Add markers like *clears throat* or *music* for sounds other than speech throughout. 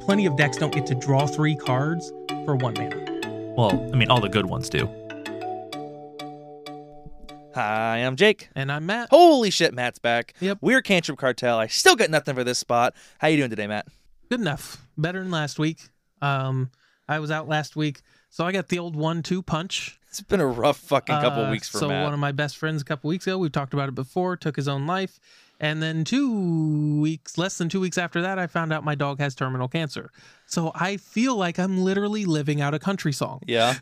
plenty of decks don't get to draw three cards for one mana. Well, I mean, all the good ones do. Hi, I'm Jake. And I'm Matt. Holy shit, Matt's back. Yep. We're Cantrip Cartel. I still got nothing for this spot. How you doing today, Matt? *laughs* Good enough. Better than last week. Um, I was out last week, so I got the old one-two punch. It's been a rough fucking couple Uh, weeks for so Matt. one of my best friends a couple weeks ago, we've talked about it before, took his own life. And then two weeks, less than two weeks after that, I found out my dog has terminal cancer. So I feel like I'm literally living out a country song. *laughs* yeah.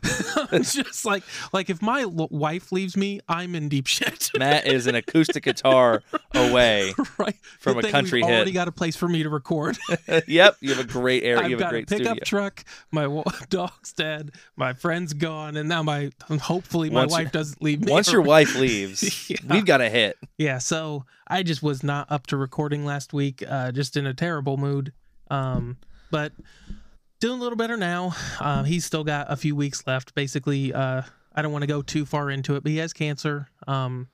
it's just like, like if my l- wife leaves me, I'm in deep shit. *laughs* Matt is an acoustic guitar away. right From a Good thing country we've hit. already got a place for me to record. yep. You have a great air. I've you have a got a, great pickup studio. truck. My w- *laughs* dog's dead. My friend's gone, and now my hopefully my Once you- wife doesn't leave me. Once your *laughs* or- wife *laughs* leaves, Yeah. we've got a hit. yeah. So I just was not up to recording last week. Uh, just in a terrible mood. Um, but doing a little better now. Um, he's still got a few weeks left. Basically, uh, I don't want to go too far into it, but he has cancer. Um,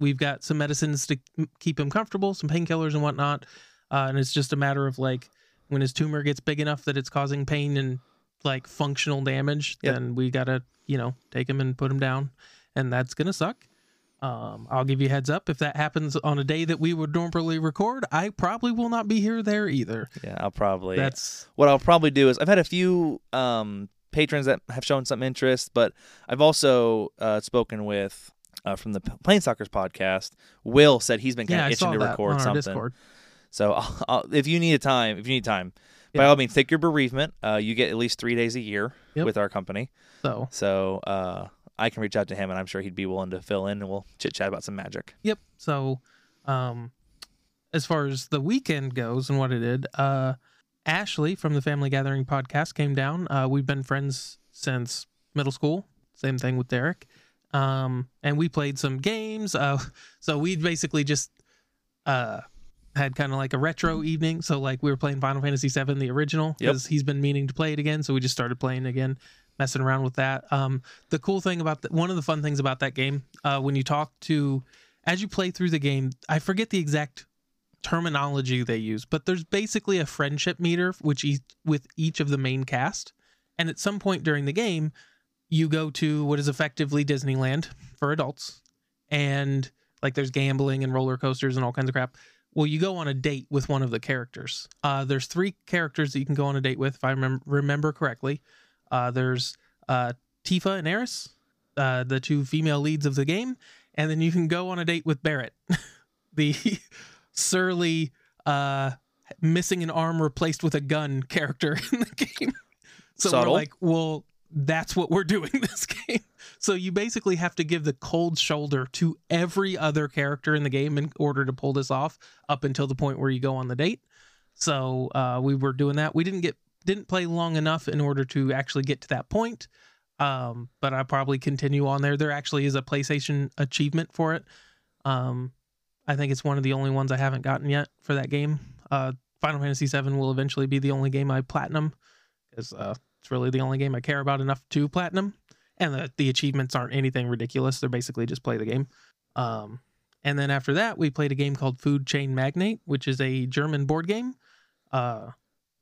we've got some medicines to keep him comfortable, some painkillers and whatnot. Uh, and it's just a matter of like when his tumor gets big enough that it's causing pain and like functional damage, Yep. then we gotta you know take him and put him down, and that's gonna suck. Um, I'll give you a heads up if that happens on a day that we would normally record. I probably will not be here there either. Yeah, I'll probably. That's what I'll probably do is I've had a few um, patrons that have shown some interest, but I've also uh, spoken with uh, from the Plain Soccer's podcast. Will said he's been kind yeah, of I itching saw to that record on our something. Discord. So *laughs* I'll, I'll, if you need a time, if you need time, by Yeah. all means, take your bereavement. Uh, you get at least three days a year Yep. with our company, So so uh, I can reach out to him, and I'm sure he'd be willing to fill in, and we'll chit chat about some magic. Yep. So, um, as far as the weekend goes and what it did, uh, Ashley from the Family Gathering podcast came down. Uh, we've been friends since middle school. Same thing with Derek. Um, and we played some games. Uh, *laughs* so we basically just, uh, had kind of like a retro evening. So like we were playing Final Fantasy VII, the original, Yep. because he's been meaning to play it again. So we just started playing again, messing around with that. Um, the cool thing about the, one of the fun things about that game, uh, when you talk to, as you play through the game, I forget the exact terminology they use, but there's basically a friendship meter which each, with each of the main cast, and at some point during the game, you go to what is effectively Disneyland for adults, and like there's gambling and roller coasters and all kinds of crap. Well, you go on a date with one of the characters. Uh, there's three characters that you can go on a date with, if I remem- remember correctly. Uh, there's uh, Tifa and Eris, uh, the two female leads of the game, and then you can go on a date with Barrett, *laughs* the surly, uh, missing an arm replaced with a gun character *laughs* in the game. So Subtle. we're like, well, that's what we're *laughs* doing this game. So you basically have to give the cold shoulder to every other character in the game in order to pull this off, up until the point where you go on the date. So uh, we were doing that. We didn't get didn't play long enough in order to actually get to that point. Um, but I probably continue on there. There actually is a PlayStation achievement for it. Um, I think it's one of the only ones I haven't gotten yet for that game. Uh, Final Fantasy VII will eventually be the only game I platinum because uh, it's really the only game I care about enough to platinum. And the, the achievements aren't anything ridiculous. They're basically just play the game. Um, and then after that, we played a game called Food Chain Magnate, which is a German board game uh,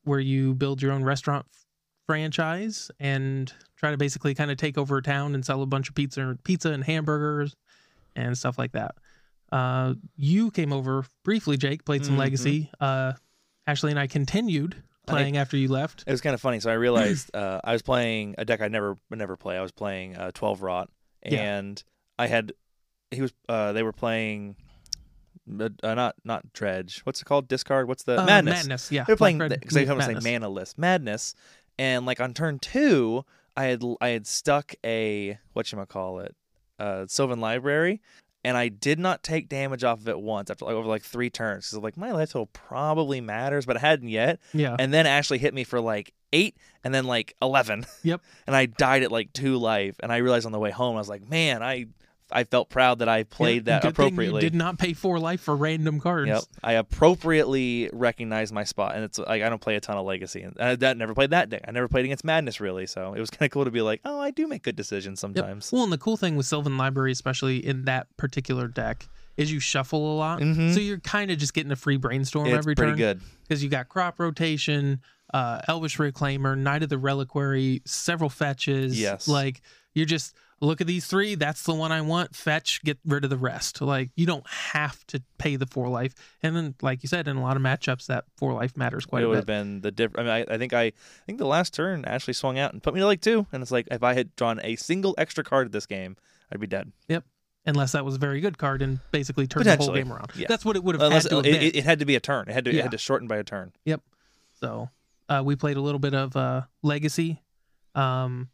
where you build your own restaurant f- franchise and try to basically kind of take over a town and sell a bunch of pizza, pizza and hamburgers and stuff like that. Uh, you came over briefly, Jake, played some Mhm. Legacy. Uh, Ashley and I continued I think- playing after you left. It was kind of funny. So I realized uh, I was playing a deck I never would never play. I was playing uh, twelve rot, Yeah. and I had he was uh, they were playing uh, uh, not not dredge. What's it called? Discard. What's the Uh, madness? Yeah, They were playing Black Red because they Meat come saying Madness. mana list madness, and like on turn two, I had I had stuck a what you call it, uh, Sylvan Library. And I did not take damage off of it once after like over like three turns. Cause like my life total probably matters, but it hadn't yet Yeah, *laughs* and then Ashley hit me for like eight and then like 11 Yep. *laughs* and i died at like two life and i realized on the way home i was like man i i felt proud that i played Yeah, that good thing you appropriately did not pay four life for random cards. yep i appropriately recognized my spot and it's like i don't play a ton of legacy and i that, never played that deck i never played against madness really so it was kind of cool to be like oh i do make good decisions Yep. sometimes Well, and the cool thing with Sylvan Library, especially in that particular deck, is you shuffle a lot, Mhm. so you're kind of just getting a free brainstorm it's every pretty turn good because you got crop rotation. uh, Elvish Reclaimer, Knight of the Reliquary, several fetches. Yes. Like you're just look at these three. That's the one I want. Fetch, get rid of the rest. Like you don't have to pay the four life. And then, like you said, in a lot of matchups, that four life matters quite it a would bit. have been the diff. I mean, I, I think I, I think the last turn Ashley swung out and put me to like two, and it's like if I had drawn a single extra card at this game, I'd be dead. Unless that was a very good card and basically turned the whole Potentially. game around. Yeah. That's what it would have Unless had to have oh, it, been. it, it had to be a turn. It had to it Yeah. had to shorten by a turn. So uh, we played a little bit of uh, Legacy. Um,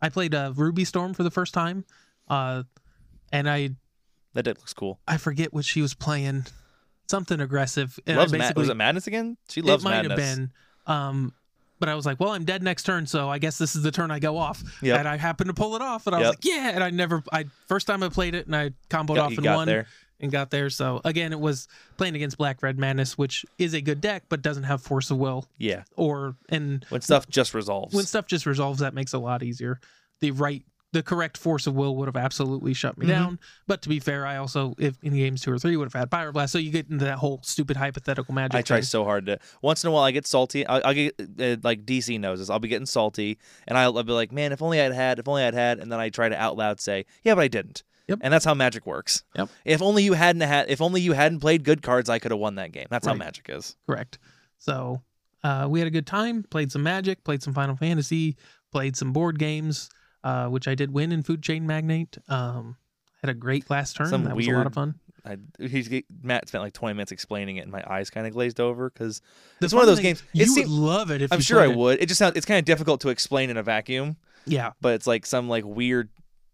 I played uh, Ruby Storm for the first time, uh, and I That deck looks cool. I forget what she was playing, something aggressive. And I Loves Mad- basically- was it Madness again? She loves it might Madness. have been. Um, but I was like, well, I'm dead next turn, so I guess this is the turn I go off. Yep. And I happened to pull it off, and I was Yep. like, yeah. And I never, I first time I played it, and I comboed Got- off you and got won there. and got there. So again, it was playing against Black Red Madness, which is a good deck, but doesn't have Force of Will Yeah, or and when stuff just resolves. when stuff just resolves that makes it a lot easier the right the correct force of will would have absolutely shut me Mhm. down but to be fair i also if in games two or three would have had pyroblast so you get into that whole stupid hypothetical magic I try thing. so hard to. Once in a while, I get salty. I, I get uh, like DC noses. I'll be getting salty, and I'll, I'll be like, "Man, if only I'd had, if only I'd had," and then I try to out loud say, "Yeah, but I didn't." Yep. And that's how magic works. Yep. If only you hadn't had, if only you hadn't played good cards, I could have won that game. That's how Right. magic is. correct so uh, we had a good time played some magic played some final fantasy played some board games uh, which i did win in food chain magnate um, had a great last turn Some that was a lot weird of fun I, he's, Matt spent like 20 minutes explaining it, and my eyes kind of glazed over because The it's one of fun those thing- games. you It would seem, love it if I'm you sure I played it. would. It just sounds. It's kind of difficult to explain in a vacuum. yeah but it's like some like weird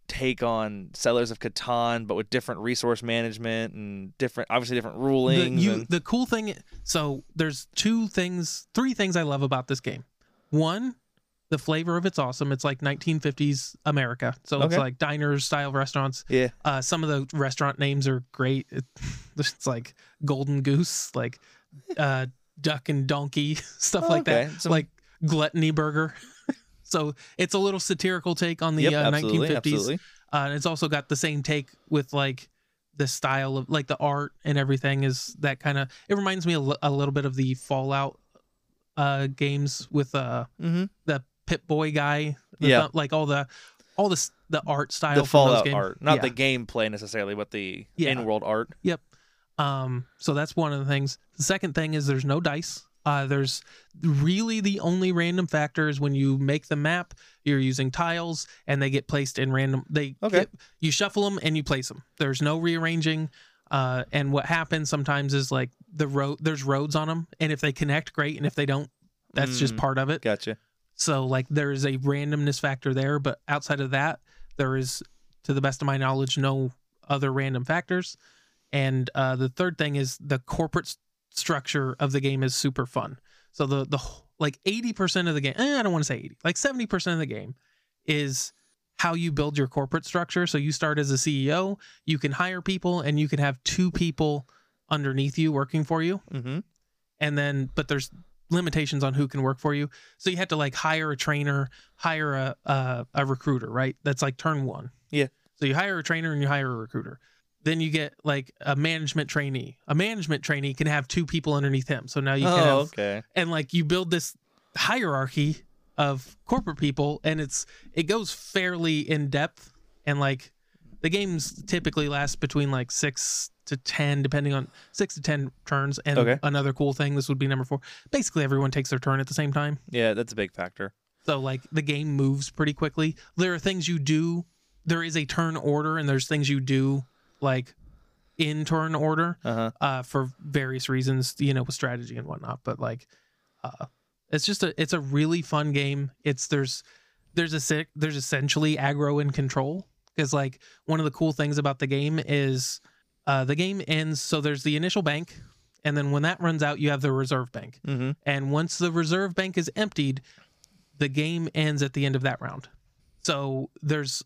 take on Settlers of Catan, but with different resource management and different, obviously different the, rulings. you, and- the cool thing so there's two things three things i love about this game one the flavor of it's awesome it's like 1950s america so it's Okay. like diners style restaurants yeah, uh, some of the restaurant names are great It- *laughs* it's like golden goose like uh, duck and donkey *laughs* stuff Oh, like that okay. Some- like gluttony burger *laughs* so it's a little satirical take on the yep, uh, 1950s absolutely, absolutely. uh, and it's also got the same take with like the style of like the art and everything is that kind of it reminds me a li- a little bit of the fallout uh games with uh Mhm. the pit boy guy The Yeah. thumb- like all the all this the art style The from those Fallout games. art, not Yeah. the gameplay necessarily, but the Yeah. in-world art. Um, so that's one of the things. The second thing is there's no dice. Uh, there's really the only random factor is when you make the map, you're using tiles and they get placed in random. They Okay. get- you shuffle them and you place them. There's no rearranging. Uh, and what happens sometimes is like the road, there's roads on them, and if they connect, great, and if they don't, that's just Mm. part of it. Gotcha. So like there is a randomness factor there, but outside of that, there is, to the best of my knowledge, no other random factors. And uh, the third thing is the corporate s- structure of the game is super fun. So the the wh- like eighty percent of the game, eh, I don't want to say eighty, like seventy percent of the game is how you build your corporate structure. So you start as a CEO, you can hire people, and you can have two people underneath you working for you Mm-hmm. and then but there's limitations on who can work for you so you had to like hire a trainer hire a a, a recruiter right that's like turn one Yeah. so you hire a trainer and you hire a recruiter then you get like a management trainee a management trainee can have two people underneath him so now you can Oh, have okay. and like you build this hierarchy of corporate people and it's it goes fairly in depth and like the games typically last between like six to ten depending on six to ten turns and Okay. another cool thing this would be number four basically everyone takes their turn at the same time Yeah, that's a big factor. so like the game moves pretty quickly there are things you do there is a turn order and there's things you do like in turn order Uh huh. uh, for various reasons, you know, with strategy and whatnot. But like, uh, it's just a it's a really fun game. It's there's there's a se- there's essentially aggro and control because like one of the cool things about the game is uh, the game ends. So there's the initial bank, and then when that runs out, you have the reserve bank. Mm-hmm. And once the reserve bank is emptied, the game ends at the end of that round. So there's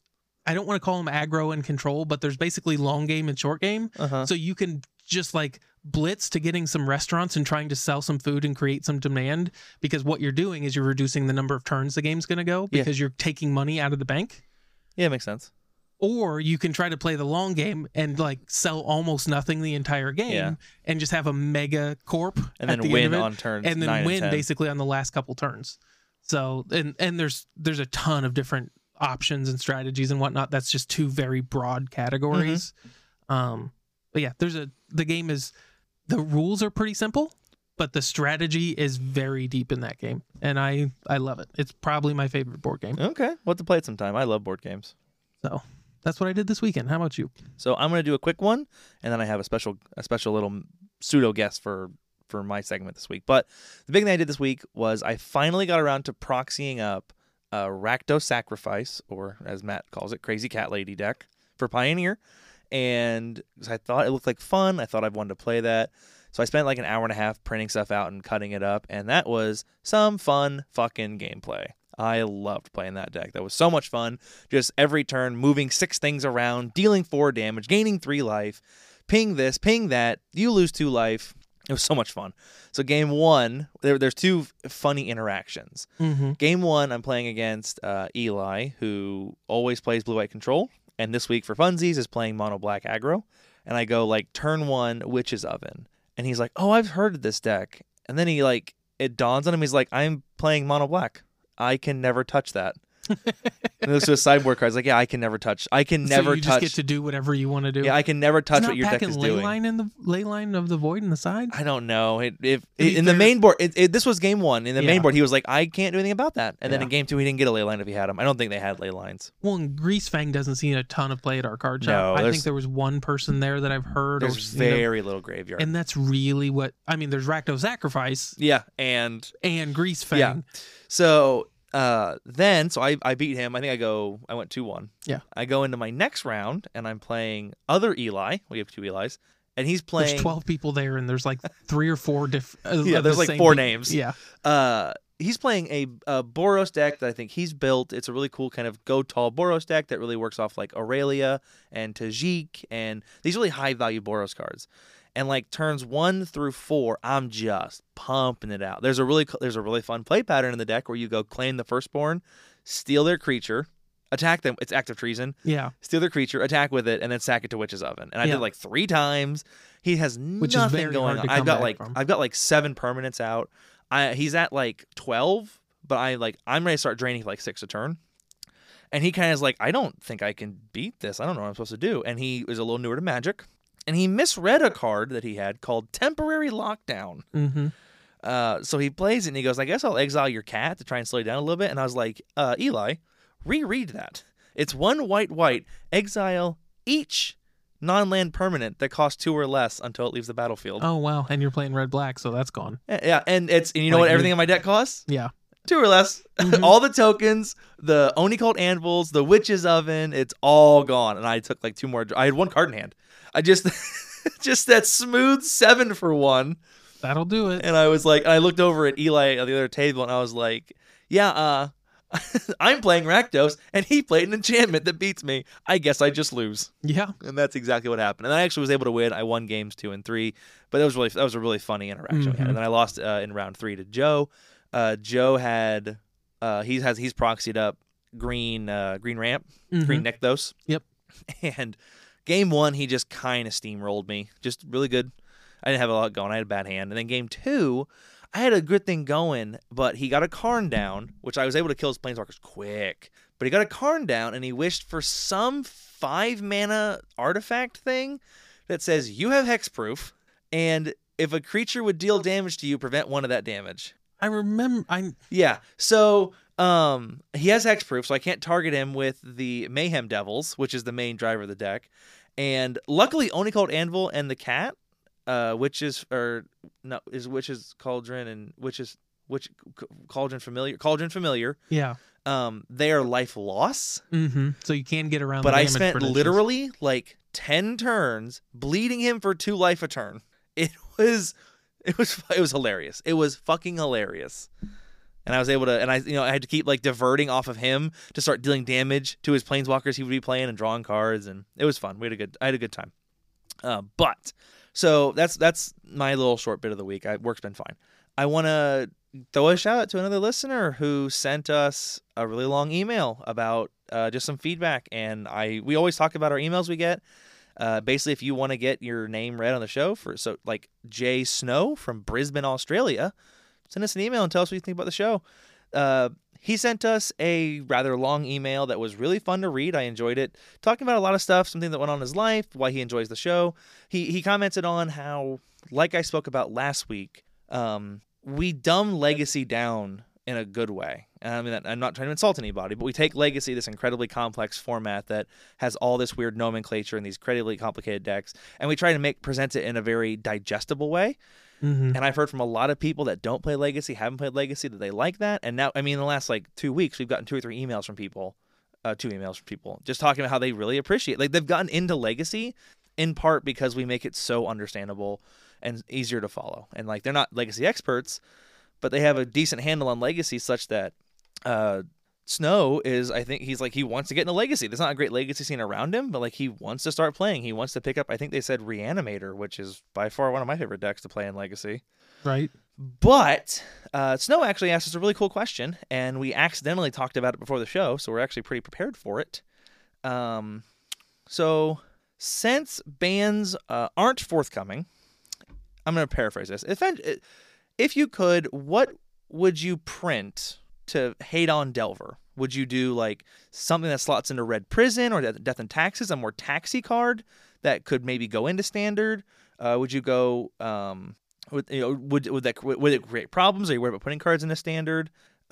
I don't want to call them aggro and control, but there's basically long game and short game. Uh huh. So you can just like blitz to getting some restaurants and trying to sell some food and create some demand because what you're doing is you're reducing the number of turns the game's going to go Yeah. because you're taking money out of the bank. Yeah, makes sense. Or you can try to play the long game and like sell almost nothing the entire game Yeah. and just have a mega corp and at then the win end of it, on turns and then nine win 10. basically on the last couple turns. So and and there's there's a ton of different options and strategies and whatnot. That's just two very broad categories. Mm-hmm. Um, but yeah, there's a the game is the rules are pretty simple, but the strategy is very deep in that game, and I I love it. It's probably my favorite board game. Okay, we'll have to play it sometime. I love board games. That's what I did this weekend. How about you? So I'm gonna do a quick one, and then I have a special a special little pseudo guest for for my segment this week. But the big thing I did this week was I finally got around to proxying up uh, Rakdos Sacrifice, or as Matt calls it, Crazy Cat Lady deck for Pioneer, and I thought it looked like fun. I thought I wanted to play that. So I spent like an hour and a half printing stuff out and cutting it up, and that was some fun fucking gameplay. I loved playing that deck. That was so much fun. Just every turn, moving six things around, dealing four damage, gaining three life, ping this, ping that. You lose two life. It was so much fun. So game one, there, there's two f- funny interactions. Mm-hmm. Game one, I'm playing against uh, Eli, who always plays blue white control, and this week for funsies is playing mono black aggro. And I go like turn one, witch's oven, and he's like, "Oh, I've heard of this deck." And then he like it dawns on him, he's like, "I'm playing mono black. I can never touch that." and this was sideboard cards. Like, yeah, I can never touch. I can never so you touch. just get to do whatever you want to do. yeah, I can never touch it's not what your deck packing is ley doing. line in the ley line of the void in the side. I don't know. It, if To be in fair- the main board, it, it, this was game one. In the Yeah. main board, he was like, "I can't do anything about that." And then in Yeah. game two, he didn't get a ley line if he had them. I don't think they had ley lines. Well, and Grease Fang doesn't see a ton of play at our card No, shop. I think there's- there was one person there that I've heard. or There's seen of- very little graveyard. and that's really what I mean. There's Rakdos Sacrifice yeah, and and Grease Fang. Yeah. so uh, then so I I beat him. I think I go. I went two one. Yeah. I go into my next round and I'm playing other Eli. We have two Eli's, and he's playing. There's 12 people there, and there's like three or four uh, different. *laughs* Yeah, there's like four names. Yeah, uh he's playing a, a boros deck that i think he's built it's a really cool kind of go tall boros deck that really works off like aurelia and tajik and these really high value boros cards and like turns one through four i'm just pumping it out there's a really co- there's a really fun play pattern in the deck where you go claim the firstborn steal their creature attack them it's act of treason yeah, steal their creature attack with it and then sack it to witch's oven and i Yeah. did like three times he has Which is nothing very going hard on to i've come got back like from. i've got like seven permanents out I, he's at like 12 but i like i'm ready to start draining like six a turn and he kind of is like i don't think i can beat this i don't know what i'm supposed to do and he is a little newer to magic and he misread a card that he had called temporary lockdown hmm uh, so he plays it and he goes, I guess I'll exile your cat to try and slow you down a little bit. And I was like, uh, Eli, reread that. It's one white, white, exile each non land permanent that costs two or less until it leaves the battlefield. Oh wow, and you're playing red black, so that's gone. Yeah, Yeah. And it's, and you know Like what you- everything in my deck costs? Yeah, Two or less. Mhm. *laughs* all the tokens, the Oni Cult anvils, the witch's oven, it's all gone. And I took like two more. dr- I had one card in hand. I just, *laughs* just that smooth seven for one. that'll do it. And I was like, I looked over at Eli at the other table and I was like, yeah, uh, *laughs* I'm playing Rakdos and he played an enchantment that beats me. I guess I just lose. Yeah, And that's exactly what happened. And I actually was able to win. I won games two and three, but that was really, that was a really funny interaction we Mhm. had. And then I lost uh, in round three to Joe. Uh, Joe had, uh, he has, he's proxied up green, uh, green ramp Mhm. green Nectos. Yep. *laughs* And game one, he just kind of steamrolled me. Just really good. I didn't have a lot going. I had a bad hand. And then game two, I had a good thing going, but he got a Karn down, which I was able to kill his Planeswalkers quick. But he got a Karn down, and he wished for some five mana artifact thing that says you have hexproof, and if a creature would deal damage to you, prevent one of that damage. I remember. I Yeah. So um he has hexproof, so I can't target him with the Mayhem Devils, which is the main driver of the deck. And luckily only called Anvil and the Cat, uh, which is or no is which is Cauldron and which is which Cauldron Familiar Cauldron Familiar. yeah. Um they are life loss. hmm So you can get around. But the I damage spent predictions. literally like ten turns bleeding him for two life a turn. *laughs* It was, it was, it was hilarious. It was fucking hilarious. And I was able to, and I, you know, I had to keep like diverting off of him to start dealing damage to his planeswalkers. He would be playing and drawing cards, and it was fun. We had a good, I had a good time. Uh, but so that's that's my little short bit of the week. I, work's been fine. I want to throw a shout out to another listener who sent us a really long email about uh, just some feedback. And I we always talk about our emails we get. Uh, basically, if you want to get your name read on the show, for so like Jay Snow from Brisbane, Australia, send us an email and tell us what you think about the show. Uh, he sent us a rather long email that was really fun to read. I enjoyed it, talking about a lot of stuff, something that went on in his life, why he enjoys the show. He he commented on how, like I spoke about last week, um, we dumb legacy down in a good way. And I mean, that- I'm not trying to insult anybody, but we take legacy, this incredibly complex format that has all this weird nomenclature and these incredibly complicated decks, and we try to make present it in a very digestible way. Mm-hmm. And I've heard from a lot of people that don't play Legacy, haven't played Legacy, that they like that. And now, I mean, in the last like two weeks, we've gotten two or three emails from people, uh, two emails from people, just talking about how they really appreciate. Like they've gotten into Legacy in part because we make it so understandable and easier to follow. And like they're not Legacy experts, but they have a decent handle on Legacy, such that uh, Snow is, I think he's like he wants to get into Legacy. There's not a great Legacy scene around him, but like he wants to start playing. He wants to pick up. I think they said Reanimator, which is by far one of my favorite decks to play in Legacy. Right. But uh, Snow actually asked us a really cool question, and we accidentally talked about it before the show, so we're actually pretty prepared for it. Um, so, since bans uh, aren't forthcoming, I'm going to paraphrase this. If, uh, if you could, what would you print to hate on Delver? Would you do like something that slots into Red Prison or Death- Death and Taxes, a more taxi card that could maybe go into standard? Uh, would you go um, would you know would would that would it create problems? Are you worried about putting cards in a standard?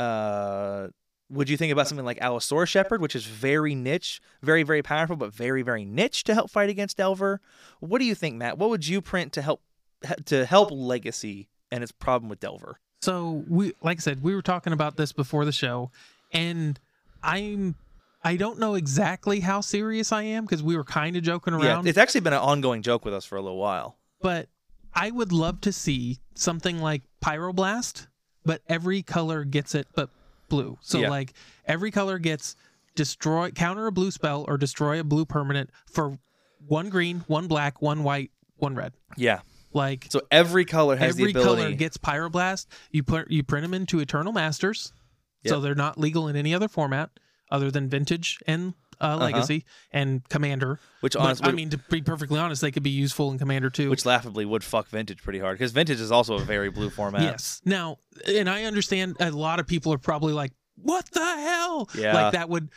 Uh, would you think about something like Allosaurus Shepherd, which is very niche, very very powerful, but very very niche to help fight against Delver? What do you think, Matt? What would you print to help to help Legacy and its problem with Delver? So we, like I said, we were talking about this before the show, and I'm, I don't know exactly how serious I am because we were kind of joking Yeah, around. it's actually been an ongoing joke with us for a little while. but I would love to see something like Pyroblast, but every color gets it but blue. So Yeah. like every color gets destroy counter a blue spell or destroy a blue permanent for one green, one black, one white, one red. Yeah. Like So every color has every the ability. color gets pyroblast. You put you print them into Eternal Masters, so Yep. they're not legal in any other format other than Vintage and Uh-huh. uh, Legacy and Commander. which But, honestly, I mean, to be perfectly honest, they could be useful in Commander too. which laughably would fuck vintage pretty hard because vintage is also a very blue format. Yes. Now, and I understand a lot of people are probably like, "What the hell?" Yeah. Like that would.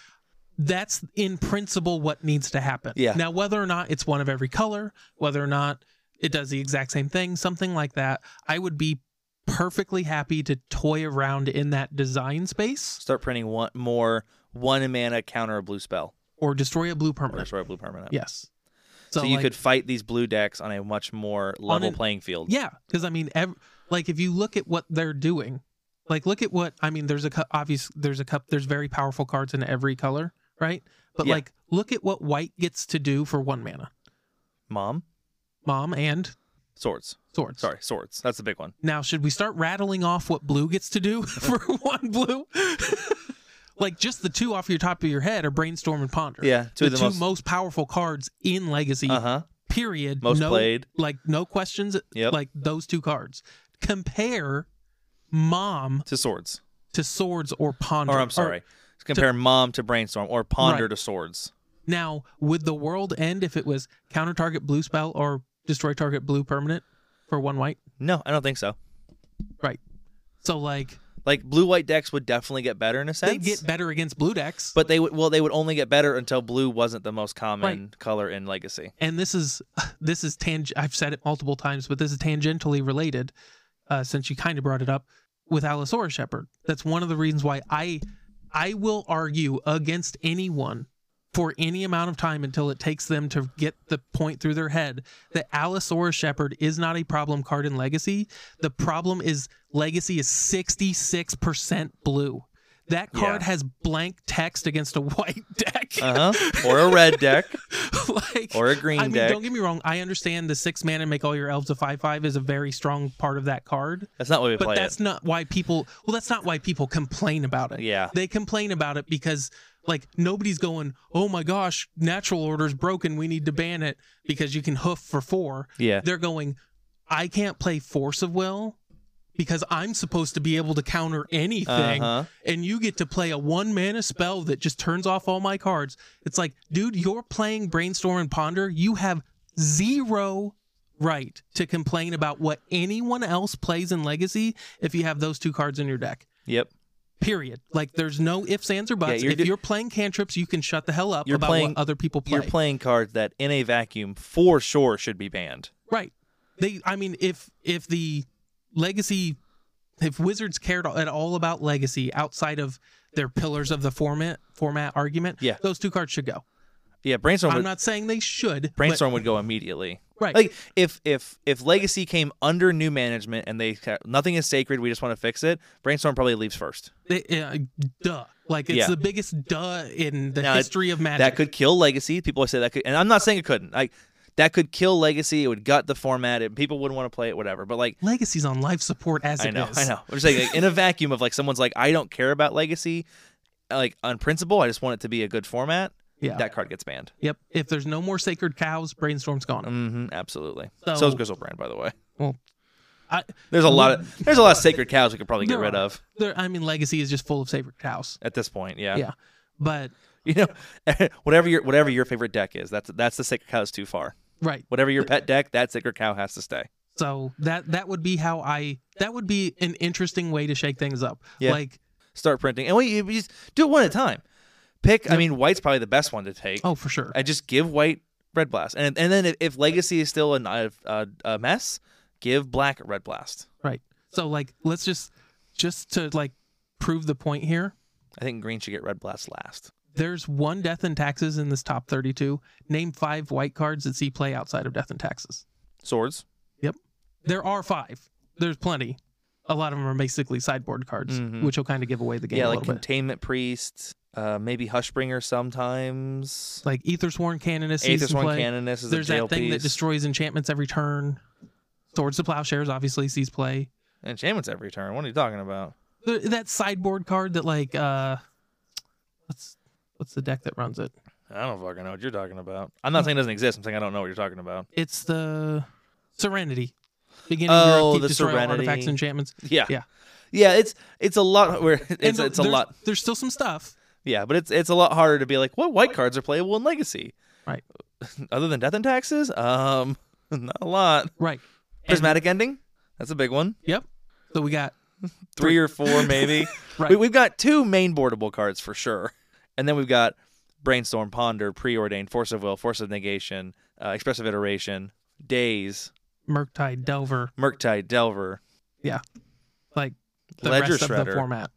That's in principle what needs to happen. Yeah. Now, whether or not it's one of every color, whether or not it does the exact same thing, something like that, I would be perfectly happy to toy around in that design space Start printing one more one mana counter a blue spell. or destroy a blue or permanent. sorry, blue permanent. Yes. So, you like, could fight these blue decks on a much more level an- playing field. Yeah, because I mean, ev- like if you look at what they're doing, like look at what I mean. There's a cu- obvious. There's a cup. There's very powerful cards in every color, right? But Yeah. like, look at what white gets to do for one mana, Mom, mom and swords. swords. Sorry, swords. That's the big one. Now, should we start rattling off what blue gets to do *laughs* for one blue? *laughs* like just the two off your top of your head are brainstorm and ponder. Yeah, the, two of the two most. most... powerful cards in Legacy. uh huh. Period. Most no, played. Like no questions. Yep. Like those two cards. Compare mom to swords. to swords or ponder. Or I'm sorry. Compare mom to brainstorm or ponder Right. to swords. now, would the world end if it was counter target blue spell or destroy target blue permanent for one white? No, I don't think so. So like Like blue white decks would definitely get better in a sense. they'd get better against blue decks. but they would well they would only get better until blue wasn't the most common color in legacy. and this is *sighs* this is tang I've said it multiple times, but this is tangentially related, uh, since you kind of brought it up with Allosaurus Shepherd. That's one of the reasons why I I will argue against anyone for any amount of time until it takes them to get the point through their head that Allosaurus Shepherd is not a problem card in Legacy. The problem is Legacy is 66% blue. That Yeah. card has blank text against a *laughs* white deck. Uh huh. or a red deck *laughs* like or a *laughs* green I mean, deck. don't get me wrong. I understand the six mana make all your elves a five five is a very strong part of that card, That's not what we but play. that's it. not why people. Well, that's not why people complain about it. Yeah. They complain about it because like nobody's going, oh my gosh, natural order's broken. We need to ban it because you can hoof for four. Yeah. They're going, I can't play force of will because I'm supposed to be able to counter anything, Uh-huh. and you get to play a one mana spell that just turns off all my cards. It's like, dude, you're playing Brainstorm and Ponder. You have zero right to complain about what anyone else plays in Legacy if you have those two cards in your deck. Yep. Period. Like, there's no ifs, ands, or buts. you're if do- you're playing cantrips, you can shut the hell up You're about playing- what other people play. You're playing cards that in a vacuum for sure should be banned. Right. They I mean if if the legacy if Wizards cared at all about legacy outside of their pillars of the format format argument, Yeah. those two cards should go. Yeah, brainstorm I'm would, not saying they should. but- brainstorm would go immediately. right. Like if if if legacy came under new management and they ca- nothing is sacred, we just want to fix it. Brainstorm probably leaves first. They- uh, duh. Like it's Yeah. the biggest duh in the Now, it- history of magic. That could kill legacy. People say that could, and I'm not saying it couldn't. Like that could kill legacy. It would gut the format. and people wouldn't want to play it. Whatever. But like Legacy's on life support as I it know, is. I know. I'm just saying like, in a vacuum of like someone's like I don't care about legacy, like on principle. I just want it to be a good format. Yeah. That card gets banned. Yep. If there's no more sacred cows, brainstorm's gone. Mm-hmm, absolutely. So- So, is Grizzlebrand, by the way. Well, I- there's a lot of there's a lot of sacred cows we could probably get There rid are. of There, I mean, legacy is just full of sacred cows. at this point. Yeah. Yeah. But *laughs* You know, *laughs* whatever your whatever your favorite deck is, that's that's the sacred cow is too far. right. Whatever your pet deck, that sacred cow has to stay. So that that would be how I that would be an interesting way to shake things up. Yeah. Like, Start printing, and we you just do it one at a time. Pick. I mean, white's probably the best one to take. oh for sure. I just give white red blast, and and then if, if legacy is still a, knife- a, a mess, give black red blast. Right. So like let's just just to like prove the point here, I think green should get red blast last. there's one death and taxes in this top 32. Name 5 white cards that see play outside of death and taxes. Swords. There are 5. There's plenty. A lot of them are basically sideboard cards, Mhm. which will kind of give away the game yeah, a like little bit. containment priest. Uh, maybe Hushbringer sometimes. Like Aethersworn Canonist sees Aether some Sworn play. Canonist is There's a jail that thing that piece. destroys enchantments every turn. Swords to Plowshares obviously sees play. Enchantments every turn. What are you talking about? the, that sideboard card that like uh what's what's the deck that runs it I don't fucking know what you're talking about. I'm not saying it doesn't exist. I'm saying I don't know what you're talking about. it's the serenity beginning Oh, your upkeep, the destroy all Serenity. artifacts and enchantments Yeah. Yeah. Yeah, it's it's a lot *laughs* where it's And it's a there's- lot. there's still some stuff Yeah, but it's it's a lot harder to be like, what white cards are playable in legacy? Right. *laughs* Other than death and taxes? Um *laughs* not a lot. right And- Prismatic ending? That's a big one. yep so we got Three or *laughs* four maybe. *laughs* Right. we, we've got two main boardable cards for sure. And then we've got brainstorm, ponder, preordained, force of will, force of negation, uh, expressive iteration, days, Murktide, Delver, Murktide, Delver. like the Ledger rest of the Shredder. format.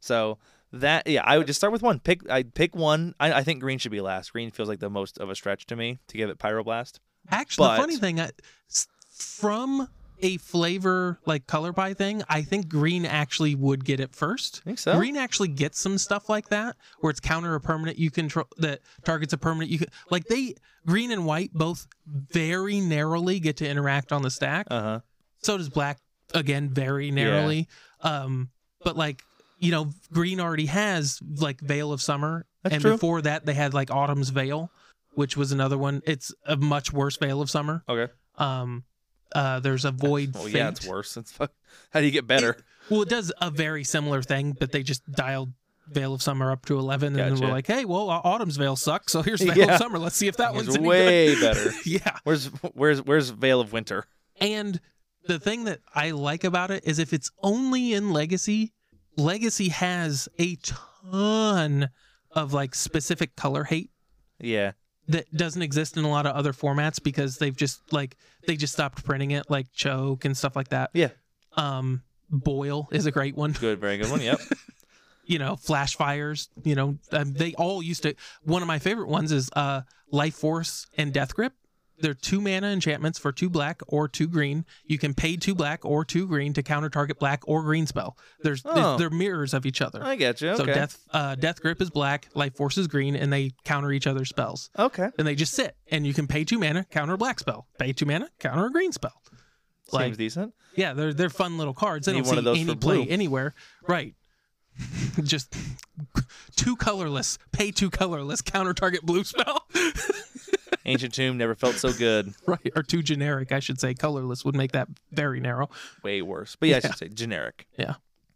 So that yeah, I would just start with one. Pick I'd pick one. I, I think green should be last. Green feels like the most of a stretch to me to give it pyroblast. Actually, But- the funny thing, I, s- from a flavor like color pie thing, I think green actually would get it first. Think so? Green actually gets some stuff like that, where it's counter a permanent you control that targets a permanent you can like they green and white both very narrowly get to interact on the stack. Uh huh. so does black again very narrowly. Um, but like you know, green already has like Veil of Summer, That's and true. before that they had like Autumn's Veil, which was another one. It's a much worse Veil of Summer. Okay. Um, uh, there's a Void. Well, yeah, Fate. it's worse. It's fuck. How do you *laughs* get better? Well, it does a very similar thing, but they just dialed Veil of Summer up to 11 and then we're Gotcha. like, hey, well, uh, Autumn's Veil sucks, so *laughs* here's Veil Yeah. of Summer. Let's see if that It's one's any way good." *laughs* better. yeah. Where's where's where's Veil of Winter? And the thing that I like about it is if it's only in Legacy, Legacy has a ton of like specific color hate Yeah. that doesn't exist in a lot of other formats because they've just like they just stopped printing it like choke and stuff like that. Yeah. Um boil is a great one. Good. Very good *laughs* one. Yep. you know, flash fires. You know, um, they all used to. One of my favorite ones is uh, Life Force and Death Grip. They're two mana enchantments for two black or two green. You can pay two black or two green to counter target black or green spell. There's, Oh. there's they're mirrors of each other. I get you. Okay. So death uh, death grip is black, life force is green, and they counter each other's spells. Okay. And they just sit, and you can pay two mana, counter a black spell. Pay two mana, counter a green spell. Like- Seems decent. Yeah, they're they're fun little cards. They Need don't one see of those any for play blue. anywhere. Right. *laughs* Just two colorless, pay two colorless, counter target blue spell. Ancient Tomb never felt so good. *laughs* right? Or too generic, I should say. Colorless would make that very narrow. Way worse. But yeah, I Yeah. should say generic.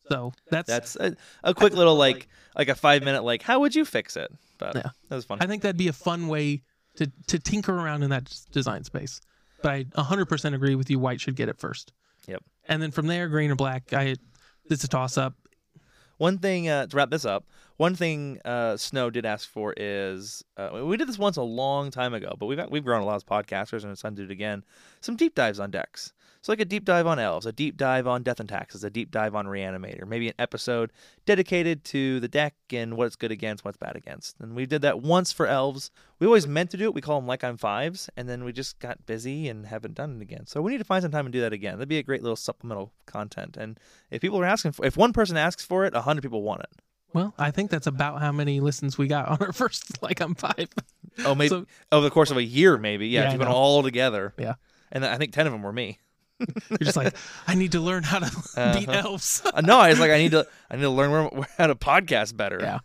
So that's, That's a, a quick little like like a five minute like how would you fix it? But Yeah. that was fun. I think that'd be a fun way to to tinker around in that s- design space. But I 100% agree with you. White should get it first. Yep. And then from there, green or black. I it's a toss up. One thing uh, to wrap this up. One thing uh, Snow did ask for is uh, we did this once a long time ago, but we've we've grown a lot as podcasters, and it's time to do it again. Some deep dives on decks. So like a deep dive on elves, a deep dive on Death and Taxes, a deep dive on Reanimator, maybe an episode dedicated to the deck and what it's good against, what's bad against. And we did that once for elves. We always meant to do it. We call them like I'm fives, and then we just got busy and haven't done it again. So we need to find some time and do that again. That'd be a great little supplemental content. And if people are asking for, if one person asks for it, a hundred people want it. Well, I think that's about how many listens we got *laughs* on our first. Like I'm five. Oh, *laughs* maybe So- over the course of a year, maybe. Yeah, Yeah, if I you put them know. all together. Yeah. and I think ten of them were me. You're just like, I need to learn how to *laughs* beat Uh-huh. elves. Uh, no, I was like, I need to, I need to learn where, *laughs* where- how to podcast better. Yeah.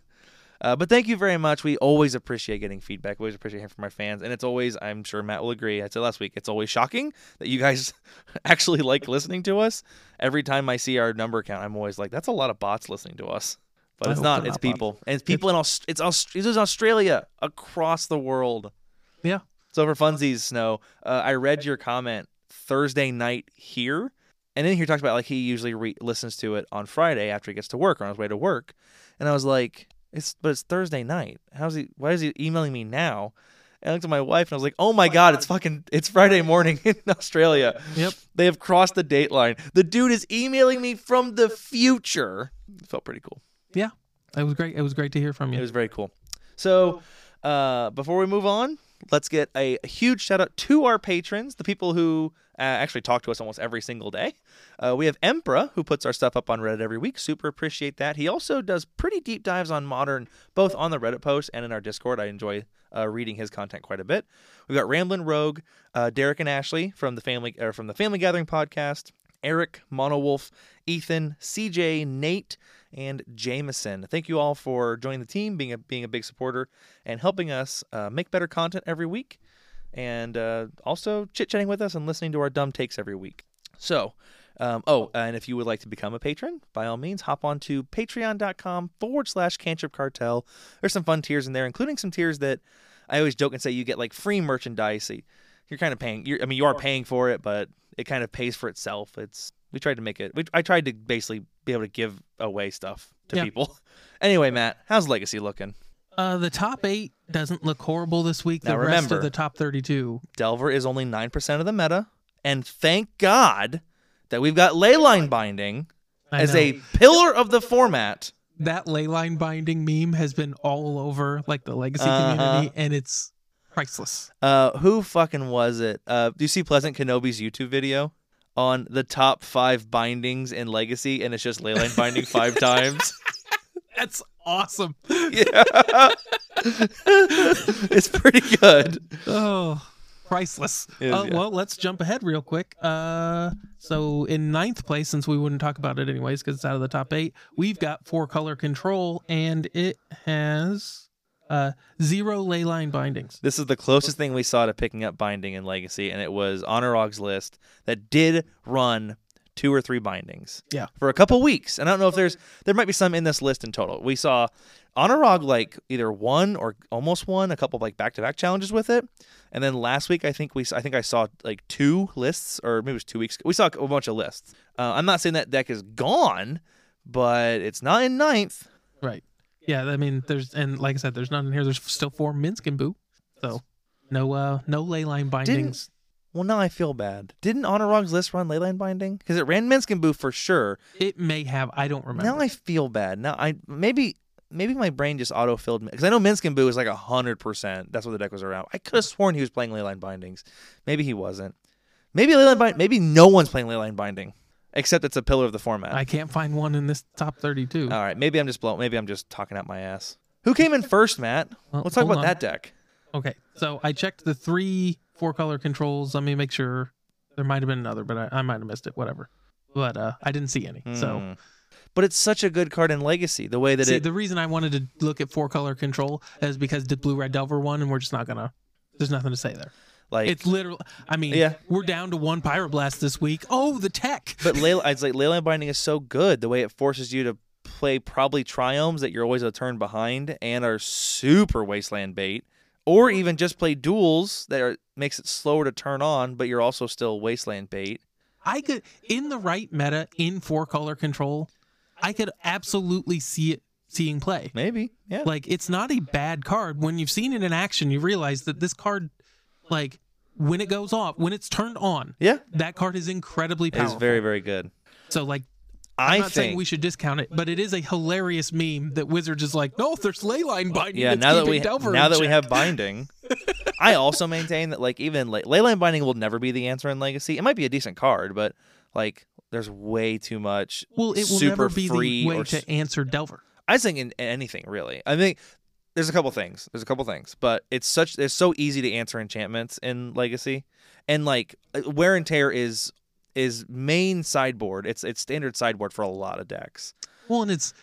Uh, but thank you very much. We always appreciate getting feedback. We always appreciate hearing from our fans, and it's always, I'm sure Matt will agree. I said last week, it's always shocking that you guys *laughs* actually like listening to us. Every time I see our number count, I'm always like, that's a lot of bots listening to us. But I it's hope not. they're It's not bots. people, and it's people in Aust- it's, Aust- it's in Australia, across the world. Yeah. So for funsies, Snow, uh, I read your comment Thursday night here, and then he talks about like he usually re- listens to it on Friday after he gets to work or on his way to work, and I was like, it's but it's Thursday night. How's he? Why is he emailing me now? And I looked at my wife and I was like, oh my god, it's fucking it's Friday morning *laughs* in Australia. Yep. They have crossed the date line. The dude is emailing me from the future. It felt pretty cool. Yeah. It was great. It was great to hear from It you. was very cool. So, uh, before we move on, let's get a huge shout out to our patrons, the people who uh, actually talk to us almost every single day. Uh, we have Emperor, who puts our stuff up on Reddit every week. Super appreciate that. He also does pretty deep dives on modern, both on the Reddit post and in our Discord. I enjoy uh, reading his content quite a bit. We've got Ramblin' Rogue, uh, Derek and Ashley from the Family or from the Family Gathering podcast. Eric, Monowolf, Ethan, CJ, Nate, and Jameson. Thank you all for joining the team, being a being a big supporter, and helping us uh, make better content every week, and uh, also chit chatting with us and listening to our dumb takes every week. So, um, oh, and if you would like to become a patron, by all means, hop on to patreon.com forward slash cantrip cartel. There's some fun tiers in there, including some tiers that I always joke and say you get like free merchandise. So You're kind of paying. You're, I mean, you are paying for it, but it kind of pays for itself. It's we tried to make it. We, I tried to basically be able to give away stuff to Yeah. people. *laughs* Anyway, Matt, how's Legacy looking? Uh, the top eight doesn't look horrible this week. The Now rest remember- of the top 32. Delver is only 9% of the meta. And thank God that we've got Leyline Binding I as know. a pillar of the format. that ley line binding meme has been all over like the legacy Uh-huh. community and it's priceless. Uh, who fucking was it? Uh, do you see Pleasant Kenobi's YouTube video on the top five bindings in Legacy? And it's just Leyline *laughs* Binding five times. That's awesome. Yeah. it's pretty good. Oh, priceless. It is, Uh, yeah. Well, let's jump ahead real quick. Uh, so in ninth place, since we wouldn't talk about it anyways because it's out of the top eight, we've got four color control and it has uh zero ley line bindings. This is the closest thing we saw to picking up binding in Legacy, and it was Honorog's list that did run two or three bindings. Yeah. For a couple weeks. And I don't know if there's there might be some in this list in total. We saw Honorog like either one or almost one, a couple like back to back challenges with it. And then last week I think we I think I saw like two lists or maybe it was two weeks ago. We saw a bunch of lists. Uh, I'm not saying that deck is gone, but it's not in ninth. Right. Yeah. I mean, there's and like I said, there's none in here. There's still four Minsk and Boo. So no uh no ley line bindings. Well, now I feel bad. Didn't Honorog's list run Leyline Binding? Because it ran Minskin Boo for sure. It may have. I don't remember. Now I feel bad. Now I maybe maybe my brain just auto filled because I know Minskin Boo was like hundred percent. That's what the deck was around. I could have sworn he was playing Leyline Bindings. Maybe he wasn't. Maybe Leyline Bind. Maybe no one's playing Leyline Binding except it's a pillar of the format. I can't find one in this top 32. All right. Maybe I'm just blowing. Maybe I'm just talking out my ass. Who came in first, Matt? Well, Let's talk hold about on. that deck. Okay. So I checked the three four color controls. Let me make sure. There might have been another, but I, I might have missed it. Whatever. But uh, I didn't see any. So Hmm. But it's such a good card in Legacy. The way that see, it the reason I wanted to look at four color control is because did Blue Red Delver won, and we're just not gonna There's nothing to say there. Like It's literal. I mean, Yeah. we're down to one pyroblast this week. Oh, the tech. *laughs* But Leyla, it's like Leyline Binding is so good. The way it forces you to play probably triomes that you're always a turn behind and are super wasteland bait, or even just play duels that are, makes it slower to turn on, but you're also still wasteland bait. I could in the right meta in four color control, I could absolutely see it seeing play. Maybe, yeah. Like it's not a bad card. When you've seen it in action, you realize that this card, like when it goes off, when it's turned on, yeah, that card is incredibly it is powerful. very, very good. so like I I'm not saying think we should discount it, but it is a hilarious meme that Wizards is like, no, if there's ley line binding, yeah it's now *laughs* that keeping we Delver now in that we check." *laughs* have binding i also maintain that like even like leyline binding will never be the answer in legacy it might be a decent card but like there's way too much well, it will super never be free the way or s- to answer Delver. i think in anything really i think there's a couple things there's a couple things but it's such it's so easy to answer enchantments in legacy and like uh, wear and tear is is main sideboard it's it's standard sideboard for a lot of decks Well, and it's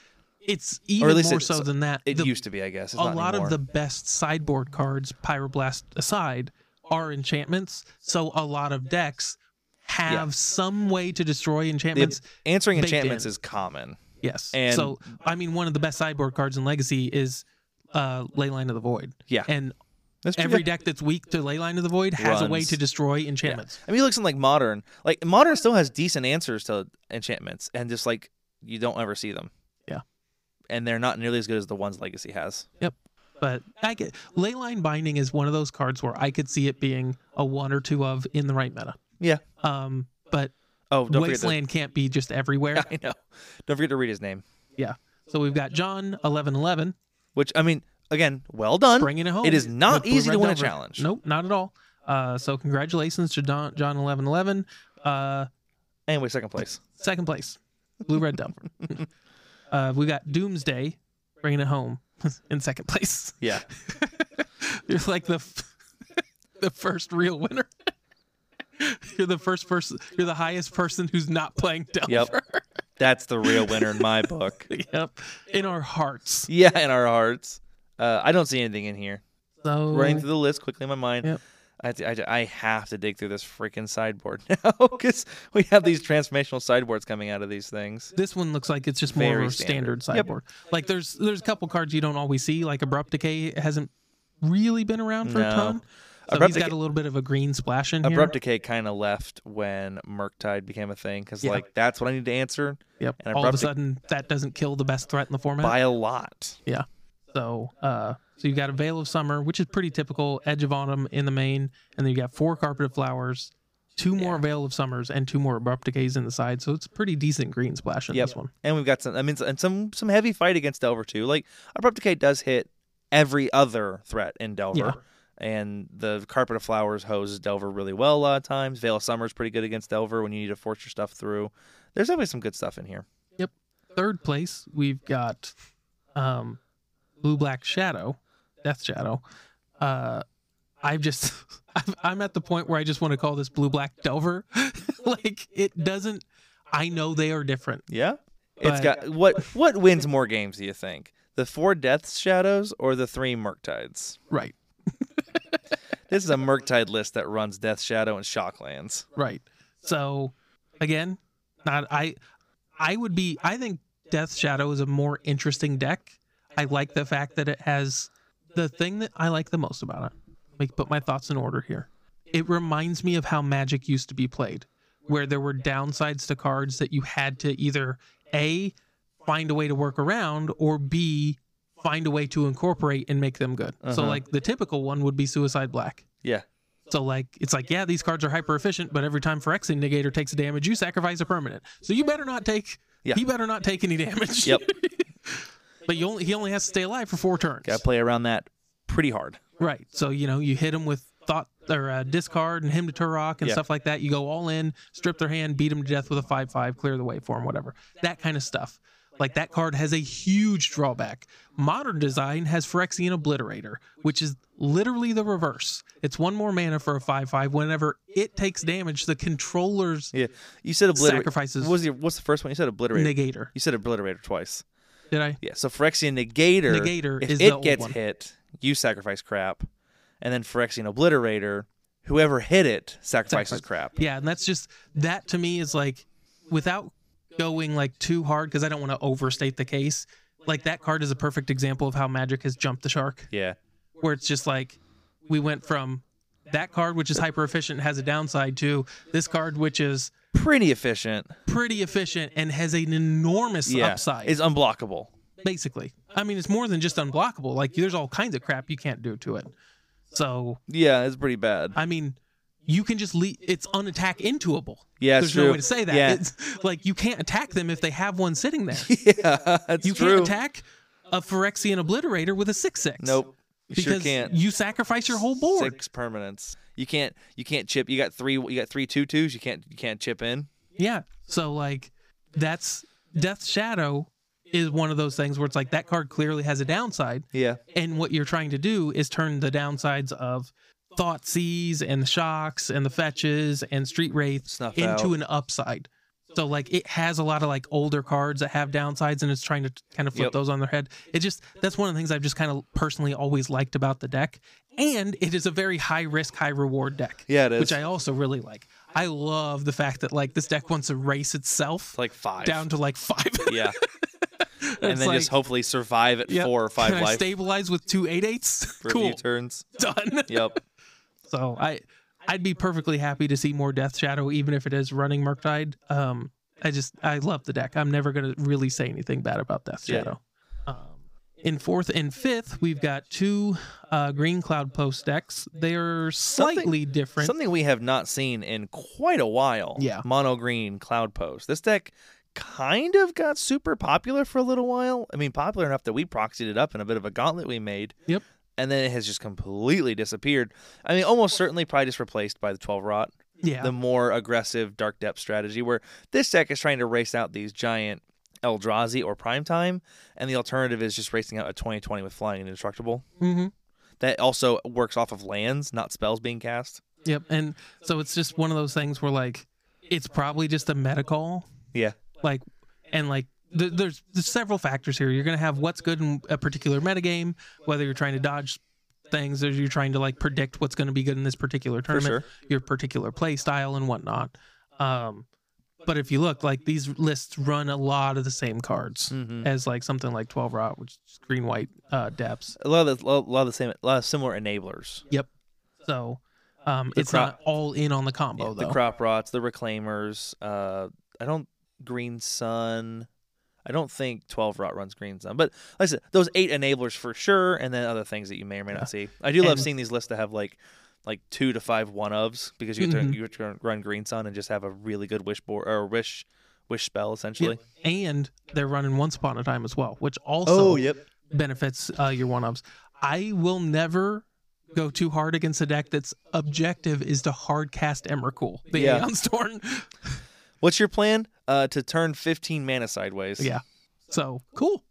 it's even least more it's- so than that. it The- used to be i guess it's a not lot anymore. of the best sideboard cards, Pyroblast aside, are enchantments. So a lot of decks have some way to destroy enchantments. answering baked enchantments in. is common yes. and- so I mean, one of the best sideboard cards in Legacy is uh, Leyline of the Void. Yeah. And That's true. every deck that's weak to Leyline of the Void has a way Runs. to destroy enchantments. I mean, you look something like modern. Like modern still has decent answers to enchantments, and just like you don't ever see them. Yeah. and they're not nearly as good as the ones Legacy has. But I get Leyline Binding is one of those cards where I could see it being a one or two of in the right meta. Yeah. Um, but Oh, don't Wasteland can't be just everywhere. *laughs* forget. To, I know. Don't forget to read his name. Yeah. So we've got John eleven eleven Which I mean, again, well done. bringing it home. It is with not Blue easy to Red win a Delver. challenge. Nope, not at all. Uh, so congratulations to Don, John eleven eleven. Uh, Anyway, *laughs* second place. second place, Blue Red Delver. *laughs* uh, we got Doomsday bringing it home *laughs* in second place. *laughs* Yeah. You're like the f- *laughs* the first real winner. *laughs* you're the first person. You're the highest person who's not playing *laughs* Yep. Delver. That's the real winner in my book. *laughs* Yep. In our hearts. Yeah, in our hearts. Uh, I don't see anything in here. So Running through the list quickly in my mind. Yep. I, have to- I, ju- I have to dig through this freaking sideboard *laughs* now because we have these transformational sideboards coming out of these things. This one looks like it's just more Very of a standard, standard. Yep. sideboard. Like there's there's a couple cards you don't always see. Like Abrupt Decay hasn't really been around for No. a ton. So Abrupt he's got Decay- a little bit of a green splash in here. Abrupt Decay kind of left when Murktide became a thing because, Yeah. like, that's what I need to answer Yep. and All of a Abrupt Dec- sudden, that doesn't kill the best threat in the format. by a lot. So, uh, so you got a Veil of Summer, which is pretty typical. Edge of Autumn in the main, and then you got four Carpet of Flowers, two more Veil of Summers, and two more Abrupt Decays in the side. So it's pretty decent green splash in Yep. this one. And we've got some, I mean, and some some heavy fight against Delver too. Like, Abrupt Decay does hit every other threat in Delver. Yeah. And the Carpet of Flowers hoses Delver really well a lot of times. Veil of Summer is pretty good against Delver when you need to force your stuff through. There's definitely some good stuff in here. Third place, we've got um, Blue Black Shadow, Death Shadow. Uh, I've just, *laughs* I've, I'm at the point where I just want to call this Blue Black Delver. *laughs* like it doesn't. I know they are different. Yeah. It's But- got what what wins more games, do you think? The four Death Shadows or the three Murktides? Right. This is a Murktide list that runs Death Shadow and Shocklands. Right. So again, not I I would be I think Death Shadow is a more interesting deck. I like the fact that it has the thing that I like the most about it. Let me put my thoughts in order here. It reminds me of how Magic used to be played, where there were downsides to cards that you had to either A find a way to work around or B find a way to incorporate and make them good. So Uh-huh. like the typical one would be Suicide Black. Yeah. So like it's like yeah these cards are hyper efficient, but every time Phyrexian Negator takes a damage, you sacrifice a permanent. So you better not take. Yeah. He better not take any damage. Yep. *laughs* but you only he only has to stay alive for four turns. Gotta play around that pretty hard. Right. So you know you hit him with thought or uh, discard and him to Turok and Yeah. stuff like that. You go all in, strip their hand, beat them to death with a five five, clear the way for him, whatever. That kind of stuff. Like that card has a huge drawback. Modern design has Phyrexian Obliterator, which is literally the reverse. It's one more mana for a five five. Whenever it takes damage, the controller's Yeah. You said obliterate. Sacrifices. What was your, what's the first one? You said obliterator. negator. you said obliterator twice. Did I? Yeah. So Phyrexian Negator. Negator if is it the old gets one. hit, you sacrifice crap. and then Phyrexian Obliterator. Whoever hit it sacrifices Sacrifice. crap. Yeah, and that's just that to me is like without going like too hard because I don't want to overstate the case. Like that card is a perfect example of how Magic has jumped the shark, Yeah. where it's just like we went from that card which is hyper efficient and has a downside to this card which is Pretty efficient. pretty efficient and has an enormous Yeah. upside. It's unblockable. basically. I mean, it's more than just unblockable. Like there's all kinds of crap you can't do to it. So Yeah, it's pretty bad. I mean, you can just leave. It's unattack intuable. Yeah, it's there's no true. way to say that. Yeah. It's like you can't attack them if they have one sitting *laughs* there. *laughs* yeah, that's you true. can't attack a Phyrexian Obliterator with a six six. nope. You because sure can't. you sacrifice your whole board. Six permanents. You can't. You can't chip. You got three. You got three two twos. You can't. You can't chip in. Yeah. So like that's Death Shadow is one of those things where it's like that card clearly has a downside. Yeah. And what you're trying to do is turn the downsides of thought seas and the shocks and the fetches and street wraiths Snuff into out. an upside. So like it has a lot of like older cards that have downsides and it's trying to t- kind of flip Yep. those on their head. It just that's one of the things I've just kind of personally always liked about the deck. And it is a very high risk, high reward deck. Yeah, it is. Which I also really like. I love the fact that like this deck wants to race itself It's like five. down to like five. *laughs* Yeah. and It's then like- just hopefully survive at Yep. four or five Can I life stabilize with two eight eights? for a cool. few turns. Done. *laughs* Yep. So I I'd be perfectly happy to see more Death Shadow, even if it is running Murktide. Um I just I love the deck. I'm never gonna really say anything bad about Death Yeah. Shadow. Um in fourth and fifth, we've got two uh, Green Cloud Post decks. They're Something- slightly different. Something we have not seen in quite a while. Yeah. Mono green cloud post. This deck kind of got super popular for a little while. I mean, popular enough that we proxied it up in a bit of a gauntlet we made. Yep. And then it has just completely disappeared. I mean, almost certainly probably just replaced by the 12 rot, yeah. the more aggressive dark depth strategy where this deck is trying to race out these giant Eldrazi or Primetime, and the alternative is just racing out a 2020 with flying and indestructible. hmm That also works off of lands, not spells being cast. Yep. And so it's just one of those things where like it's probably just a meta call Yeah. like and like th- there's, there's several factors here you're going to have what's good in a particular metagame whether you're trying to dodge things or you're trying to like predict what's going to be good in this particular tournament your particular play style and whatnot um but if you look like these lists run a lot of the same cards Mhm. as like something like 12 rot which is green white uh depths A lot of the, a lot of the same, a lot of similar enablers. so um The it's crop- not all in on the combo the though crop rots, the reclaimers. Uh, I don't green sun. I don't think 12 rot runs green sun, but like I said those eight enablers for sure, and then other things that you may or may Yeah. not see. I do love And- seeing these lists that have like like two to five one ofs because you can Mm-hmm. turn, you can run green sun and just have a really good wish board or wish wish spell essentially. and they're running once upon a time as well which Oh, also yep. benefits uh, your one ups. I will never go too hard against a deck that's objective is to hard cast Emrakul, the Yeah. Aeon Storm. What's your plan? Uh, to turn 15 mana sideways. Yeah. So cool.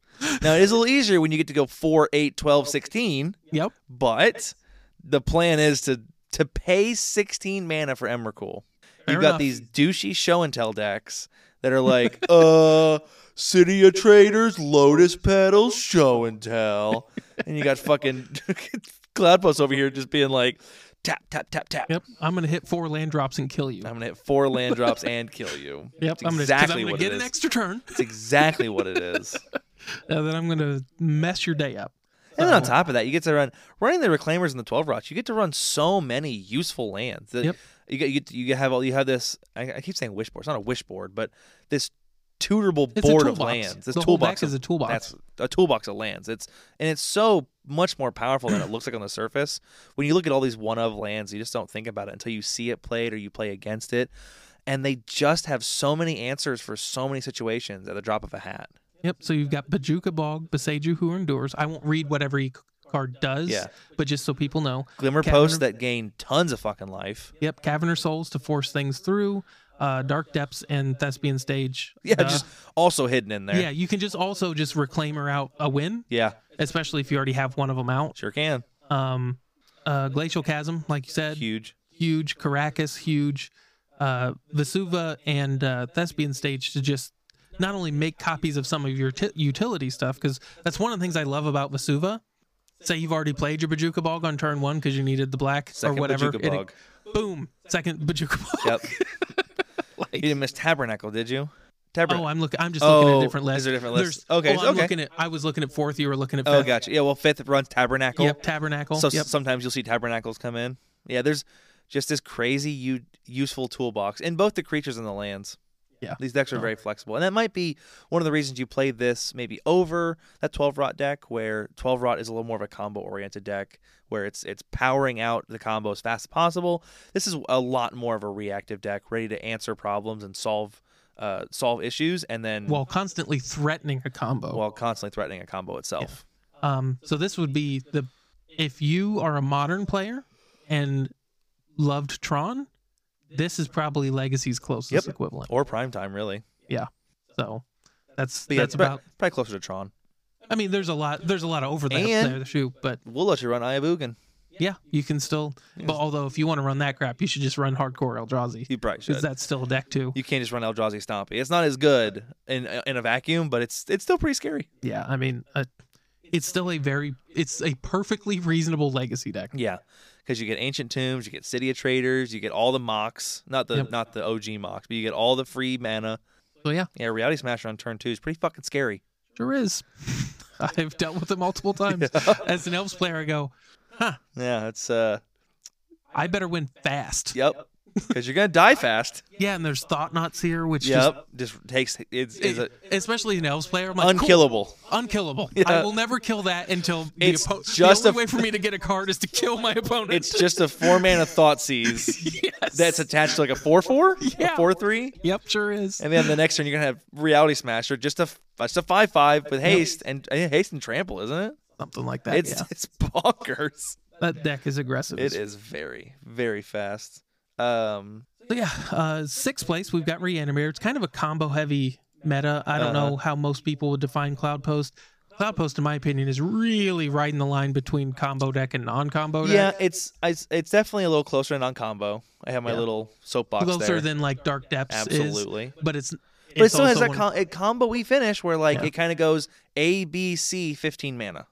Now it is a little easier when you get to go 4, 8, 12, 16. Yep. but the plan is to to pay 16 mana for Emrakul. Fair You've got enough. these douchey show and tell decks that are like, *laughs* uh, City of Traders, Lotus Petals, show and tell, and you got fucking *laughs* Cloudpost over here just being like, tap tap tap tap. Yep. I'm gonna hit four land drops and kill you. I'm gonna hit four land drops and kill you. Yep. It's I'm gonna, 'cause exactly I'm gonna what get it an is. extra turn, It's exactly what it is. and then I'm gonna mess your day up. And then on So- top of that, you get to run running the reclaimers and the twelve rods. You get to run so many useful lands. That Yep. You get you, get- you have all you have this. I, I keep saying wish board. It's not a wish board, but this tutorable It's a board of toolbox. lands. This The whole toolbox deck is of- a toolbox. That's a toolbox of lands. It's and it's so much more powerful than it looks like on the surface. When you look at all these one of lands, you just don't think about it until you see it played or you play against it. And they just have so many answers for so many situations at the drop of a hat. Yep. So you've got Bajuka Bog, Beseju who endures. I won't read whatever each card does, Yeah. but just so people know, Glimmer Cavern posts of- that gain tons of fucking life. Yep, Caverner Souls to force things through, uh, Dark Depths and Thespian Stage. Yeah, Duh. just also hidden in there. yeah. You can just also just reclaimer out a win, Yeah, especially if you already have one of them out. sure can. Um, uh, Glacial Chasm, like you said, Huge. huge. Caracas, huge. Uh, Vesuva and uh, Thespian Stage to just not only make copies of some of your t- utility stuff because that's one of the things I love about Vesuva Say you've already played your Bajuka Bog on turn one because you needed the black Second or whatever. Bajuka it- *laughs* Bog. boom. Second Bajuka Bog. Yep. you didn't miss Tabernacle, did you? Tabernacle. Oh, I'm looking. I'm just looking at Oh, a different list. is there different There's- lists? Okay, Oh, I'm okay. looking at. I was looking at fourth. You were looking at fifth. Oh, gotcha. Yeah, well, fifth runs Tabernacle. Yep. Tabernacle. So s- yep. sometimes you'll see tabernacles come in. Yeah, there's just this crazy u- useful toolbox in both the creatures and the lands. Yeah. These decks are Oh. very flexible. And that might be one of the reasons you play this maybe over that 12 rot deck where 12 rot is a little more of a combo oriented deck where it's it's powering out the combo as fast as possible. This is a lot more of a reactive deck ready to answer problems and solve uh, solve issues and then While constantly threatening a combo. while constantly threatening a combo itself. Um, so this would be the if you are a modern player and loved Tron, this is probably Legacy's closest Yep. equivalent. Or prime time really. So that's But yeah, that's it's prob- about. probably closer to Tron. I mean, there's a lot. There's a lot of overlap And- there, shoe. But We'll let you run Ayabugan. yeah, you can still. But although if you want to run that crap, you should just run hardcore Eldrazi. You probably should. Because that's still a deck too. you can't just run Eldrazi Stompy. It's not as good in in a vacuum, but it's it's still pretty scary. Yeah, I mean, uh, it's still a very. It's a perfectly reasonable legacy deck. Yeah, because you get Ancient Tombs, you get City of Traders, you get all the mocks, not the Yep. not the OG mocks, but you get all the free mana. So yeah, Yeah, Reality Smasher on turn two is pretty fucking scary. sure is. *laughs* I've dealt with it *laughs* multiple times. As an Elves player, I go, Yeah, it's uh, I better win fast. yep, *laughs* because you're gonna die fast. Yeah, and there's Thought Knots here, which just. Yep, just takes it's, it's a, especially an elves player, I'm like, cool, unkillable. unkillable. Yeah. I will never kill that until the It's opponent. just the a- only way for me to get a card is to kill my opponent. *laughs* It's just a four mana thought seize yes. that's attached to like a four four, Yeah. a four three. Yep, sure is. And then the next turn, you're gonna have Reality Smasher, just a just a five five with haste and uh, haste and trample, isn't it? Something like that. It's yeah. it's bonkers. That deck is aggressive. It is very very fast. Um, So yeah, uh, sixth place we've got Reanimator. It's kind of a combo heavy meta. I don't Uh-huh. know how most people would define Cloud Post. Cloud Post, in my opinion, is really riding the line between combo deck and non-combo yeah, deck. it's I, it's definitely a little closer to non-combo. I have my Yeah. little soapbox closer there. than like Dark Depths is, Absolutely. but it's. but it still has also that one- com- combo we finish where like Yeah. it kind of goes A B C 15 mana.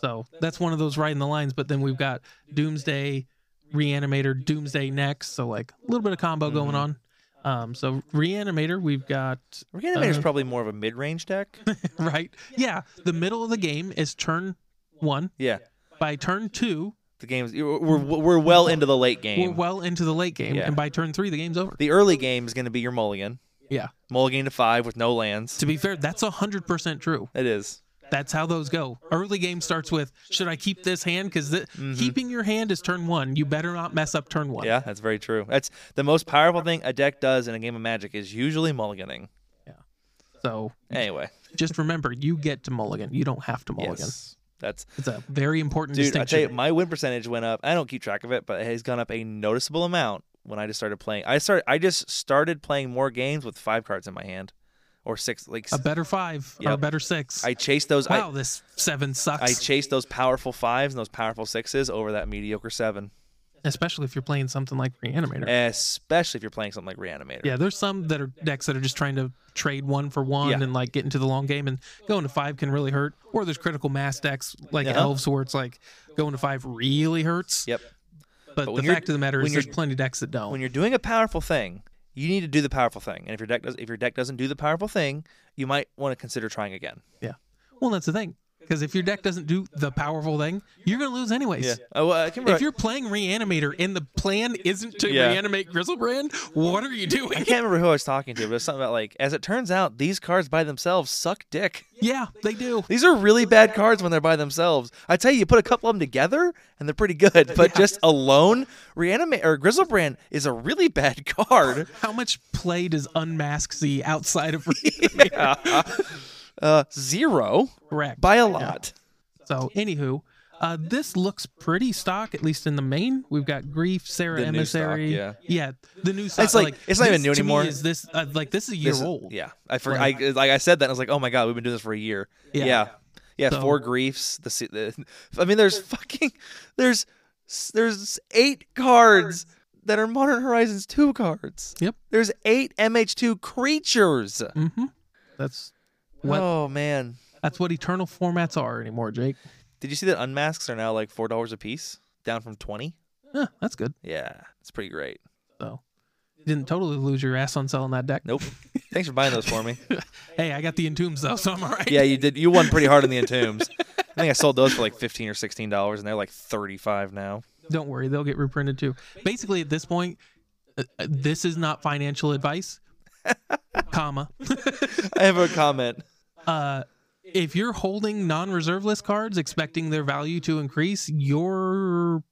So that's one of those riding the lines. But then we've got Doomsday, Reanimator, Doomsday next. So like a little bit of combo going on. Mm-hmm. Um, so Reanimator, we've got *laughs* Reanimator is Uh, probably more of a mid-range *laughs* deck. right. Yeah, the middle of the game is turn one. yeah, By turn two, the game's we're we're- we're well into the late we're game. well into the late game, Yeah. and by turn three, the game's over. The early game is going to be your mulligan. Yeah. Mulligan to five with no lands. To be fair, that's hundred percent true. It is. That's how those go. Early game starts with should I keep this hand? Because keeping your hand is turn one. You better not mess up turn one. Mm-hmm. Yeah, that's very true. That's the most powerful thing a deck does in a game of Magic is usually mulliganing. So Anyway, just remember, you get to mulligan. You don't have to mulligan. yes, that's It's a very important dude. I distinction. tell you, my win percentage went up. I don't keep track of it, but it has gone up a noticeable amount when I just started playing. I started. I just started playing more games with five cards in my hand, or six. Like a better five or a Yep. better six. I chased those. wow, this seven I, I sucks. chased those powerful fives and those powerful sixes over that mediocre seven, especially if you're playing something like Reanimator. especially if you're playing something like Reanimator. yeah, there's some that are decks that are just trying to trade one for one Yeah. and like get into the long game and going to five can really hurt. Or there's critical mass decks like Uh-huh. elves where it's like going to five really hurts. Yep. But, when the you're- fact of the matter when is you're- there's plenty of decks that don't. when you're doing a powerful thing, you need to do the powerful thing. And if your deck does if your deck doesn't do the powerful thing, you might want to consider trying again. well, that's the thing. Because if your deck doesn't do the powerful thing, you're gonna lose anyways. Oh, uh, I can If you're playing Reanimator and the plan isn't to Yeah. reanimate Grizzlebrand, what are you doing? I *laughs* can't remember who I was talking to, but it was something about like as it turns out, these cards by themselves suck dick. Yeah, they do. These are really bad cards when they're by themselves. I tell you, you put a couple of them together and they're pretty good, *laughs* but just alone, reanimate or Grizzlebrand is a really bad *laughs* card. How much play does Unmask see outside *laughs* of Uh, zero Correct? by a lot. so, anywho, uh, this looks pretty stock, at least in the main. We've got Grief, Sarah The new stock, Emissary. yeah. yeah, the new stock. It's like- it's not this even new to me anymore. Is this uh, like this is a year This is- old? Yeah, I forgot. I, like I said that, and I was like, oh my god, we've been doing this for a year. Yeah, Yeah. yeah, So- four griefs. The, se- the I mean, there's fucking there's there's eight cards that are Modern Horizons two cards. Yep. There's eight MH two creatures. Mm-hmm. That's what Oh man, that's what eternal formats are anymore, Jake. Did you see that unmasks are now like four dollars a piece, down from twenty? Huh, that's good. Yeah, it's pretty great. So you didn't totally lose your ass on selling that deck. *laughs* Nope. Thanks for buying those for me. Hey, I got the entombs though, so I'm all right. Yeah, you did. You won pretty hard in the entombs. I think I sold those for like fifteen or sixteen dollars, and they're like thirty-five now. Don't worry, they'll get reprinted too. Basically, at this point, uh, uh, this is not financial *laughs* advice, comma. I have a comment. Uh, if you're holding non-reserve list cards, expecting their value to increase, you're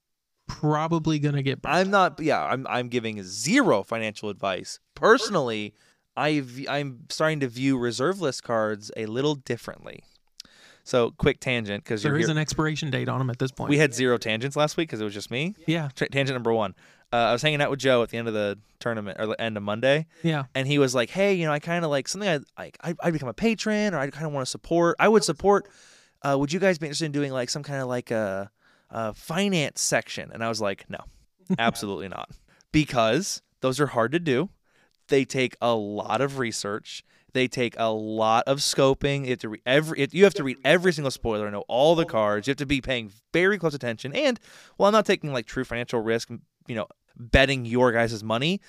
probably gonna get burned. I'm not. Yeah, I'm. I'm giving zero financial advice personally. I v- I'm starting to view reserve list cards a little differently. So quick tangent because There you're is here. an expiration date on them at this point. we had zero tangents last week because it was just me. yeah, Tra- tangent number one. Uh, I was hanging out with Joe at the end of the tournament or the end of Monday, yeah. and he was like, "Hey, you know, I kind of like something. I like. I I become a patron, or I kind of want to support. I would support. Uh, would you guys be interested in doing like some kind of like a, a finance section?" And I was like, *laughs* "No, absolutely not, because those are hard to do. They take a lot of research. They take a lot of scoping. You have to read every. It, you have to read every single spoiler. Know all the cards. You have to be paying very close attention. And while I'm not taking like true financial risk, you know, betting your guys' money.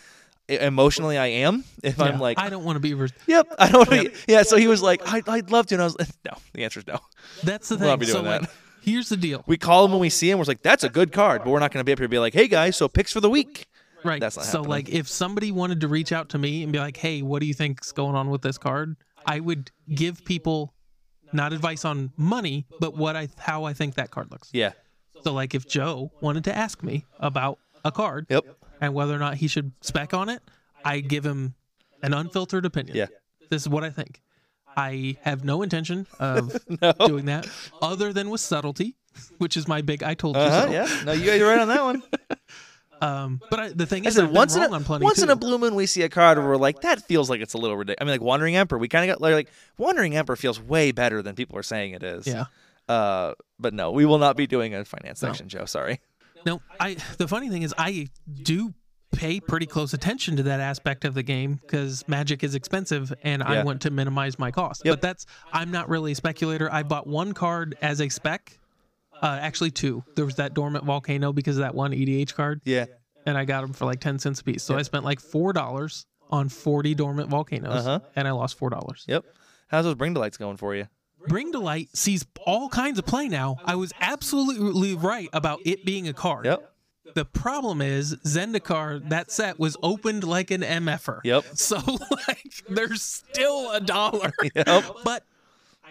e- Emotionally, I am. If Yeah. I'm like, I don't want to be. Res- Yep. I don't. *laughs* Yep. *laughs* Yeah. So he was like, I'd, I'd love to. And I was like, *laughs* no. The answer is no. That's the We'll thing. not be so doing that. like, here's the deal. We call him when we see him. We're like, that's a good card, but we're not going to be up here and be like, hey guys, so picks for the week. Right. That's not so happening. like if somebody wanted to reach out to me and be like, "Hey, what do you think's going on with this card?" I would give people not advice on money, but what I how I think that card looks. Yeah. So like if Joe wanted to ask me about a card Yep. and whether or not he should spec on it, I give him an unfiltered opinion. Yeah. This is what I think. I have no *laughs* intention of No. doing that other than with subtlety, which is my big I told you Uh-huh, so. yeah. No, you guys are right on that *laughs* one. Um, but I, the thing I is, I've said been once in wrong a on plenty once in too. a blue moon we see a card where we're like, that feels like it's a little ridiculous. I mean, like Wandering Emperor. We kind of got like, like Wandering Emperor feels way better than people are saying it is. yeah. Uh, but no, we will not be doing a finance section, Joe. Sorry. No, I. The funny thing is, I do pay pretty close attention to that aspect of the game because Magic is expensive, and I Yeah. want to minimize my cost. But that's I'm not really a speculator. I bought one card as a spec. Uh, actually, two. There was that dormant volcano because of that one EDH card, Yeah. and I got them for like ten cents a piece. So I spent like four dollars on forty dormant volcanoes, Uh-huh. and I lost four dollars. Yep. How's those bring to lights going for you? Bring to Light sees all kinds of play now. I was absolutely right about it being a card. Yep. The problem is Zendikar, that set was opened like an MFR. Yep. So *laughs* like there's still a dollar. *laughs* Yep. But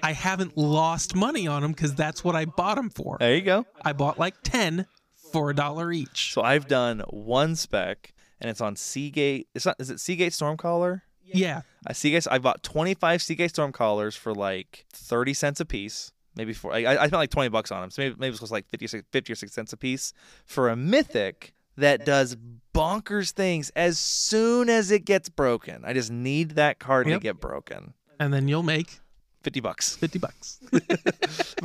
I haven't lost money on them because that's what I bought them for. There you go. I bought like ten for a dollar each. So I've done one spec, and it's on Seagate. It's not. Is it Seagate Stormcaller? Yeah. I Seagate. I bought twenty five Seagate Stormcallers for like thirty cents a piece. Maybe four. I, I spent like twenty bucks on them. So maybe maybe it was close to like 50, or six- 50 or six cents a piece for a mythic that does bonkers things as soon as it gets broken. I just need that card Yep. to get broken. And then you'll make Fifty bucks. fifty bucks. But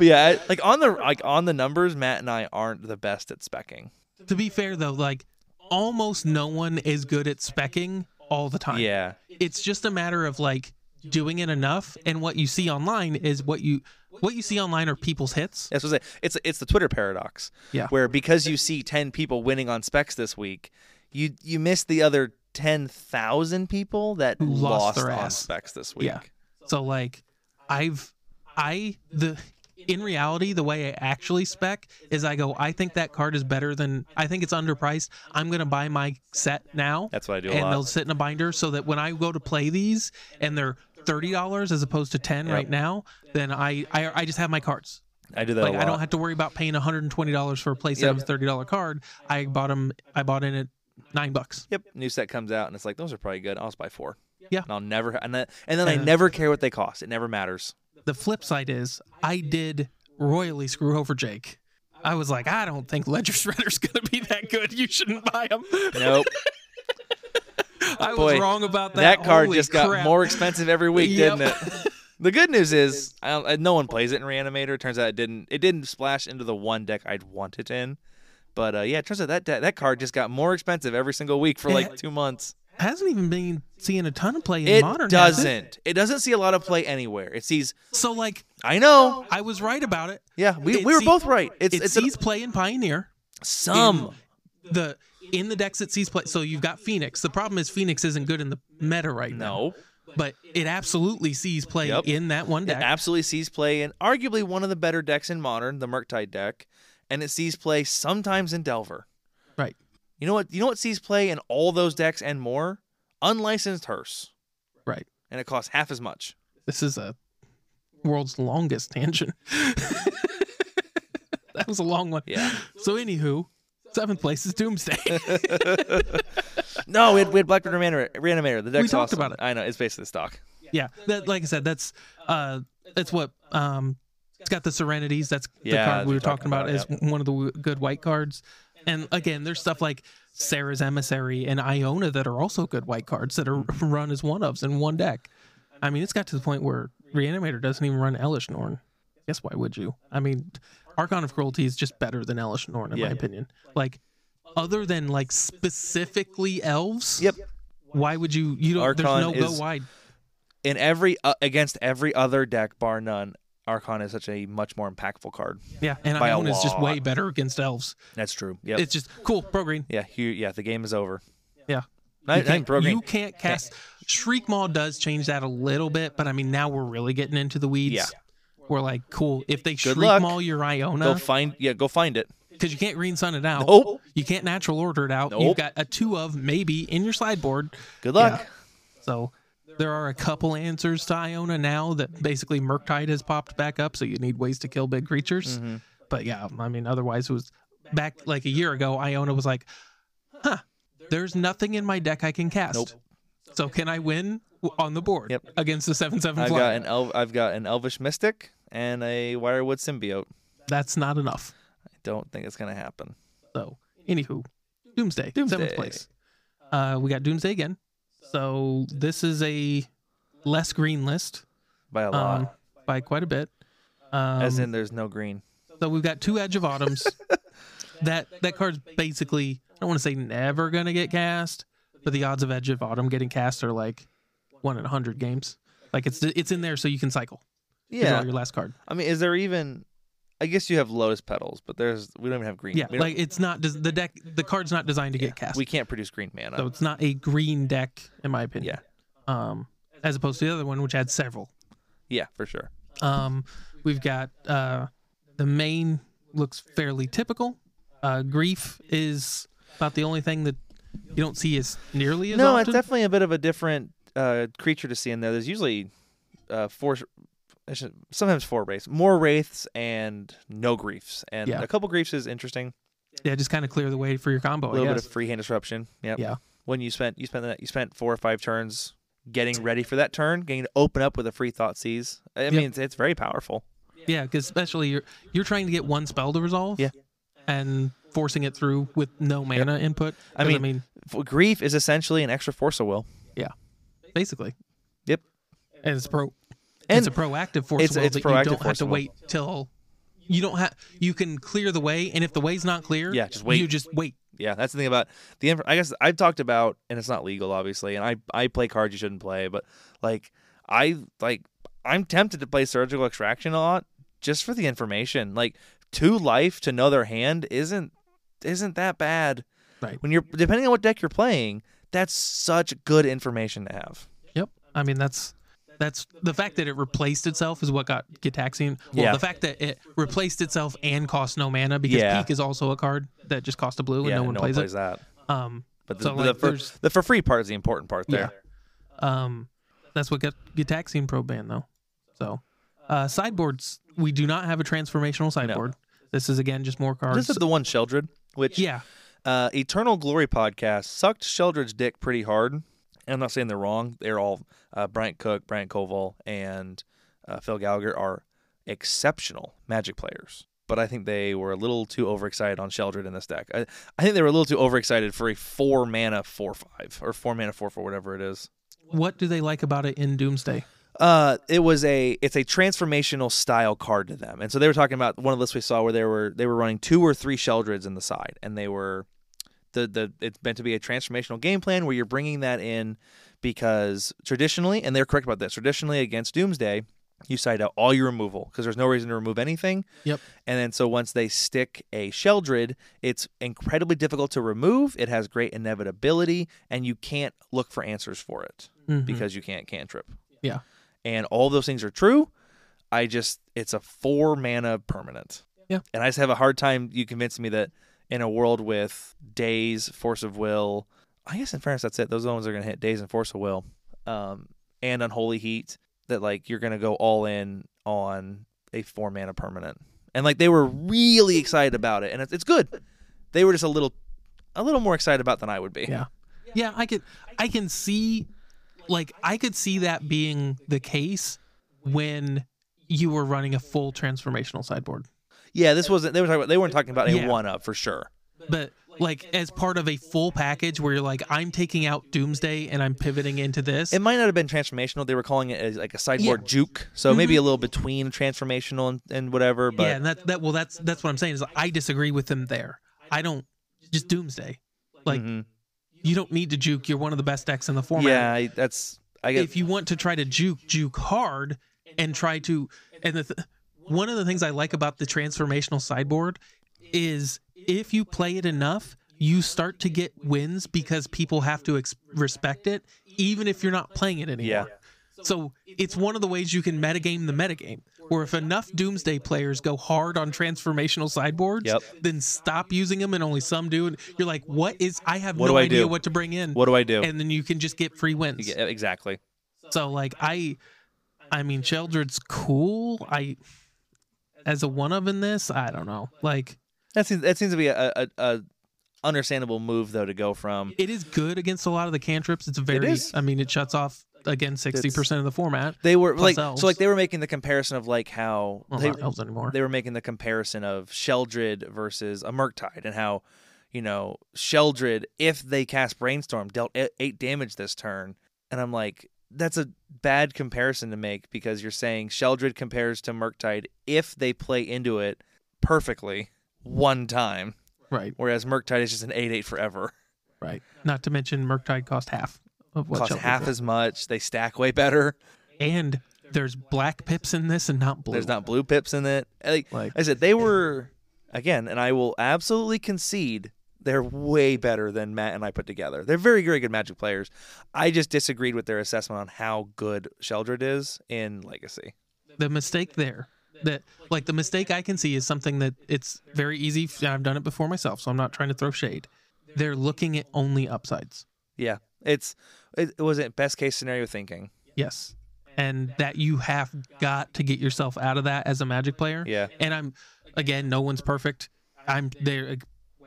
*laughs* yeah, I, like on the like on the numbers, Matt and I aren't the best at specking. to be fair though, like almost no one is good at specking all the time. Yeah. it's just a matter of like doing it enough and what you see online is what you what you see online are people's hits That's what I say. It's it's the Twitter paradox. Yeah. Where because you see ten people winning on specs this week, you you miss the other ten thousand people that Who lost lost, their on ass. specs this week. Yeah. so like i've i the in reality the way i actually spec is i go i think that card is better than i think it's underpriced i'm going to buy my set now That's what I do a and lot. they'll sit in a binder so that when i go to play these and they're $30 as opposed to 10 right now then I, I i just have my cards I do that like a lot. I don't have to worry about paying $120 for a playset Yep. of a $30 card. I bought 'em- I bought in at nine bucks. yep. New set comes out and it's like those are probably good. I'll just buy four. Yeah. And I'll never and then and then I And- never care what they cost. It *laughs* never matters. The flip side is I did royally screw over Jake. I was like, I don't think Ledger Shredder's *laughs* gonna be that good. You shouldn't buy him. Nope. *laughs* I was Boy, wrong about that. that card Holy just crap. got more expensive every week, Yep. didn't it? The good news is, I don't, uh, no one plays it in Reanimator. Turns out it didn't. It didn't splash into the one deck I'd want it in. But uh, yeah, it turns out that deck, that card just got more expensive every single week for Yeah. like two months. *laughs* hasn't even been seeing a ton of play in It modern. has it? doesn't. It doesn't see a lot of play anywhere. It sees. So like I know. I was right about it. Yeah, we, It we were see- both right. It's it it's an- sees play in Pioneer. some. The in the decks it sees play. So you've got Phoenix. The problem is Phoenix isn't good in the meta right now. No, But it absolutely sees play Yep. in that one it deck. absolutely sees play in arguably one of the better decks in modern, the Murktide deck, and it sees play sometimes in Delver. Right. You know what? You know what sees play in all those decks and more? Unlicensed Hearse, right. and it costs half as much. *laughs* This is a world's longest tangent. *laughs* that was a long one. Yeah. So anywho, seventh place is Doomsday. No, we had, we had Blackbird Reanimator. Reanimator. The deck's talked awesome. about it. I know. It's basically stock. yeah. That like I said, that's uh that's what um it's got the serenities. That's the Yeah, card we we were talked talking about, about, as one of the w- good white cards. And again, there's stuff like Sarah's emissary and Iona that are also good white cards that are *laughs* run as one ofs in one deck. I mean, it's got to the point where Reanimator doesn't even run Elish Norn. Guess why would you? I mean, Archon of Cruelty is just better than Elish Norn in Yeah. my opinion. Like, other than like specifically elves. Yep. Why would you? You don't. Archon there's no go is- wide. In every uh, against every other deck, bar none, Archon is such a much more impactful card. Yeah, and By a Iona is just way lot. better against elves. That's true. Yep. It's just cool. Pro green. yeah. Hu yeah. The game is over. Yeah. you, Not, not even can't, programmed. you can't cast. Shriek Maw does change that a little bit, but I mean, now we're really getting into the weeds. Yeah. We're like, cool. If they Shriek luck. Maul your Go Iona, find yeah, go find it. Oh, because you can't Green Sun it out. Nope. You can't Natural Order it out. You've Nope. got a two of maybe in your sideboard. Good luck. So there are a couple answers to Iona now that basically Murktide has popped back up, so you need ways to kill big creatures. Mm-hmm. But yeah, um, I mean, otherwise it was back like a year ago. Iona was like, "Huh, there's nothing in my deck I can cast. Nope. So can I win w- on the board Yep. against the seven seven I've fly? got an elf I've got an elvish mystic and a wirewood symbiote. That's not enough. I don't think it's gonna happen. So anywho, Doomsday, seventh Doomsday. place. Uh, we got Doomsday again. So this is a less green list By a lot. um, by quite a bit. Um, As in there's no green. So we've got two Edge of Autumns. that that card's basically I don't want to say never gonna get cast, but the odds of Edge of Autumn getting cast are like one in a hundred games. Like it's it's in there so you can cycle. You draw Yeah. your last card. I mean, is there even I guess you have lotus petals, but there's we don't even have green. Yeah, we don't- like it's not des- the deck. The card's not designed to get cast, we can't produce green mana. so it's not a green deck in my opinion. Yeah. Um, as opposed to the other one, which had several. yeah, for sure. Um, we've got uh, the main looks fairly typical. Uh, grief is about the only thing that you don't see as nearly as No, it's often. definitely a bit of a different uh, creature to see in there. There's usually uh, four, I should- sometimes four wraiths, more wraiths, and no griefs, and Yeah. a couple griefs is interesting. yeah, just kind of clear the way for your combo. A little I bit guess. of freehand disruption. Yep. Yeah. When you spent you spent that you spent four or five turns getting ready for that turn, getting to open up with a free thought seize. I mean, it's, it's very powerful. yeah, because especially you're you're trying to get one spell to resolve. Yeah. and forcing it through with no mana input. I 'Cause, mean- F- Grief is essentially an extra force of will. basically. Yep. And it's pro. And it's a proactive force of it's- will it's that proactive you don't have force to of will. wait till you don't have you can clear the way and if the way's not clear Yeah, just wait. you just wait Yeah, that's the thing about the. inf- I guess I've talked about, and it's not legal, obviously. And I I play cards you shouldn't play, but like I like I'm tempted to play surgical extraction a lot just for the information. Like two life to know their hand isn't isn't that bad. Right. When you're depending on what deck you're playing, that's such good information to have. Yep. I mean that's that's the fact that it replaced itself is what got Gitaxian. Well, Yeah. the fact that it replaced itself and cost no mana because Yeah. Peak is also a card that just cost a blue and yeah, no and one plays it. that. Um, But the, So, the, like, for, there's- the for free part is the important part there. um, that's what got Gitaxian Pro banned though. So, uh, sideboards we do not have a transformational sideboard. This is again just more cards. This is the one Sheldred, which yeah, uh, Eternal Glory podcast sucked Sheldred's dick pretty hard. And I'm not saying they're wrong. They're all uh, Bryant Cook, Bryant Koval, and uh, Phil Gallagher are exceptional Magic players. But I think they were a little too overexcited on Sheldred in this deck. I, I think they were a little too overexcited for a four mana four five or four mana four four whatever it is. what do they like about it in Doomsday? Uh, it was a it's a transformational style card to them, and so they were talking about one of the lists we saw where they were they were running two or three Sheldreds in the side, and they were the the it's meant to be a transformational game plan where you're bringing that in because traditionally, and they're correct about this. Traditionally, against Doomsday, you side out all your removal because there's no reason to remove anything. Yep. And then so once they stick a Sheldred, it's incredibly difficult to remove. It has great inevitability, and you can't look for answers for it Mhm. because you can't cantrip. Yeah. And all those things are true. I just it's a four mana permanent. Yeah. And I just have a hard time you convincing me that in a world with days, force of will, I guess in fairness that's it. Those are the ones that are gonna hit days and force of will. Um and unholy heat that like you're gonna go all in on a four mana permanent. And like they were really excited about it and it's, it's good. They were just a little a little more excited about it than I would be. Yeah. yeah i could i can see like i could see that being the case when you were running a full transformational sideboard Yeah, this wasn't they were talking about, they weren't talking about a Yeah. one up for sure. but like as part of a full package where you're like i'm taking out doomsday and i'm pivoting into this It might not have been transformational. They were calling it a, like a sideboard juke, so maybe a little between transformational and, and whatever. But Mm-hmm. yeah and that, that well that's that's what i'm saying is i disagree with them there i don't just doomsday like Mhm. you don't need to juke you're one of the best decks in the format yeah, I, that's I guess if you want to try to juke juke hard and try to and the th- one of the things i like about the transformational sideboard is if you play it enough you start to get wins because people have to ex- respect it even if you're not playing it anymore Yeah. so it's one of the ways you can metagame the metagame where if enough doomsday players go hard on transformational sideboards Yep. then stop using them and only some do and you're like what is i have What no do I idea do? what to bring in what do I do? and then you can just get free wins Yeah, exactly. so like I, I mean Sheldred's cool. I, as a one of in this, I don't know. Like That seems that seems to be a, a, a understandable move though to go from. it is good against a lot of the cantrips. It's very. is. I mean, it shuts off again sixty percent of the format. They were Plus like elves. so like they were making the comparison of like how Well, they, not elves anymore. they were making the comparison of Sheldred versus a Murktide and how, you know, Sheldred, if they cast Brainstorm, dealt e- eight damage this turn. And I'm like, that's a bad comparison to make because you're saying Sheldred compares to Murktide if they play into it perfectly one time, Right, whereas Murktide is just an 8 8 forever. right. Not to mention Murktide cost half of what Costs Sheldred half did. as much. They stack way better. and there's black pips in this and not blue. There's not blue pips in it. Like, Like- I said, they were again, and I will absolutely concede they're way better than Matt and I put together. They're very, very good Magic players. I just disagreed with their assessment on how good Sheldred is in Legacy. the mistake there that like the mistake I can see is something that it's very easy. f- I've done it before myself, so I'm not trying to throw shade. They're looking at only upsides. Yeah, it's it, it wasn't best case scenario thinking. Yes. And that you have got to get yourself out of that as a magic player. Yeah, And I'm again, no one's perfect. I'm they're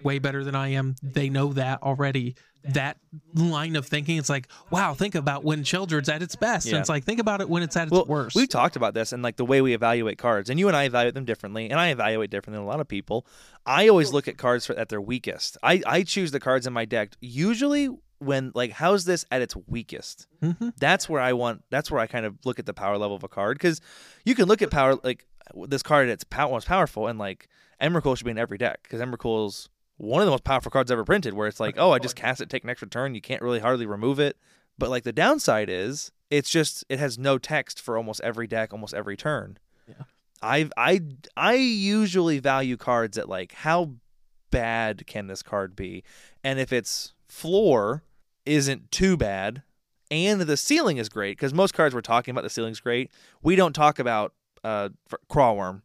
way better than I am. They know that already. That line of thinking, it's like, wow, think about when Childred's at its best. And Yeah. it's like, think about it when it's at its well, worst. we've talked about this and like the way we evaluate cards, and you and I evaluate them differently, and I evaluate differently than a lot of people. I always look at cards for, at their weakest. I I choose the cards in my deck usually when like how's this at its weakest. hmm that's where I want. That's where I kind of look at the power level of a card because you can look at power like this card. It's pow- most powerful, and like Emrakul should be in every deck because Emrakul's one of the most powerful cards ever printed. Where it's like, oh, I just cast it, take an extra turn. You can't really hardly remove it. But like the downside is, it's just it has no text for almost every deck, almost every turn. Yeah. I I I usually value cards at like how bad can this card be, and if its floor isn't too bad, and the ceiling is great because most cards we're talking about the ceiling's great. We don't talk about uh f- crawworm.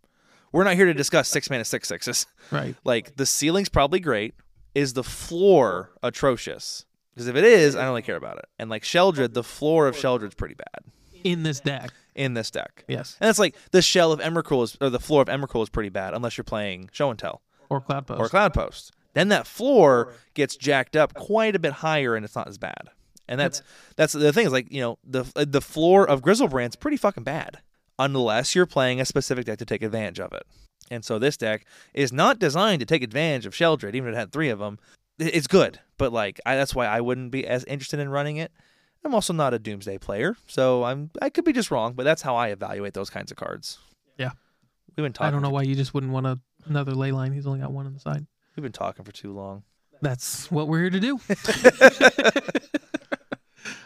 We're not here to discuss six mana six sixes. *laughs* Right. Like the ceiling's probably great. Is the floor atrocious? Because if it is, I don't really care about it. And like Sheldred, the floor of Sheldred's pretty bad In this deck. in this deck. Yes. And it's like the shell of Emrakul is, or the floor of Emrakul is pretty bad unless you're playing Show and Tell Or Cloud Post. or Cloud Post. Then that floor gets jacked up quite a bit higher, and it's not as bad. *laughs* And that's that's the thing is like you know the the floor of Grizzlebrand's pretty fucking bad unless you're playing a specific deck to take advantage of it. And so this deck is not designed to take advantage of Sheldred, even if it had three of them. It's good, but like I, that's why I wouldn't be as interested in running it. I'm also not a Doomsday player, so I'm I could be just wrong, but that's how I evaluate those kinds of cards. Yeah. we've been talking. I don't know why you just wouldn't want a, another ley line. He's only got one on the side. We've been talking for too long. That's what we're here to do. *laughs*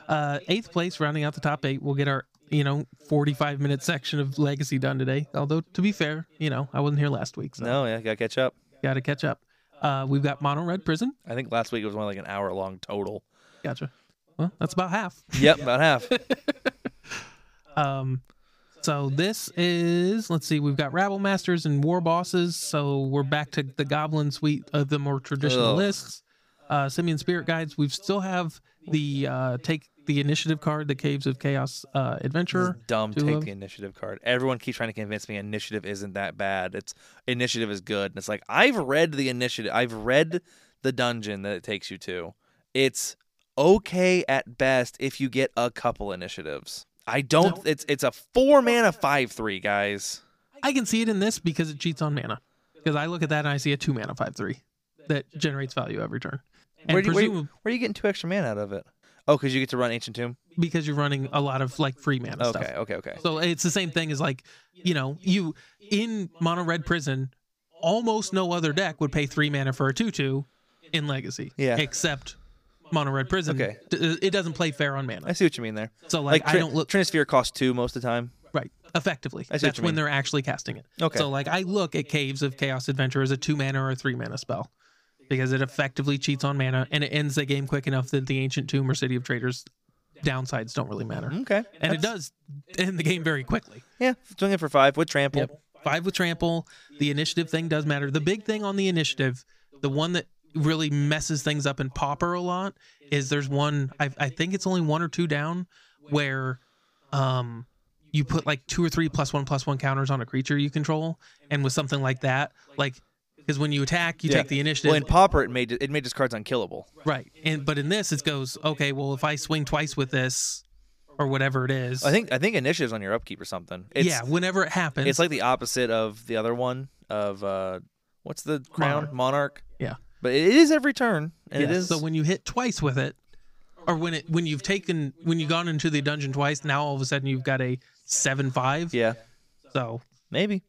uh, eighth place, rounding out the top eight, we'll get our you know 45 minute section of legacy done today. Although to be fair, you know I wasn't here last week, so No, yeah, gotta catch up. got to catch up. Uh, we've got Mono Red Prison. I think last week it was only like an hour long total. Gotcha. Well, that's about half. Yep, *laughs* about half. Um, so this is let's see, we've got Rabble Masters and War Bosses. So we're back to the Goblin suite of the more traditional Ugh. lists. Uh, Simeon Spirit Guides. We still have the uh, take the initiative card, the Caves of Chaos uh, Adventurer. Dumb Two take of- the initiative card. Everyone keeps trying to convince me initiative isn't that bad. It's initiative is good. And it's like I've read the initiative. I've read the dungeon that it takes you to. It's okay at best if you get a couple initiatives. I don't it's it's a four mana five three, guys. I can see it in this because it cheats on mana. Because I look at that and I see a two mana five three that generates value every turn. And Where do you- where do you- presumably Where are you getting two extra mana out of it? Oh, because you get to run Ancient Tomb? because you're running a lot of like free mana stuff. Okay, okay, okay. So it's the same thing as like, you know, you in mono red prison, almost no other deck would pay three mana for a two two in legacy. Yeah. Except mono red prison. Okay. D- uh, it doesn't play fair on mana. I see what you mean there. So like, I Tri- don't look Trinisphere costs two most of the time. right effectively. I see what That's you when mean. they're actually casting it. Okay. So like I look at Caves of Chaos Adventure as a two mana or a three mana spell. Because it effectively cheats on mana and it ends the game quick enough that the ancient tomb or city of traders downsides don't really matter. Okay. And it does end the game very quickly. Yeah, doing it for five with trample. Yep. Five with trample. The initiative thing does matter. The big thing on the initiative, the one that really messes things up in Popper a lot, is there's one. I, I think it's only one or two down where, um, you put like two or three plus one plus one counters on a creature you control, and with something like that, like because when you attack, you Yeah. take the initiative, Well, in Pauper, it made it made his cards unkillable. right? And but in this, it goes okay. Well, if I swing twice with this, or whatever it is, I think I think initiative's on your upkeep or something. It's, yeah. Whenever it happens, it's like the opposite of the other one of uh, what's the crown Monarch. monarch. Yeah. but it is every turn, and it Yeah, is. So when you hit twice with it, or when it when you've taken when you've gone into the dungeon twice, now all of a sudden you've got a seven five. yeah, So maybe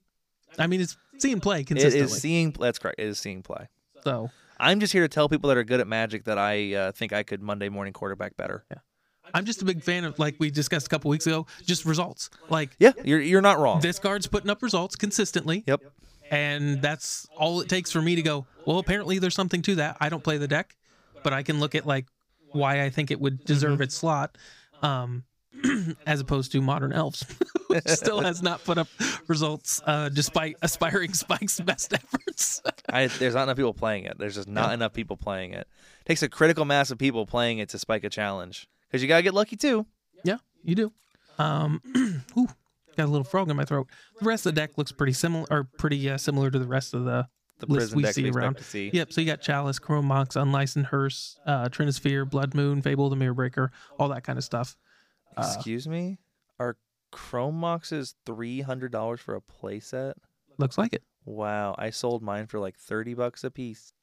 I mean, it's seeing play it consistently. is seeing. That's correct. It is seeing play. so I'm just here to tell people that are good at Magic that I uh, think I could Monday morning quarterback better. I'm just a big fan of like we discussed a couple weeks ago, just results. Like Yeah, you're you're not wrong. this card's putting up results consistently, yep. and that's all it takes for me to go. Well, apparently there's something to that. I don't play the deck, but I can look at like why I think it would deserve its slot. Um, *clears throat* as opposed to modern elves, *laughs* which still has not put up results uh, despite aspiring *laughs* Spike's best efforts. *laughs* I, there's not enough people playing it. There's just not enough people playing it. takes a critical mass of people playing it to spike a challenge because you gotta get lucky too. yeah, you do. Um, *clears throat* ooh, got a little frog in my throat. The rest of the deck looks pretty similar, or pretty uh, similar to the rest of the The List prison we deck see we expect around. to see. Yep. So you got Chalice, Chrome Mox, Unlicensed Hearse, uh, Trinisphere, Blood Moon, Fable, the Mirror Breaker, all that kind of stuff. Uh, Excuse me, are Chrome Moxes three hundred dollars for a playset? looks like it. Wow, I sold mine for like thirty bucks a piece.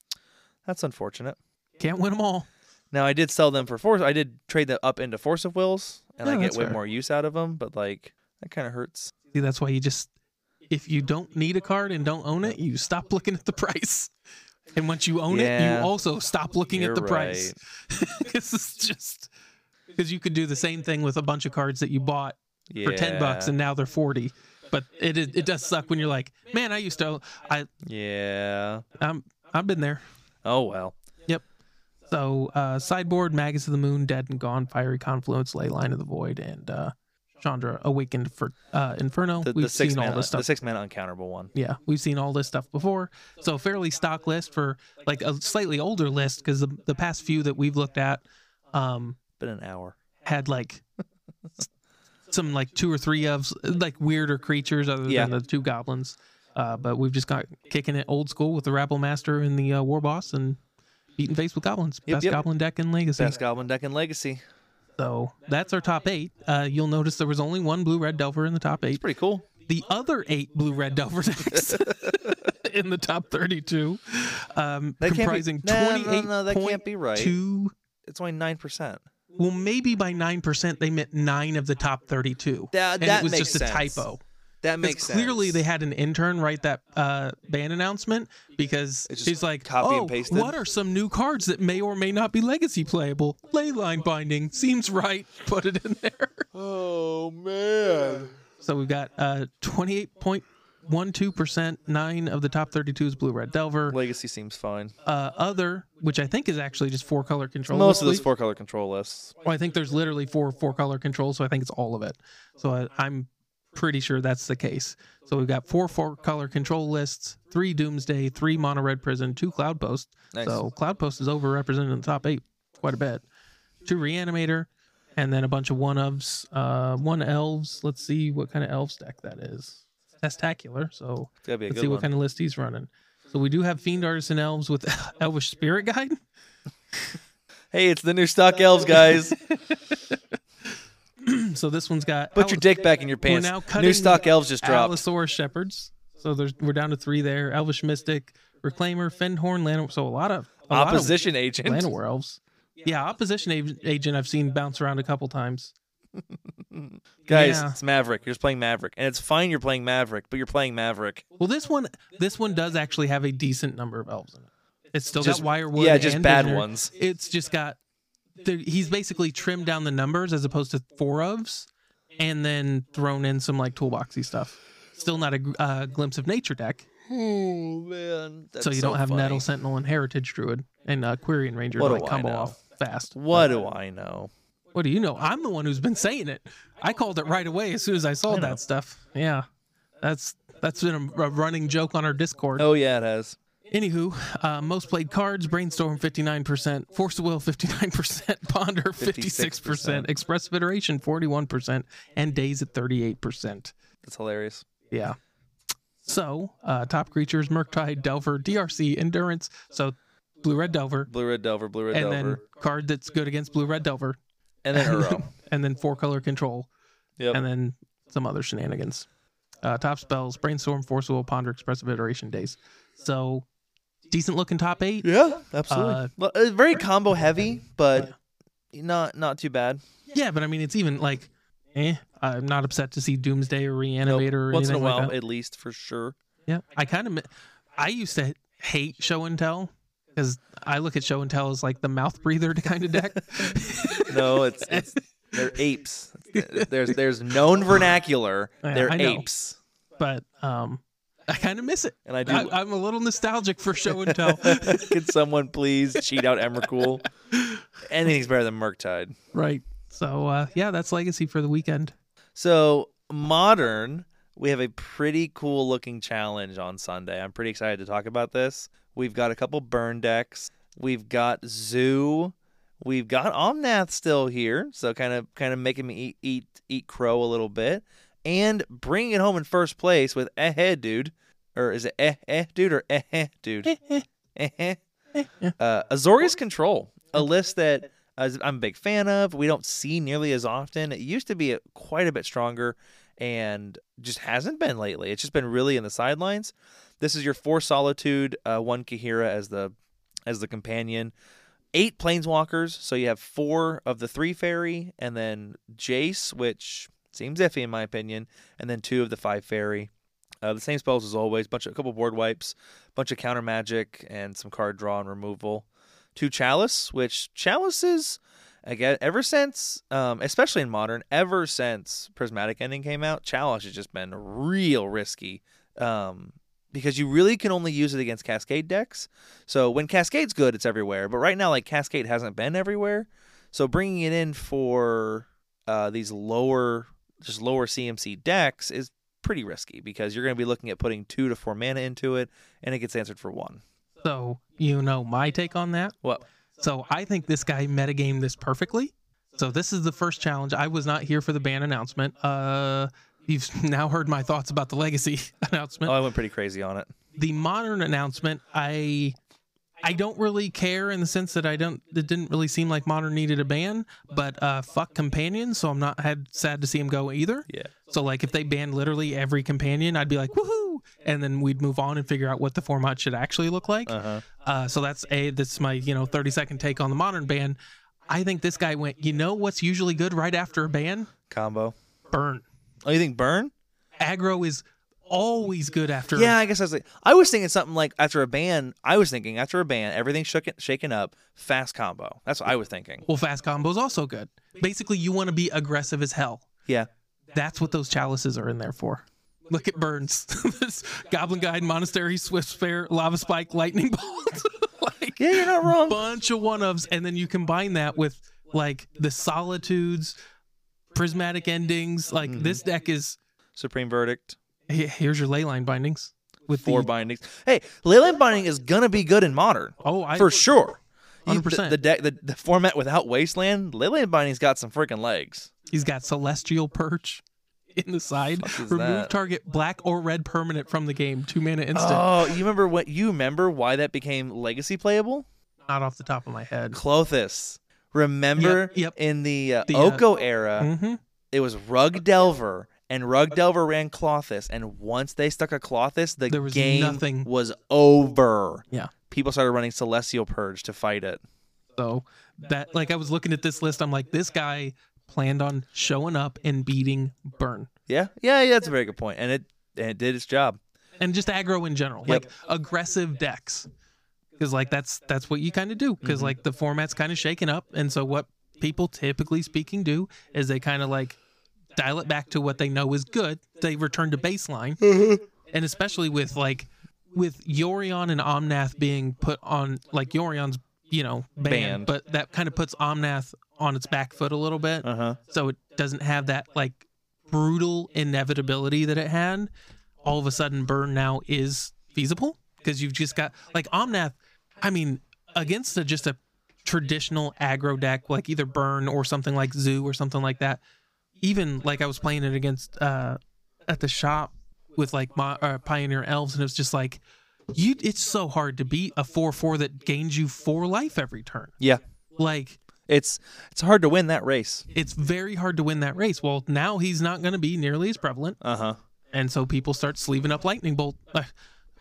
That's unfortunate. Can't win them all. Now I did sell them for force. I did trade them up into Force of Wills, and Yeah, I get Oh, that's way fair. more use out of them. But like that kind of hurts. See, that's why you just if you don't need a card and don't own it, you stop looking at the price. And once you own it, Yeah. you also stop looking You're at the price. right. *laughs* Because it's just because you could do the same thing with a bunch of cards that you bought for ten bucks Yeah. and now they're forty. But it it it does suck when you're like, man, I used to, I yeah. I'm I've been there. Oh well. So uh, sideboard, Magus of the Moon, Dead and Gone, Fiery Confluence, Ley Line of the Void, and uh, Chandra Awakened for uh, Inferno. The, We've the six seen mana, all this the stuff. six mana uncounterable one. yeah, we've seen all this stuff before. So fairly stock list for like a slightly older list because the the past few that we've looked at um, Been an hour. had like s- some like two or three of like weirder creatures other Yeah. than the two goblins. Uh, but we've just got kicking it old school with the Rabble Master and the uh, War Boss and beating face with goblins. Yep, Best yep. goblin deck in Legacy. Best Goblin deck in Legacy. So that's our top eight. Uh, you'll notice there was only one blue red delver in the top eight. Pretty cool. The other eight blue red delver *laughs* decks in the top 32, um, That can't be- comprising No, no, no, no, that 28.2. can't be right. It's only nine percent. Well, maybe by 9%, they meant nine of the top 32. That- and that it was makes just a sense. typo. That 'Cause makes sense. clearly they had an intern write that uh, ban announcement because It's just she's like, copy and "Oh, pasted." what are some new cards that may or may not be legacy playable? Leyline binding seems right. Put it in there." Oh man. So we've got uh, 28.12%, nine of the top 32 is Blue Red Delver. Legacy seems fine. Uh, other, which I think is actually just four color control. Most of those mostly. four color control lists. Well, I think there's literally four four color controls, so I think it's all of it. So I, I'm pretty sure that's the case. So we've got four four color control lists, three Doomsday, three Mono Red Prison, two Cloud Post. Nice. So Cloud Post is overrepresented in the top eight quite a bit. Two Reanimator, and then a bunch of one ofs, uh, one Elves. Let's see what kind of Elves deck that is. Testacular. So It's gotta be a let's good see what one. kind of list he's running. So we do have Fiend Artisan Elves with *laughs* Elvish Spirit Guide. Hey, it's the new stock elves, *laughs* guys. so this one's got Put your dick back in your pants. now cutting New stock elves just dropped. Allosaurus Shepherds. So there's we're down to three there. Elvish Mystic, Reclaimer, Fendhorn, Lan. So a lot of a Opposition lot of agent. Llanowar elves. Yeah, opposition ag- agent. I've seen bounce around a couple times. *laughs* Guys, Yeah. it's Maverick. You're just playing Maverick. And it's fine you're playing Maverick, but you're playing Maverick. Well, this one this one does actually have a decent number of elves in it. It's still Just- got wirewood. yeah, just and bad visionary. ones. It's just got. there- He's basically trimmed down the numbers as opposed to four ofs, and then thrown in some like toolboxy stuff. Still not a gr- uh, glimpse of nature deck. Oh, man. so you don't have Nettle Sentinel and Heritage Druid and uh, Quirion Ranger What to do like I combo know? off fast. What do I know? What do you know? I'm the one who's been saying it. I called it right away as soon as I saw know. that stuff. Yeah, that's that's been a, a running joke on our Discord. Oh, yeah, it has. Anywho, uh, most played cards: Brainstorm 59%, Force of Will 59%, *laughs* Ponder 56%, 56%. Expressive Iteration 41%, and Days at 38%. That's hilarious. Yeah. So, uh, top creatures: Murktide, Delver, DRC, Endurance. So, Blue Red Delver, Blue Red Delver, Blue Red and Delver. then *laughs* card that's good against Blue Red Delver, and then Uro. *laughs* and then four color control, Yep. and then some other shenanigans. Uh, top spells: Brainstorm, Force of Will, Ponder, Expressive Iteration, Days. So, decent looking top eight. *laughs* yeah, absolutely. Uh, Well, uh, very combo heavy, but not not too bad. Yeah, but I mean, it's even like, eh, I'm not upset to see Doomsday or Nope. Reanimator or Once in a anything while, like that. at least for sure. yeah, I kind of, I used to hate show and tell because I look at show and tell as like the mouth breather *laughs* kind of *laughs* deck. No, it's, *laughs* it's they're apes. There's there's known vernacular. Yeah, they're I know. apes, but um, I kind of miss it. and I *laughs* do. *laughs* I, I'm a little nostalgic for show and tell. Could someone please cheat *laughs* out Emrakul? Anything's better than Murktide. right. So uh, yeah, that's legacy for the weekend. So modern, we have a pretty cool looking challenge on Sunday. I'm pretty excited to talk about this. We've got a couple burn decks. We've got Zoo. We've got Omnath still here, so kind of kind of making me eat eat eat crow a little bit, and bringing it home in first place with eh eh dude, or is it eh eh dude or eh eh dude? Eh eh. Uh, Azorius Control, a list that uh, I'm a big fan of. We don't see nearly as often. It used to be a- quite a bit stronger and just hasn't been lately. It's just been really in the sidelines. This is your four solitude, uh, one Kahira as the as the companion. Eight planeswalkers, so you have four of the three fairy, and then Jace, which seems iffy in my opinion, and then two of the five fairy. Uh, the same spells as always, bunch of a couple board wipes, bunch of counter magic, and some card draw and removal to Chalice, which Chalices, again, ever since, um, especially in modern, ever since Prismatic Ending came out, Chalice has just been real risky um, because you really can only use it against Cascade decks. So when Cascade's good, it's everywhere. But right now, like Cascade hasn't been everywhere, so bringing it in for uh, these lower, just lower CMC decks is pretty risky because you're going to be looking at putting two to four mana into it, and it gets answered for one. So you know my take on that. What? So I think this guy metagamed this perfectly. So this is the first challenge. I was not here for the ban announcement. Uh, you've *laughs* now heard my thoughts about the legacy *laughs* announcement. Oh, I went pretty crazy on it. the modern announcement, I I don't really care in the sense that I don't. It didn't really seem like modern needed a ban, but uh, fuck companion. So I'm not had sad to see him go either. Yeah. So like if they banned literally every companion, I'd be like woohoo, and then we'd move on and figure out what the format should actually look like. Uh huh. Uh, so that's a that's my you know 30 second take on the modern ban. I think this guy went. You know what's usually good right after a ban? Combo. Burn. Oh, you think burn? aggro is always good after. Yeah, I guess I was like, I was thinking something like after a ban. I was thinking after a ban, everything's shook, shaken up, fast combo. That's what I was thinking. Well, fast combo's also good. Basically, you want to be aggressive as hell. Yeah. That's what those chalices are in there for. Look at Burns. *laughs* this Goblin Guide, Monastery, Swift Spare, Lava Spike, Lightning Bolt. *laughs* like Yeah, you're not *laughs* wrong. bunch of one ofs, and then you combine that with like the solitudes, prismatic endings. Like Mhm. this deck is Supreme verdict, he- here's your leyline bindings with four the, bindings. Hey, Leyland binding is gonna be good in modern Oh, I for sure. You- the- 100%. The, deck, the, the format without wasteland, Leyland binding's got some freaking legs. He's got Celestial Perch *laughs* in the side. Fuck is Remove that? target black or red permanent from the game. Two mana instant. Oh, you remember what? You remember why that became legacy playable? Not off the top of my head. Clothis. Remember Yep, yep. in the, uh, The, uh, Oko era, hmm it was Rug Delver, and Rug Delver ran Clothis, and once they stuck a Clothis, the There was game nothing. was over. Yeah. People started running Celestial Purge to fight it. So that like I was looking at this list, I'm like, this guy planned on showing up and beating Burn. Yeah, yeah, yeah that's a very good point, and it and it did its job. And just aggro in general. Yep. Like aggressive decks. Because like that's that's what you kind of do. Mm-hmm. Because like the format's kind of shaken up. And so what people typically speaking do is they kind of like dial it back to what they know is good. They return to baseline. Mm-hmm. and especially with like with Yorion and Omnath being put on like Yorion's you know banned, Banned. but that kind of puts Omnath on its back foot a little bit, Uh huh. so it doesn't have that like brutal inevitability that it had. All of a sudden, burn now is feasible because you've just got like Omnath. I mean, against a, just a traditional aggro deck like either burn or something like zoo or something like that. Even like I was playing it against uh at the shop with like my uh, pioneer elves and it was just like you it's so hard to beat a 4-4 that gains you 4 life every turn. Yeah, Like it's it's hard to win that race. it's very hard to win that race. Well, now he's not going to be nearly as prevalent Uh huh. and so people start sleeving up lightning bolt. *laughs*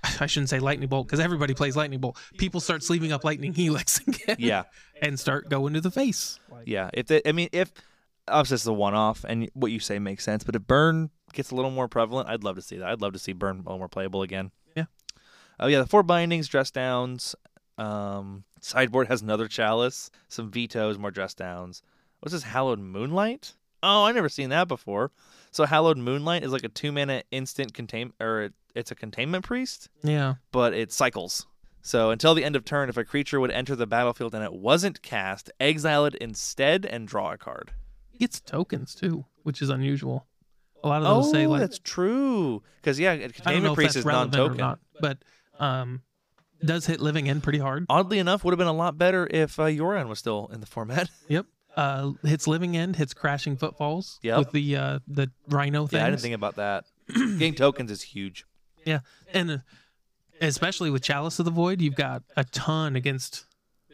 Uh, I shouldn't say lightning bolt because everybody plays lightning bolt. People start sleeving up lightning helix *laughs* again Yeah, and start going to the face. yeah. If they, I mean, if obviously it's a one off, and what you say makes sense, but if Burn gets a little more prevalent, I'd love to see that. I'd love to see Burn a little more playable again. Yeah. Oh yeah, the four bindings, dress downs. Um, sideboard has another chalice, some vetoes, more dress downs. What's this hallowed moonlight? Oh, I never seen that before. So hallowed moonlight is like a two mana instant contain, or it, it's a containment priest. Yeah. but it cycles. So until the end of turn, if a creature would enter the battlefield and it wasn't cast, exile it instead and draw a card. gets tokens too, which is unusual. A lot of those say like Oh, that's true. Because yeah, it- I don't know containment if priest that's is relevant or non-token. not, but um, does hit living end pretty hard. Oddly enough, would have been a lot better if uh, Yoran was still in the format. *laughs* Yep. Uh, hits living end, hits crashing footfalls Yep. with the uh, the rhino thing. yeah, I didn't think *clears throat* about that. Getting tokens is huge. Yeah, and uh, especially with Chalice of the Void, you've got a ton against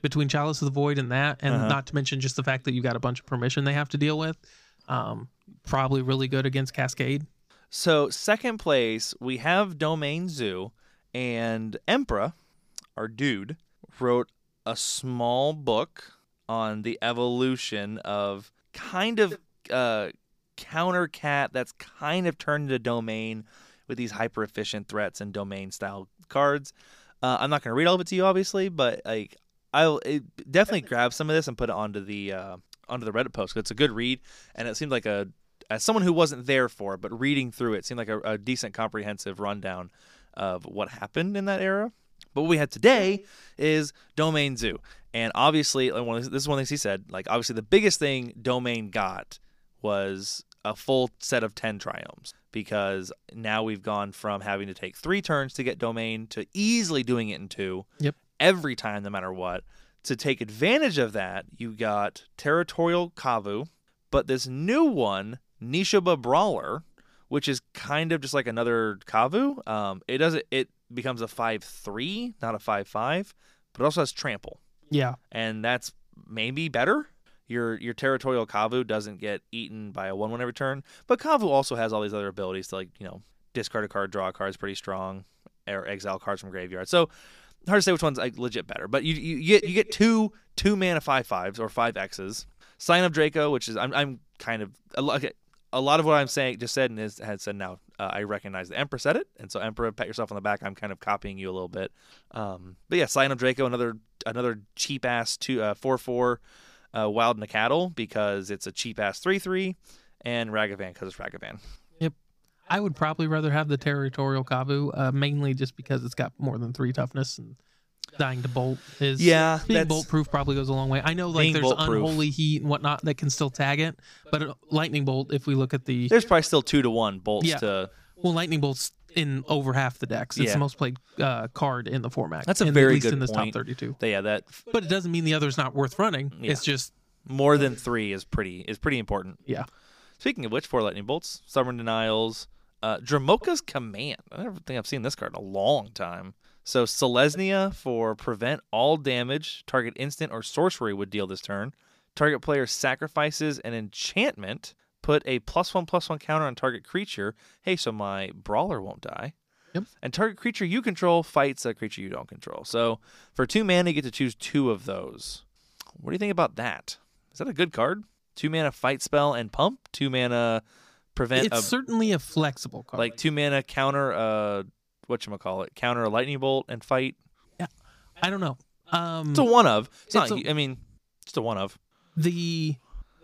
between Chalice of the Void and that, and Uh-huh. not to mention just the fact that you've got a bunch of permission they have to deal with. Um, probably really good against Cascade. So second place, we have Domain Zoo and Emperor, our dude, wrote a small book on the evolution of kind of uh, counter cat that's kind of turned into domain with these hyper efficient threats and domain style cards. Uh, I'm not going to read all of it to you, obviously, but like I'll it, definitely grab some of this and put it onto the uh, onto the Reddit post. 'cause It's a good read, and it seemed like a as someone who wasn't there for it, but reading through it seemed like a, a decent comprehensive rundown of what happened in that era. But what we had today is Domain Zoo, and obviously, like, one of- this is one of the things he said. Like, obviously, the biggest thing Domain got was a full set of ten triumphs because now we've gone from having to take three turns to get Domain to easily doing it in two Yep. every time, no matter what. To take advantage of that, you got Territorial Kavu, but this new one, Nishoba Brawler, which is kind of just like another Kavu. Um, it doesn't. It becomes a five three, not a five five, but it also has trample, Yeah, and that's maybe better. Your your territorial Kavu doesn't get eaten by a one one every turn, but Kavu also has all these other abilities to like you know discard a card, draw a card is pretty strong, or exile cards from graveyard. So hard to say which one's like legit better, but you you get you get two two mana five fives or five X's. Sign of Draco, which is I'm I'm kind of I like it. a lot of what I'm saying just said and is has said now. Uh, I recognize the Emperor said it, and so Emperor, pat yourself on the back. I'm kind of copying you a little bit. Um, but yeah, Sign of Draco, another another cheap ass two uh, four four uh, Wild and a Cattle because it's a cheap ass three three, and Ragavan because it's Ragavan. I would probably rather have the territorial Kabu, uh, mainly just because it's got more than three toughness and dying to bolt is Yeah, being that's- bolt proof probably goes a long way. I know like Being there's bolt-proof. unholy heat and whatnot that can still tag it, but uh, lightning bolt if we look at the There's probably still two to one bolts Yeah. to. well lightning bolts in over half the decks. It's Yeah. the most played uh, card in the format. That's a in, at very least good in this point. top 32. Yeah, that But it doesn't mean the other's not worth running. It's just more than three is pretty is pretty important. Yeah. Speaking of which, four lightning bolts, stubborn denials, uh, Dramoka's command. I don't think I've seen this card in a long time. So Selesnya for prevent all damage, target instant or sorcery would deal this turn. Target player sacrifices an enchantment. Put a plus one plus one counter on target creature. Hey, so my brawler won't die. Yep. And target creature you control fights a creature you don't control. So for two mana, you get to choose two of those. What do you think about that? Is that a good card? Two mana fight spell and pump. Two mana prevent it's a certainly a flexible card. like two mana counter uh what you call it counter a lightning bolt and fight. Mm. I don't know. Um It's a one of. It's, It's not. a- I mean, it's a one of. the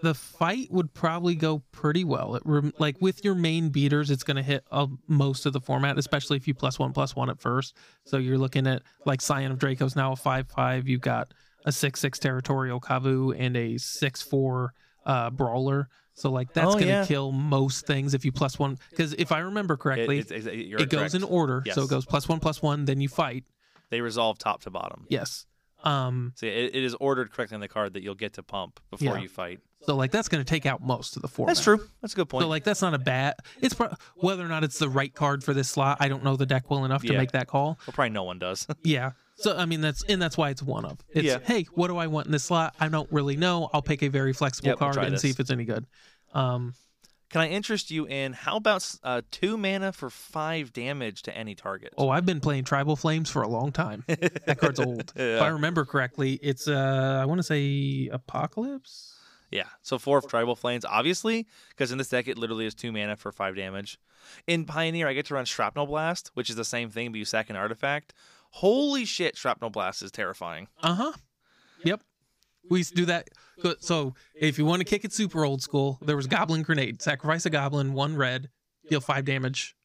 the fight would probably go pretty well. It rem- like with your main beaters, it's going to hit uh, most of the format, especially if you plus one plus one at first. So you're looking at like Scion of Draco's now a five five. You've got a six six territorial Kavu and a six four uh, brawler. So like that's Oh, going to yeah. kill most things if you plus one. Because if I remember It, correctly, it, it's- it's- you're goes correct. in order. So Yes. it goes plus one plus one, then you fight. They resolve top to bottom. Yes. Um. So it, it is ordered correctly on the card that you'll get to pump before Yeah. you fight. So like that's going to take out most of the format. That's true. That's a good point. So like that's not a bad. It's pro- whether or not it's the right card for this slot. I don't know the deck well enough to Yeah. make that call. *laughs* well, probably no one does. Yeah. So I mean that's and that's why it's one of. It's Yeah. hey, what do I want in this slot? I don't really know. I'll pick a very flexible Yep, we'll card try and this. see if it's any good. Um, Can I interest you in how about uh, two mana for five damage to any target? oh, I've been playing Tribal Flames for a long time. That card's old. If I *laughs* yeah. remember correctly, it's uh I want to say Apocalypse. yeah. So four of tribal flames, obviously, because in this deck it literally is two mana for five damage. In Pioneer, I get to run Shrapnel Blast, which is the same thing, but you sack an artifact. Holy shit, Shrapnel Blast is terrifying. Uh huh. Yep. We used to do that. Go- So if you want to kick it super old school, there was Goblin Grenade. Sacrifice a goblin, one red, deal five damage.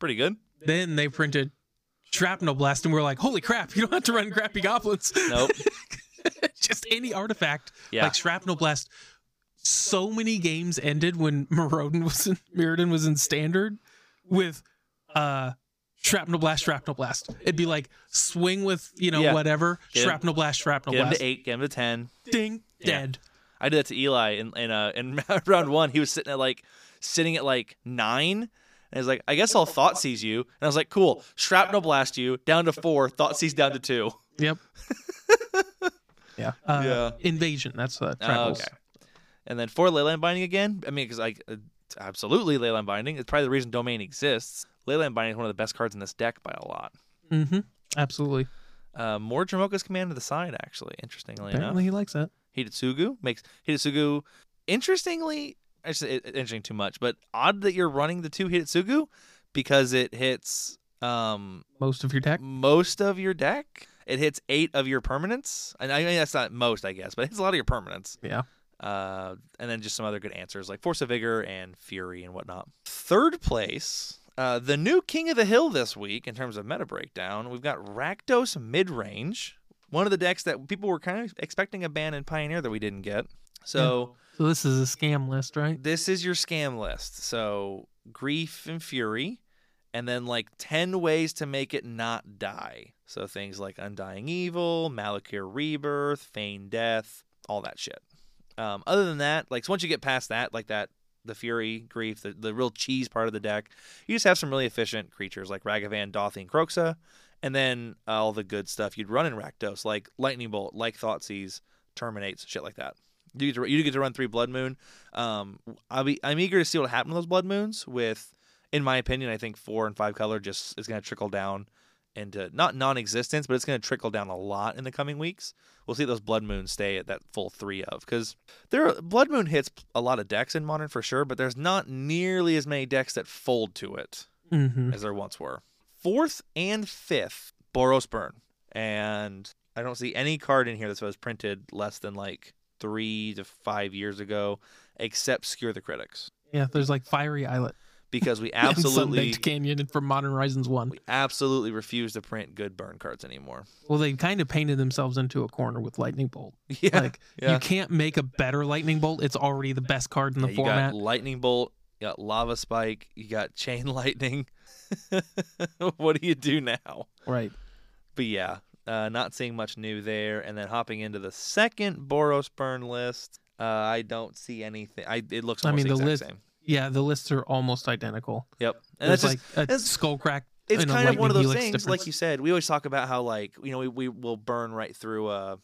Pretty *laughs* good. Then they printed Shrapnel Blast, and we are like, holy crap, you don't have to run crappy goblins. *laughs* Nope. Just any artifact Yeah. like Shrapnel Blast. So many games ended when Maraudin was in Mirrodin was in standard with uh Shrapnel Blast, Shrapnel Blast. It'd be like swing with, you know, Yeah. whatever, Get him- Shrapnel Blast, Shrapnel get him Blast. to eight, get him to ten. Ding, Yeah. dead. I did that to Eli in in, uh, in *laughs* round one. He was sitting at like sitting at like nine. And he's like, I guess all thought sees you. And I was like, cool. Shrapnel blast you down to four. Thought sees down to two. Yep. yeah. Uh, Yeah. Invasion. That's uh, Oh, Tribals. okay. And then for leyline binding again. I mean, because like uh, absolutely leyline binding. It's probably the reason domain exists. Leyline binding is one of the best cards in this deck by a lot. Mm-hmm. Absolutely. Uh, more Dramoka's command to the side, actually. Interestingly enough. Apparently he likes that. Hidetsugu makes Hidetsugu interestingly actually it- interesting too much, but odd that you're running the two Hidetsugu because it hits um Most of your deck. most of your deck. It hits eight of your permanents. And I mean that's not most, I guess, but it hits a lot of your permanents. Yeah. Uh and then just some other good answers like Force of Vigor and Fury and whatnot. Third place. Uh, the new King of the Hill this week in terms of meta breakdown, we've got Rakdos Midrange, one of the decks that people were kind of expecting a ban in Pioneer that we didn't get. So So this is a scam list, right? this is your scam list. So grief and fury, and then like ten ways to make it not die. So things like undying evil, Malakir rebirth, feign death, all that shit. Um, other than that, like so once you get past that, like that, the fury, grief, the, the real cheese part of the deck, you just have some really efficient creatures like Ragavan, Dothy, and Croxa, and then all the good stuff you'd run in Rakdos, like Lightning Bolt, like Thoughtseize, Terminates, shit like that. You get to, you get to run three Blood Moon. Um, I'll be I'm eager to see what happened to those blood moons. With, in my opinion, I think four and five color just is going to trickle down into not non-existence, but it's going to trickle down a lot in the coming weeks. We'll see those blood moons stay at that full three of because there are, blood moon hits a lot of decks in modern for sure, but there's not nearly as many decks that fold to it Mm-hmm. as there once were. Fourth and fifth, Boros Burn. And I don't see any card in here that was printed less than like three to five years ago, except Skewer the Critics. Yeah, there's like Fiery Islet, *laughs* Because we and absolutely Sunbaked Canyon, and from Modern Horizons One. we absolutely refuse to print good burn cards anymore. *laughs* Well, they've kind of painted themselves into a corner with Lightning Bolt. Yeah. Like yeah. you can't make a better Lightning Bolt. It's already the best card in the Yeah, you format. got lightning bolt, you got lava spike, you got chain *laughs* lightning. what do you do now? Right. But yeah, uh, not seeing much new there. And then hopping into the second Boros burn list, uh, I don't see anything. I it looks I almost mean, the exact list- same. Yeah, the lists are almost identical. Yep, and There's that's just like a that's- skullcrack. it's and um, a kind of one of lightning those helix things, difference. like you said. We always talk about how like you know we, we will burn right through a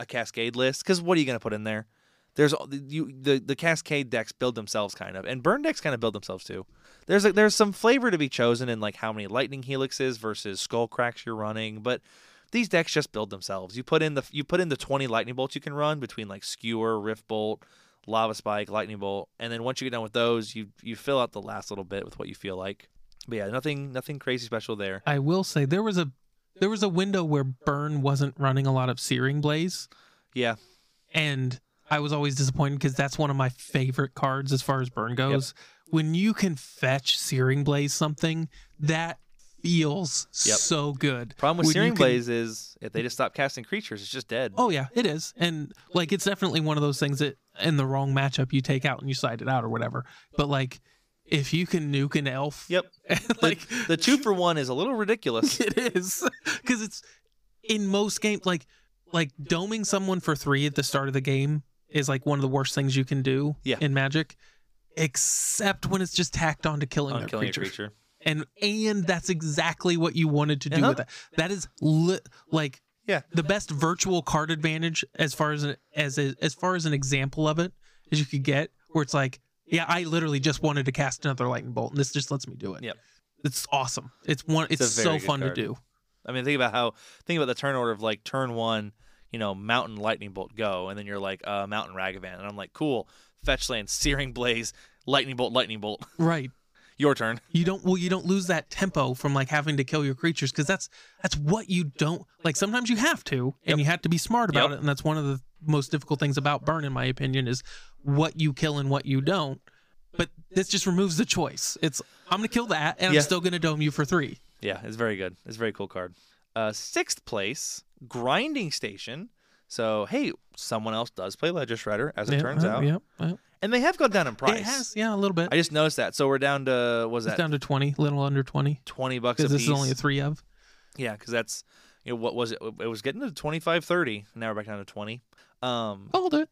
a cascade list because what are you going to put in there? There's all- you the the cascade decks build themselves kind of, and burn decks kind of build themselves too. There's like there's some flavor to be chosen in like how many lightning helixes versus skull cracks you're running, but these decks just build themselves. You put in the you put in the 20 lightning bolts you can run between like skewer, rift bolt, lava spike, lightning bolt, and then once you get done with those, you you fill out the last little bit with what you feel like. But yeah, nothing nothing crazy special there. I will say there was a there was a window where Burn wasn't running a lot of Searing Blaze, Yeah, and I was always disappointed because that's one of my favorite cards as far as Burn goes. When you can fetch Searing Blaze something, that feels Yep. so good. problem with When you Searing can- Blaze is if they just stop casting creatures, it's just dead. Oh yeah, it is, and like it's definitely one of those things that in the wrong matchup you take out and you side it out or whatever. But like, if you can nuke an elf, *laughs* Yep. like The two for one is a little ridiculous. it is because it's in most games like like doming someone for three at the start of the game is like one of the worst things you can do Yeah. in magic except when it's just tacked on to *laughs* killing on their killing creature. a creature. and and that's exactly what you wanted to do with Uh-huh. that that is li- like Yeah. the best virtual card advantage as far as an, as a, as far as an example of it as you could get where it's like yeah i literally just wanted to cast another lightning bolt and this just lets me do it Yep. it's awesome it's one it's, a so very good fun card. to do I mean, think about how think about the turn order of like turn one, you know, mountain lightning bolt go, and then you're like uh, mountain ragavan, and I'm like, cool, fetch land, *laughs* searing blaze, lightning bolt, lightning bolt, *laughs* right your turn. you don't well you don't lose that tempo from like having to kill your creatures because that's that's what you don't like sometimes you have to and you have to be smart about Yep. it and that's one of the most difficult things about burn in my opinion is what you kill and what you don't but this just removes the choice it's i'm gonna kill that and Yeah. i'm still gonna dome you for three Yeah, it's very good. It's a very cool card. Uh, sixth place, grinding station. So hey, someone else does play Ledger Shredder, as it turns out, yep and they have gone down in price. it has yeah a little bit I just noticed that. So we're down to was it's that down to 20 little under 20 twenty bucks a because piece? this is only a three of Yeah, because that's you know, what was it? It was getting to 25, 30. and Now we're back down to twenty. Um, hold it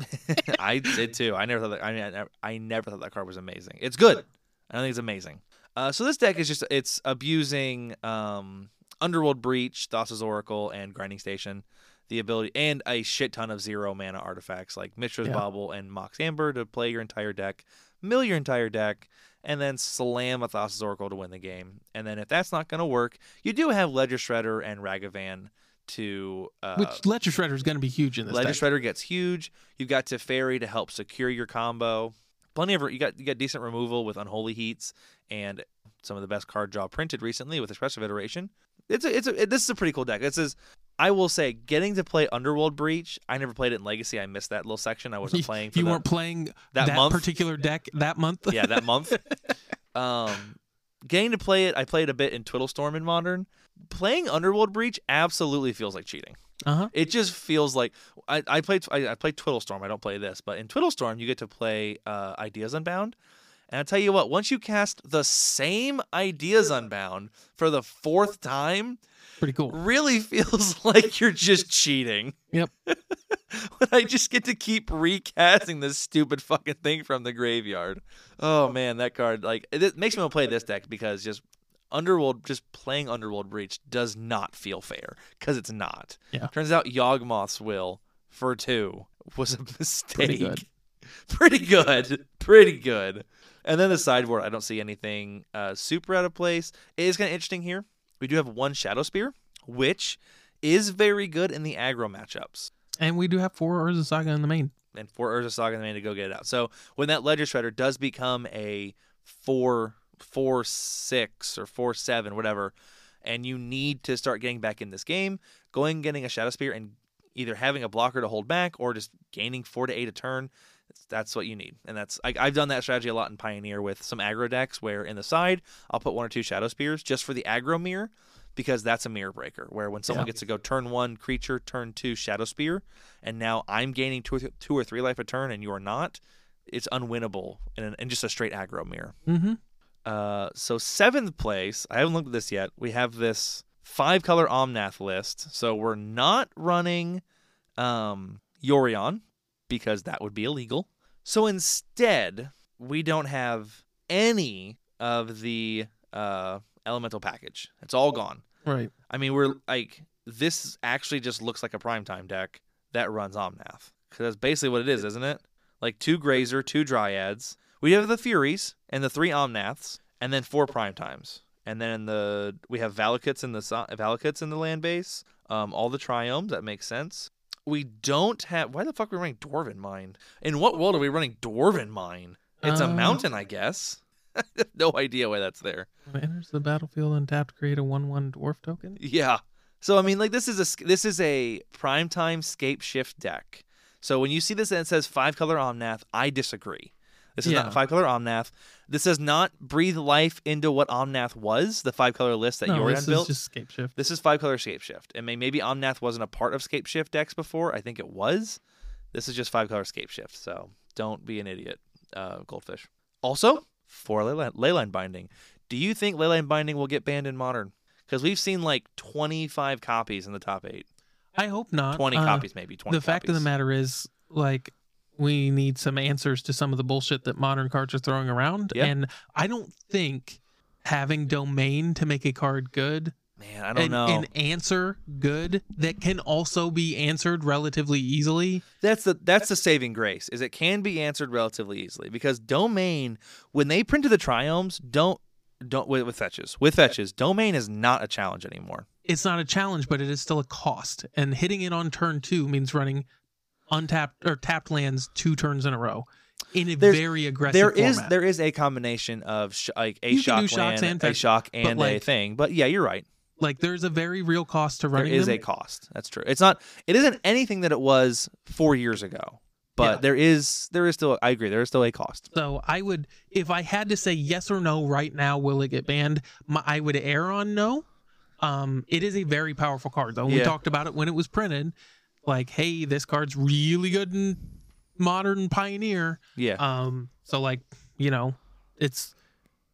*laughs* I did too. I never thought that. I mean, I never, I never thought that card was amazing. It's good. I think it's amazing. Uh, so this deck is just it's abusing um, Underworld Breach, Thassa's Oracle, and Grinding Station, the ability and a shit ton of zero mana artifacts like Mitra's Yeah. Bobble and Mox Amber to play your entire deck, mill your entire deck, and then slam a Thassa's Oracle to win the game. And then if that's not gonna work, you do have Ledger Shredder and Ragavan to uh, which ledger shredder is gonna be huge in this Ledger deck. Shredder gets huge. You've got Teferi to help secure your combo. Plenty of you got you got decent removal with Unholy Heats and some of the best card draw printed recently with Expressive Iteration. It's a, it's a, it- this is a pretty cool deck. This is I will say getting to play Underworld Breach. I never played it in Legacy. I missed that little section. I wasn't playing. *laughs* For you that, weren't playing that, month. particular deck that month *laughs* yeah, that month. Um, getting to play it, I played a bit in Twiddlestorm in Modern. Playing Underworld Breach absolutely feels like cheating. *laughs* uh-huh It just feels like I, I played I, I played Twiddlestorm. I don't play this, but in Twiddlestorm you get to play uh, Ideas Unbound. And I tell you what, once you cast the same Ideas Unbound for the fourth time, pretty cool really *laughs* feels like you're just cheating. Yep. *laughs* when I just get to keep recasting this stupid fucking thing from the graveyard. Oh man, that card like it, it makes me want to play this deck because just Underworld just playing Underworld Breach does not feel fair because it's not. Yeah. Turns out Yawgmoth's will for two was a mistake. good. *laughs* Pretty good. Pretty good. And then the sideboard, I don't see anything uh, super out of place. It is kind of interesting here We do have one Shadow Spear, which is very good in the aggro matchups. And we do have four Urza Saga in the main. And for Urza Saga and the main to go get it out. So when that Ledger Shredder does become a four four six or four seven, whatever, and you need to start getting back in this game, going and getting a Shadow Spear and either having a blocker to hold back or just gaining four to eight a turn. That's- That's what you need, and that's I, I've done that strategy a lot in Pioneer with some aggro decks where in the side I'll put one or two Shadow Spears just for the aggro mirror because that's a mirror breaker where when someone Yeah. gets to go turn one creature, turn two Shadow Spear, and now I'm gaining two or th- two or three life a turn and you are not, it's unwinnable in, an, in just a straight aggro mirror. Mm-hmm. Uh, so seventh place, I haven't looked at this yet. We have this five color Omnath list. So we're not running um Yorion because that would be illegal. So instead, we don't have any of the uh elemental package. It's all gone. Right. I mean, we're like this actually just looks like a primetime deck that runs Omnath because that's basically what it is, isn't it? Like two Grazer, two Dryads. We have the Furies and the three Omnaths, and then four primetimes, and then in the we have Valakuts in the so- Valakuts in the land base. Um, all the Triomes that makes sense. We don't have. Why the fuck are we running Dwarven Mine? In what world are we running Dwarven Mine? It's a Uh, mountain, I guess. *laughs* I have no idea why that's there. When it enters the battlefield and tap to create a one-one dwarf token. Yeah. So I mean, like this is a sc- this is a primetime scape shift deck. So when you see this and it says five color Omnath, I disagree. This is Yeah. not five color Omnath. This does not breathe life into what Omnath was, the five color list that no, Yorion this built. is just scape shift. This is five color scape shift. And may- maybe Omnath wasn't a part of scape shift decks before. I think it was. This is just five color scape shift. So don't be an idiot, uh, Goldfish. Also, for leyline, leyline binding, do you think leyline binding will get banned in modern? Because we've seen like 25 copies in the top eight. I hope not. 20 Uh, copies, maybe. 20 The fact of the copies. matter is, like, we need some answers to some of the bullshit that modern cards are throwing around, Yeah. and I don't think having domain to make a card good Man, I don't and, know. and answer good that can also be answered relatively easily. That's the that's the saving grace is it can be answered relatively easily because domain when they printed the triomes don't don't with, with fetches with fetches domain is not a challenge anymore. It's not a challenge, but it is still a cost. And hitting it on turn two means running untapped or tapped lands two turns in a row in a There's- very aggressive. There is format. there is a combination of sh- like a You can do shock shocks land, and a fetch, shock and a like- thing, but yeah, you're right. like there's a very real cost to There running. is them. a cost. That's true. It's not it isn't anything that it was four years ago, Yeah. but there is there is still I agree there is still a cost. So I would, if I had to say yes or no right now, will it get banned? My, I would err on no. Um, it is a very powerful card though. We Yeah. talked about it when it was printed. Like, hey, this card's really good in modern pioneer. Yeah, Um, so like, you know, it's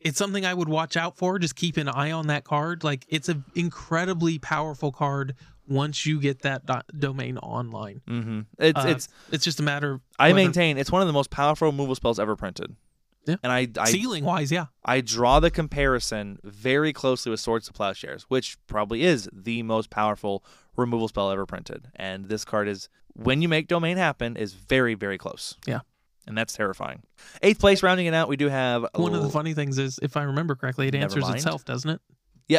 it's something I would watch out for. Just keep an eye on that card. Like, it's an incredibly powerful card once you get that do- domain online. mm-hmm. it's Uh, it's It's just a matter of I whether- maintain it's one of the most powerful removal spells ever printed. Yeah. and I I ceiling wise, yeah. I draw the comparison very closely with Swords to Plowshares, which probably is the most powerful removal spell ever printed. And this card is, when you make Domain happen, is very, very close. Yeah. And that's terrifying. Eighth place, rounding it out, we do have Oh, One of the funny things is, if I remember correctly, it Never answers mind. itself, doesn't it? *laughs* Yeah.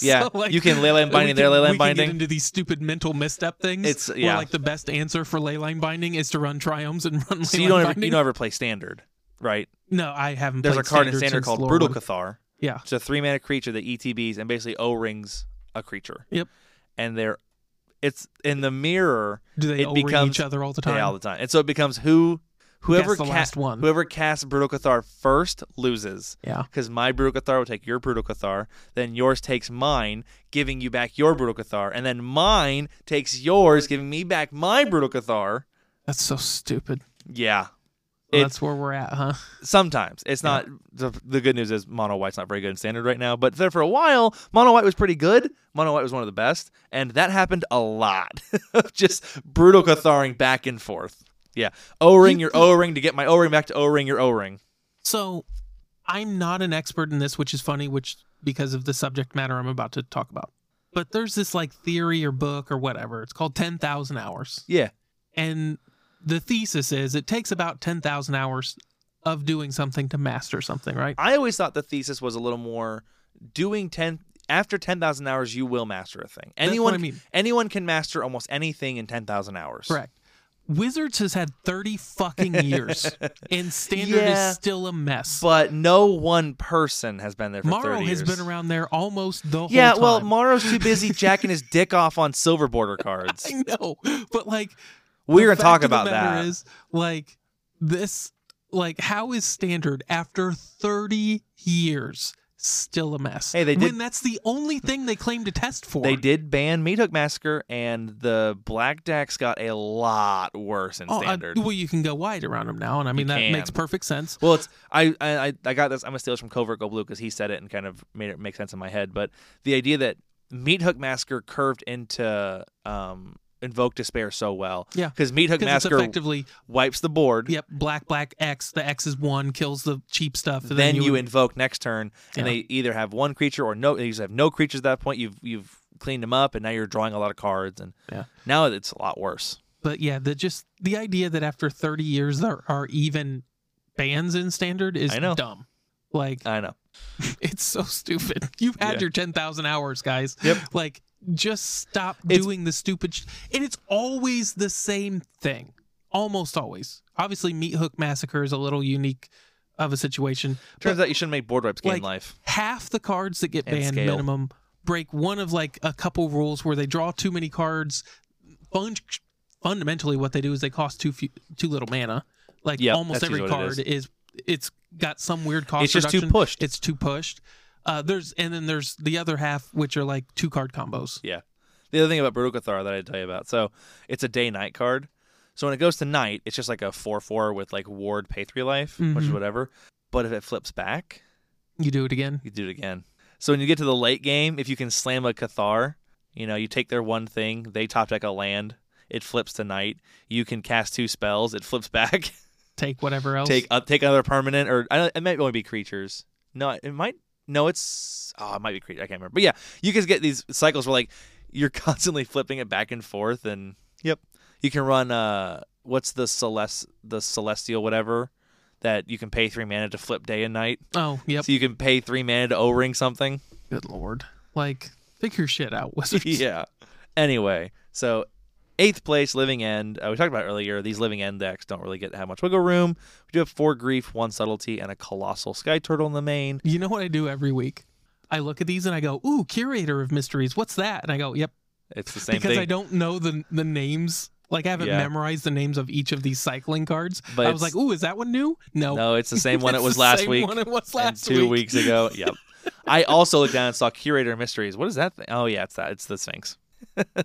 Yeah, you can leyline binding there, leyline leyline binding. into these stupid mental misstep things. It's- where, yeah. like the best answer for leyline binding is to run triomes and *laughs* run. So ley you line don't ever, binding. you don't ever play Standard, right? No, I haven't. There's a played card in standard Standard since called Lore Brutal One. Cathar. Yeah. It's a three mana creature that ETBs and basically O rings a creature. Yep. And they're, it's in the mirror. Do they It O-ring becomes- each other all the Yeah, time? all the time. And so it becomes who whoever Gets the ca- last one. whoever casts Brutal Cathar first loses. Yeah. Because my Brutal Cathar will take your Brutal Cathar, then yours takes mine, giving you back your Brutal Cathar, and then mine takes yours, giving me back my Brutal Cathar. That's so stupid. Yeah. Well, It's- that's where we're at, huh? Sometimes it's not. The, the good news is mono white's not very good in standard right now. But there for a while, mono white was pretty good. Mono white was one of the best, and that happened a lot. *laughs* Just brutal catharing back and forth. Yeah, O ring your O ring to get my O ring back to O ring your O ring. So, I'm not an expert in this, which is funny, which because of the subject matter I'm about to talk about. But there's this like theory or book or whatever. It's called Ten Thousand Hours. Yeah, And the thesis is it takes about 10,000 hours of doing something to master something, right? I always thought the thesis was a little more doing ten after 10,000 hours you will master a thing. That's what Anyone I mean. anyone can master almost anything in 10,000 hours. Correct. Wizards has had 30 fucking *laughs* years and standard Yeah. is still a mess. But no one person has been there for Morrow 30 has years. been around there almost the whole Yeah, time. well, Morrow's *laughs* too busy jacking his dick off on silver border cards. I know, but like We're the going to talk fact of the about matter that. Is like this, like how is standard after thirty years still a mess? Hey, they when did- that's the only thing they claim to test for. They did ban Meat Hook Massacre, and the black decks got a lot worse in Oh, uh, standard. well, you can go wide around them now, and I mean that can. makes perfect sense. well, it's I I I- I got this. I'm gonna steal this from Covert Go Blue because he said it and kind of made it make sense in my head. But the idea that Meat Hook Massacre curved into um Invoke Despair so well, Yeah. because Meat Hook Because it's Massacre effectively, wipes the board. yep, black, black, X. The X is one, kills the cheap stuff. and Then, you, invoke next turn, and Yeah. they either have one creature or no. They just have no creatures at that point. You've you've cleaned them up, and now you're drawing a lot of cards. And Yeah. now it's a lot worse. but yeah, the just the idea that after 30 years there are even bans in standard is I know. dumb. Like I know. *laughs* it's so stupid. You've had Yeah. your 10,000 hours, guys. Yep. Like just stop It's- doing the stupid sh- and it's always the same thing. Almost always. Obviously Meat Hook Massacre is a little unique of a situation. Turns out you shouldn't make board wipes gain like, life. half the cards that get And banned scale. minimum break one of like a couple rules where they draw too many cards. Fun- fundamentally, what they do is they cost too few, too little mana. Like Yep, almost that's every usually what it card is. it's got some weird cost. It's just too reduction. pushed. It's too pushed. Uh, there's and then there's the other half which are like two card combos. Yeah. The other thing about Brutal Cathar that I tell you about. So it's a day night card. So when it goes to night, it's just like a 4 4 with like ward, pay three life, which is Mhm. whatever. But if it flips back, You do it again. you do it again. So when you get to the late game, if you can slam a Cathar, you know, you take their one thing, they top deck a land, it flips to night. You can cast two spells, it flips *laughs* back. Take whatever else. take uh, take another permanent, or I don't, it might only be creatures. No, it might. No, it's oh, it might be creature. I can't remember. But yeah, you can get these cycles where like you're *laughs* constantly flipping it back and forth, and yep, you can run. Uh, what's the celest the celestial whatever that you can pay three mana to flip day and night. Oh yep. So you can pay three mana to O ring something. Good lord. Like figure shit out, *laughs* wizards. *laughs* yeah. Anyway, so eighth place, Living End. Uh, we talked about earlier. These Living End decks don't really get have much wiggle room. We do have four grief, one subtlety, and a colossal sky turtle in the main. You know what I do every week? I look at these and I go, "Ooh, curator of mysteries. What's that?" And I go, "Yep, It's the same because thing. I don't know the the names. Like I haven't Yeah. memorized the names of each of these cycling cards. But I was it's- like, "Ooh, is that one new?" No, no, it's the *laughs* same one it It's was the last same week One it was *laughs* and last two week. *laughs* weeks ago. Yep. I also looked down and saw Curator Mysteries. What is that thing? Oh yeah, it's that. It's the Sphinx. *laughs*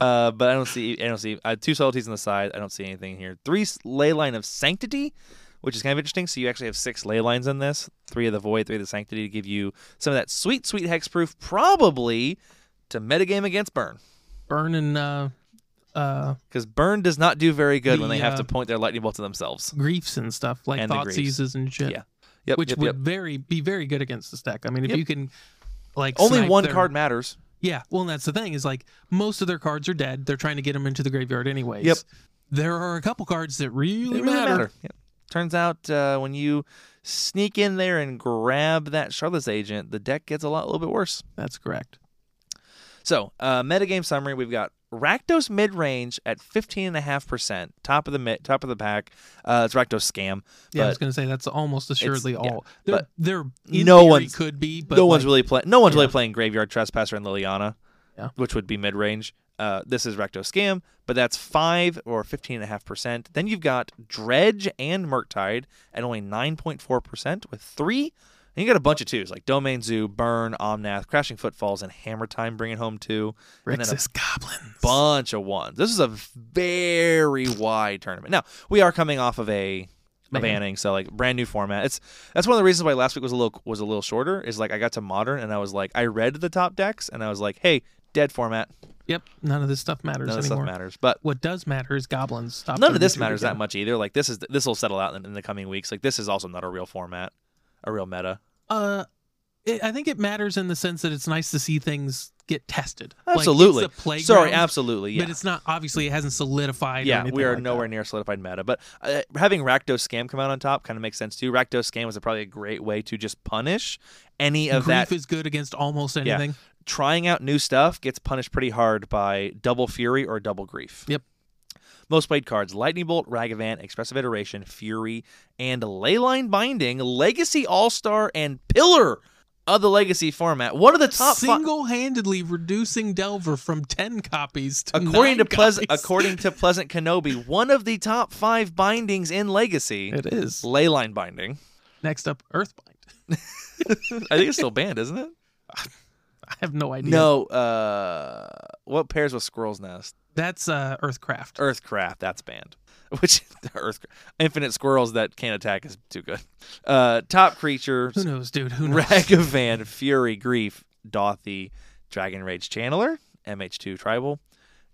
uh, but I don't see. I don't see. Uh, two subtleties on the side. I don't see anything here. Three s- ley line of sanctity, which is kind of interesting. So you actually have six ley lines in this. Three of the void, three of the sanctity to give you some of that sweet, sweet hexproof, probably to metagame against burn Burn and uh, uh, because burn does not do very good when The, they have to uh, point their lightning bolt to themselves. griefs and stuff like And the thought griefs. seizes and shit. Yeah. Yep. which yep, would yep. very be very good against this deck. I mean, if Yep. you can, like, only snipe one their- card matters. Yeah, well, and that's the thing is like most of their cards are dead. They're trying to get them into the graveyard anyways. Yep. There are a couple cards that really, They really matter. Yeah. Turns out uh, when you sneak in there and grab that Charlotte's agent, the deck gets a lot, a little bit worse. That's correct. So, uh, metagame summary: We've got Rakdos mid range at fifteen and a half percent, top of the mid, top of the pack. Uh, it's Rakdos scam. Yeah, I was but gonna say that's almost assuredly yeah, all. There, but there in no theory one's- could be, but no one's like, really playing. No one's really Yeah. playing Graveyard Trespasser and Liliana, Yeah. which would be mid range. Uh, this is Recto Scam, but that's five or fifteen and a half percent. Then you've got Dredge and Murktide at only nine point four percent with three. And you got a bunch of twos like Domain Zoo, Burn, Omnath, Crashing Footfalls, and Hammer Time bringing home two. and then a Rixus goblins. bunch of ones. This is a very wide tournament. Now we are coming off of a, a Ban. banning, so like brand new format. It's that's one of the reasons why last week was a little was a little shorter. Is like I got to modern and I was like I read the top decks and I was like, hey, dead format. Yep, none of this stuff matters None of anymore. this stuff matters, but What does matter is goblins. Stop none doing of this shit matters that again. much either. Like this is this will settle out in, in the coming weeks. Like this is also not a real format, a real meta. Uh, it, I think it matters in the sense that it's nice to see things get tested. Like, it's Absolutely. a playground, Sorry, absolutely. Yeah. But it's not obviously it hasn't solidified. or yeah, anything we are like nowhere near solidified meta, but uh, having Rakdos Scam come out on top kind of makes sense too. Rakdos Scam is probably a great way to just punish any That. of Grief that. is good against almost Yeah. anything. Trying out new stuff gets punished pretty hard by Double Fury or Double Grief. Yep. Most played cards Lightning Bolt, Ragavan, Expressive Iteration, Fury, and Leyline Binding, Legacy All Star, and Pillar of the Legacy format. What are the top five? Single-handedly reducing Delver from ten copies to According to nine Pleasant, copies. according to Pleasant Kenobi, one of the top five bindings in Legacy, it is Leyline Binding. next up Earthbind. I think it's still banned, isn't it? I *laughs* have no idea. No. Uh, what pairs with Squirrel's Nest? that's uh, Earthcraft. Earthcraft. That's banned. *laughs* Which Earth infinite squirrels that can't attack is too good. Uh, top Who *laughs* creatures: knows, dude? Who knows? Ragavan, Fury, Grief, Dothy, Dragon Rage Channeler, MH2 Tribal,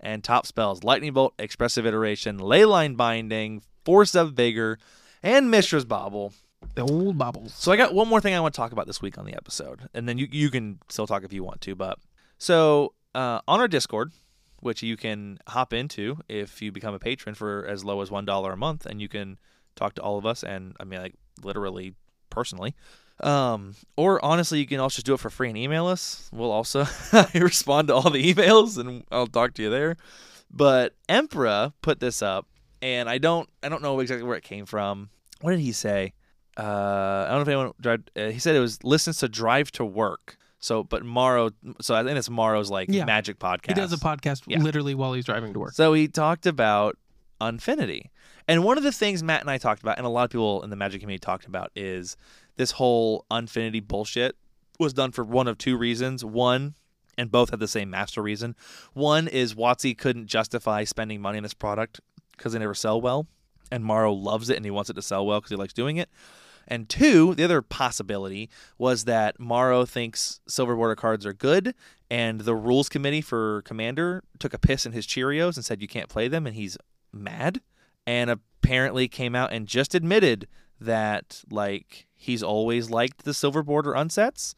and top spells: Lightning Bolt, Expressive Iteration, Leyline Binding, Force of Vigor, and Mistress Bobble. The old bubbles. So I got one more thing I want to talk about this week on the episode, and then you you can still talk if you want to. But so uh, on our Discord, which you can hop into if you become a patron for as low as one dollar a month, and you can talk to all of us, and I mean like literally personally. Um, or honestly, you can also just do it for free and email us. We'll also *laughs* respond to all the emails, and I'll talk to you there. But Emperor put this up, and I don't I don't know exactly where it came from. What did he say? uh, I don't know if anyone drive. Uh, he said it was listens to drive to work. So, but Morrow. So I think it's Morrow's like Yeah. magic podcast. He does a podcast Yeah. literally while he's driving to work. So he talked about Unfinity. And one of the things Matt and I talked about, and a lot of people in the Magic community talked about, is this whole Unfinity bullshit was done for one of two reasons. One, and both had the same master reason. One is Watsy couldn't justify spending money on this product because they never sell well. And Morrow loves it and he wants it to sell well because he likes doing it. And two, the other possibility was that Morrow thinks silver border cards are good, and the rules committee for Commander took a piss in his Cheerios and said you can't play them, and he's mad. And apparently came out and just admitted that like he's always liked the silver border unsets,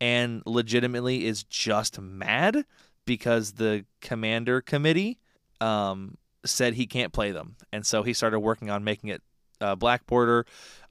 and legitimately is just mad because the Commander committee um, said he can't play them, and so he started working on making it uh, black border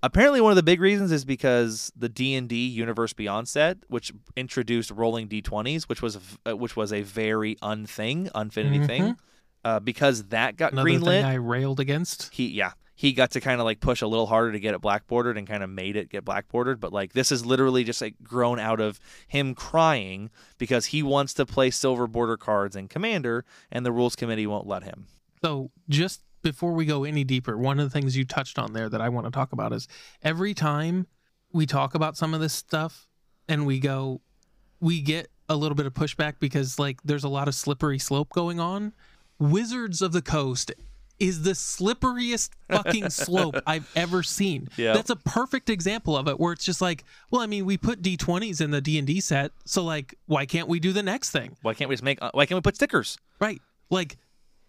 apparently one of the big reasons is because the d&d universe beyond set which introduced rolling d20s which was uh, which was a very unthing unfinity thing uh, because that got Mm-hmm. Another greenlit thing I railed against. he yeah he got to kind of like push a little harder to get it black bordered and kind of made it get black bordered but like this is literally just like grown out of him crying because he wants to play silver border cards in commander and the rules committee won't let him So, just before we go any deeper, one of the things you touched on there that I want to talk about is every time we talk about some of this stuff and we go, we get a little bit of pushback because, like, there's a lot of slippery slope going on. Wizards of the Coast is the slipperiest fucking slope I've ever seen. Yeah. That's a perfect example of it where it's just like, well, I mean, we put D20s in the D&D set, so like why can't we do the next thing? why can't we just make uh, why can't we put stickers Right. Like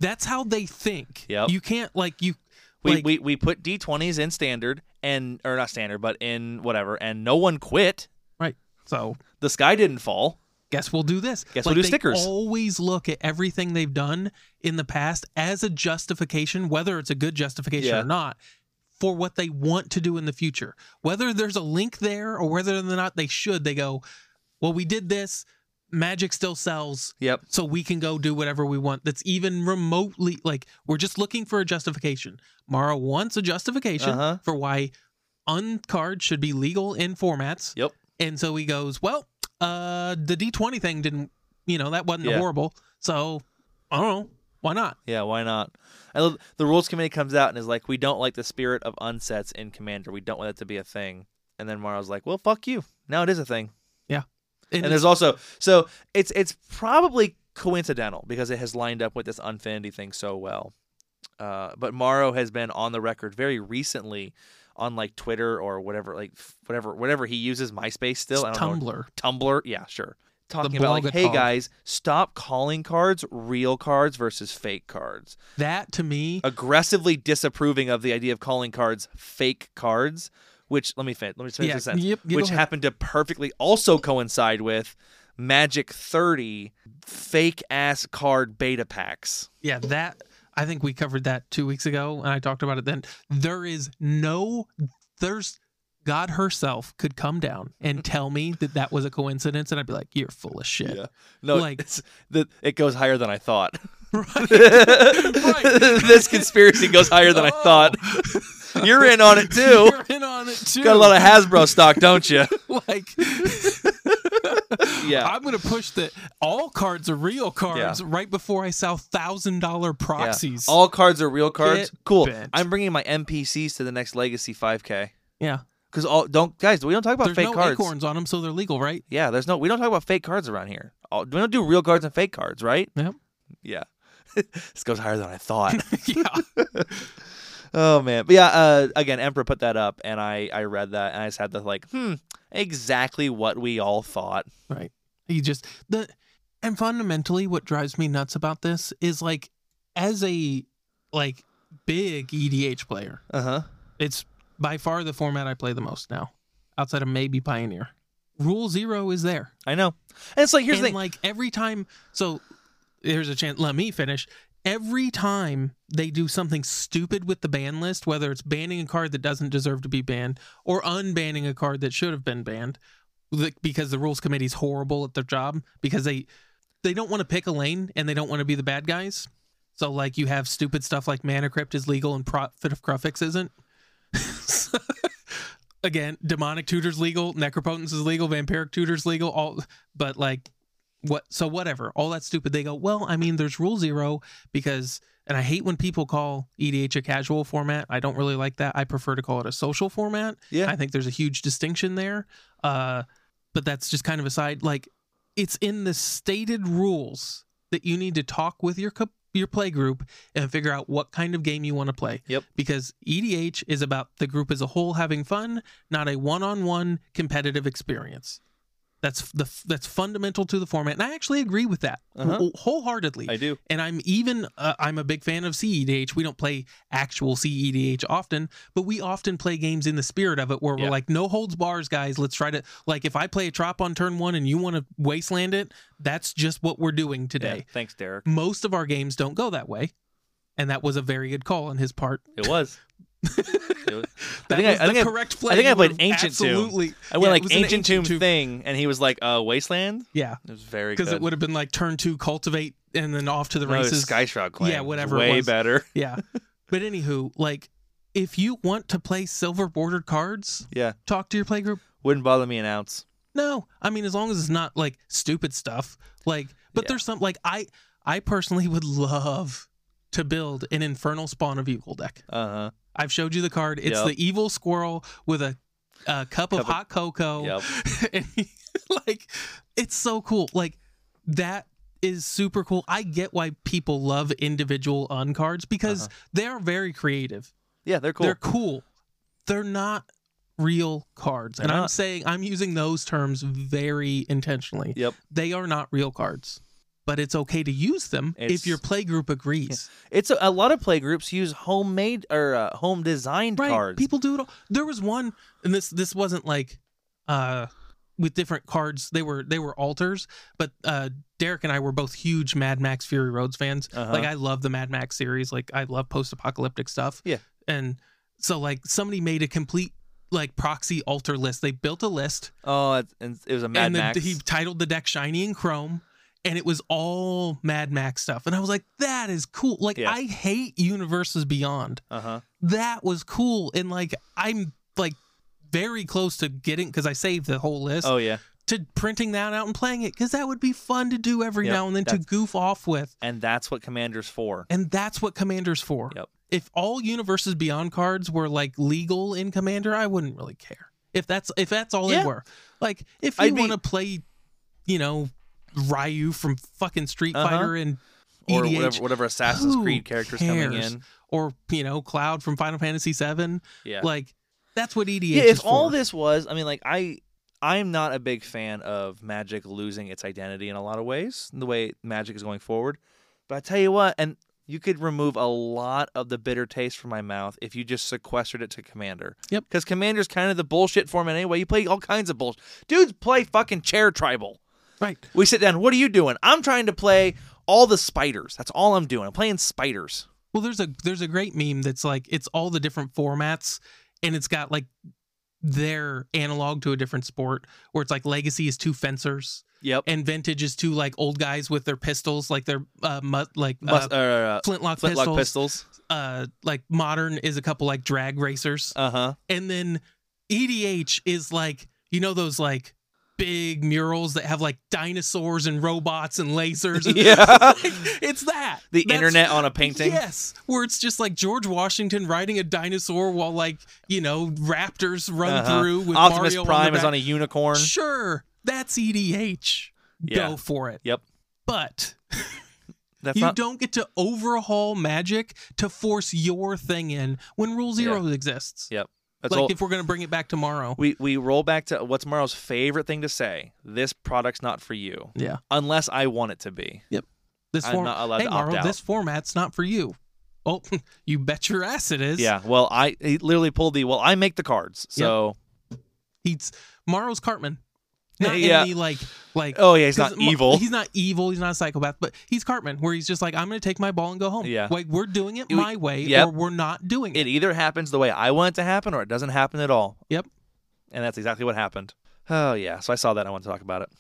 that's how they think. Yep. You can't like you We, like, we we put D20s in standard and or not standard, but in whatever, and no one quit. right. So The sky didn't fall. guess we'll do this. like, Guess we'll do they stickers. Always look at everything they've done in the past as a justification, whether it's a good justification Yeah. or not, for what they want to do in the future. Whether there's a link there or whether or not they should, they go, Well, we did this, magic still sells. Yep. so we can go do whatever we want that's even remotely like we're just looking for a justification mara wants a justification Uh-huh. for why uncard should be legal in formats Yep. and so he goes well uh the d20 thing didn't you know that wasn't Yeah. horrible so i don't know why not Yeah, why not? I love, the rules committee comes out and is like, we don't like the spirit of unsets in Commander. We don't want it to be a thing. And then Morrow's like, well, fuck you. Now it is a thing. and, and there's also so it's it's probably coincidental because it has lined up with this unfinity thing so well. Uh, but Morrow has been on the record very recently on like Twitter or whatever, like f- whatever whatever he uses, MySpace it's still. I don't know, tumblr Tumblr, yeah, sure. Talking about like, blog hey talk. guys, stop calling cards real cards versus fake cards. that to me Aggressively disapproving of the idea of calling cards fake cards, which let me finish, let me finish Yeah, this sentence, yep, you go which ahead. happened to perfectly also coincide with Magic 30 fake ass card beta packs. Yeah, that I think we covered that two weeks ago, and I talked about it then. There is no, there's God herself could come down and *laughs* tell me that that was a coincidence, and I'd be like, "You're full of shit." *laughs* Yeah. No, Like- it's, the, it goes higher than I thought. *laughs* Right? *laughs* this conspiracy goes higher than I Oh. thought. *laughs* You're in on it *laughs* too. You're in on it too. Got *laughs* a lot of Hasbro stock, don't you? like. *laughs* Yeah. I'm gonna push that all cards are real cards right before I sell thousand dollar proxies. All cards are real cards. Get cool. bent. I'm bringing my NPCs to the next Legacy 5K. Yeah. Because all don't guys, we don't talk about There's fake no cards. acorns on them, so they're legal, right? *laughs* Yeah, there's no we don't talk about fake cards around here. All, we don't do real cards and fake cards, right? Yep. Yeah. *laughs* this goes higher than I thought. *laughs* yeah. oh man. But yeah, uh, again, Emperor put that up and I I read that and I just had the like, hmm, exactly what we all thought. Right. He just the and fundamentally what drives me nuts about this is like as a like big EDH player, Uh-huh. it's by far the format I play the most now, outside of maybe Pioneer. Rule zero is there. I know. And it's like here's and the thing. like every time so here's a chance let me finish. Every time they do something stupid with the ban list, whether it's banning a card that doesn't deserve to be banned or unbanning a card that should have been banned, like, because the rules committee's horrible at their job because they they don't want to pick a lane and they don't want to be the bad guys. So like you have stupid stuff like Mana Crypt is legal and Prophet of Crufix isn't. *laughs* Again, demonic tutors legal, necropotence is legal, vampiric tutors legal, all but like what so whatever all that stupid they go well i mean there's rule zero because and i hate when people call edh a casual format i don't really like that i prefer to call it a social format Yeah. i think there's a huge distinction there uh but that's just kind of aside like it's in the stated rules that you need to talk with your co- your play group and figure out what kind of game you want to play Yep. because edh is about the group as a whole having fun not a one-on-one competitive experience that's the that's fundamental to the format, and I actually agree with that Uh-huh. wh- wholeheartedly. I do. and I'm even uh, I'm a big fan of CEDH. We don't play actual CEDH often, but we often play games in the spirit of it, where Yeah. we're like, no holds bars, guys. Let's try to like if I play a trop on turn one and you want to wasteland it, that's just what we're doing Yeah. today. Thanks, Derek. Most of our games don't go that way, and that was a very good call on his part. *laughs* It was. It was- That think I- was I the think I- correct play. I think I You played were Ancient Tomb. absolutely. I went Yeah, it like was an ancient, tomb, Tomb. thing, and he was like, "Uh, wasteland." Yeah. It was very good. because it would have been like turn two, cultivate, and then off to the No, it was races. Sky Shroud Clan. Yeah, It was whatever it Way was. better. *laughs* yeah, but anywho, like if you want to play silver bordered cards, Yeah, talk to your playgroup. wouldn't bother me an ounce. No, I mean as long as it's not like stupid stuff. Like, but Yeah. there's some like I I personally would love to build an infernal spawn of Eagle deck. Uh huh. I've showed you the card. It's Yep. the evil squirrel with a, a cup, Cup of of- hot cocoa. Yep. *laughs* and he, like it's so cool like that is super cool i get why people love individual un cards because they are very creative Yeah, they're Uh-huh. cool. they're cool they're not real cards and They're i'm not. saying i'm using those terms very intentionally Yep. they are not real cards but it's okay to use them It's- if your playgroup agrees It's a, a lot of play groups use homemade or uh, home designed right cards. people do it all there was one and this this wasn't like uh with different cards they were they were alters but uh derek and i were both huge mad max fury roads fans Uh-huh. like i love the mad max series like i love post-apocalyptic stuff Yeah. and so like somebody made a complete like proxy alter list they built a list oh, it, and it was a Mad and the, Max. he titled the deck shiny and chrome and it was all mad max stuff and i was like that is cool like Yeah. i hate universes beyond Uh huh. that was cool and like i'm like very close to getting because i saved the whole list Oh yeah, to printing that out and playing it because that would be fun to do every Yep, now and then to that's- goof off with and that's what Commander's for. and that's what commander's for Yep. if all universes beyond cards were like legal in commander i wouldn't really care if that's if that's all Yeah. they were like if I'd you be- want to play you know ryu from fucking street Uh-huh. fighter and Or EDH, whatever, whatever Assassin's who Creed characters coming cares? in. or you know cloud from final fantasy 7 Yeah. like that's what edh yeah, is if all for. this was, I mean, like I, I'm not a big fan of Magic losing its identity in a lot of ways, the way Magic is going forward. But I tell you what, and You could remove a lot of the bitter taste from my mouth if you just sequestered it to Commander. Yep. Because Commander's kind of the bullshit format anyway. You play all kinds of bullshit. Dudes play fucking chair tribal. Right. We sit down. What are you doing? I'm trying to play all the spiders. That's all I'm doing. I'm playing spiders. Well, there's a there's a great meme that's like it's all the different formats, and it's got like their analog to a different sport, where it's like legacy is two fencers, Yep. and vintage is two like old guys with their pistols, like their uh, mu- like uh, Must, uh, uh, flintlock, flintlock pistols. pistols. Uh, like modern is a couple like drag racers, Uh huh. and then EDH is like you know those like big murals that have like dinosaurs and robots and *laughs* lasers. *laughs* And Yeah. it's that The That's- internet on a painting. Yes, where it's just like George Washington riding a dinosaur while like you know raptors run Uh-huh. through with Optimus Mario Prime on is on a unicorn. Sure, that's EDH. Yeah. Go for it. Yep. But That's you not. don't get to overhaul magic to force your thing in when Rule Zero exists. Yeah, That's like all. if we're gonna bring it back tomorrow. we we roll back to what's Morrow's favorite thing to say. This product's not for you yeah. unless I want it to be. This I'm form- not allowed hey, to opt Mauro, out. this format's not for you. Oh, *laughs* you bet your ass it is. Yeah. Well, I he literally pulled the well. I make the cards. So. He's Morrow's Cartman. Not *laughs* Yeah. in the like like Oh yeah, he's 'Cause not Mo- evil. He's not evil. He's not a psychopath, but he's Cartman, where he's just like, I'm going to take my ball and go home. Yeah. Like, we're doing it We- my way yep. or we're not doing it it. either happens the way I want it to happen or it doesn't happen at all. Yep. And that's exactly what happened. Oh, yeah. So I saw that. and I want to talk about it.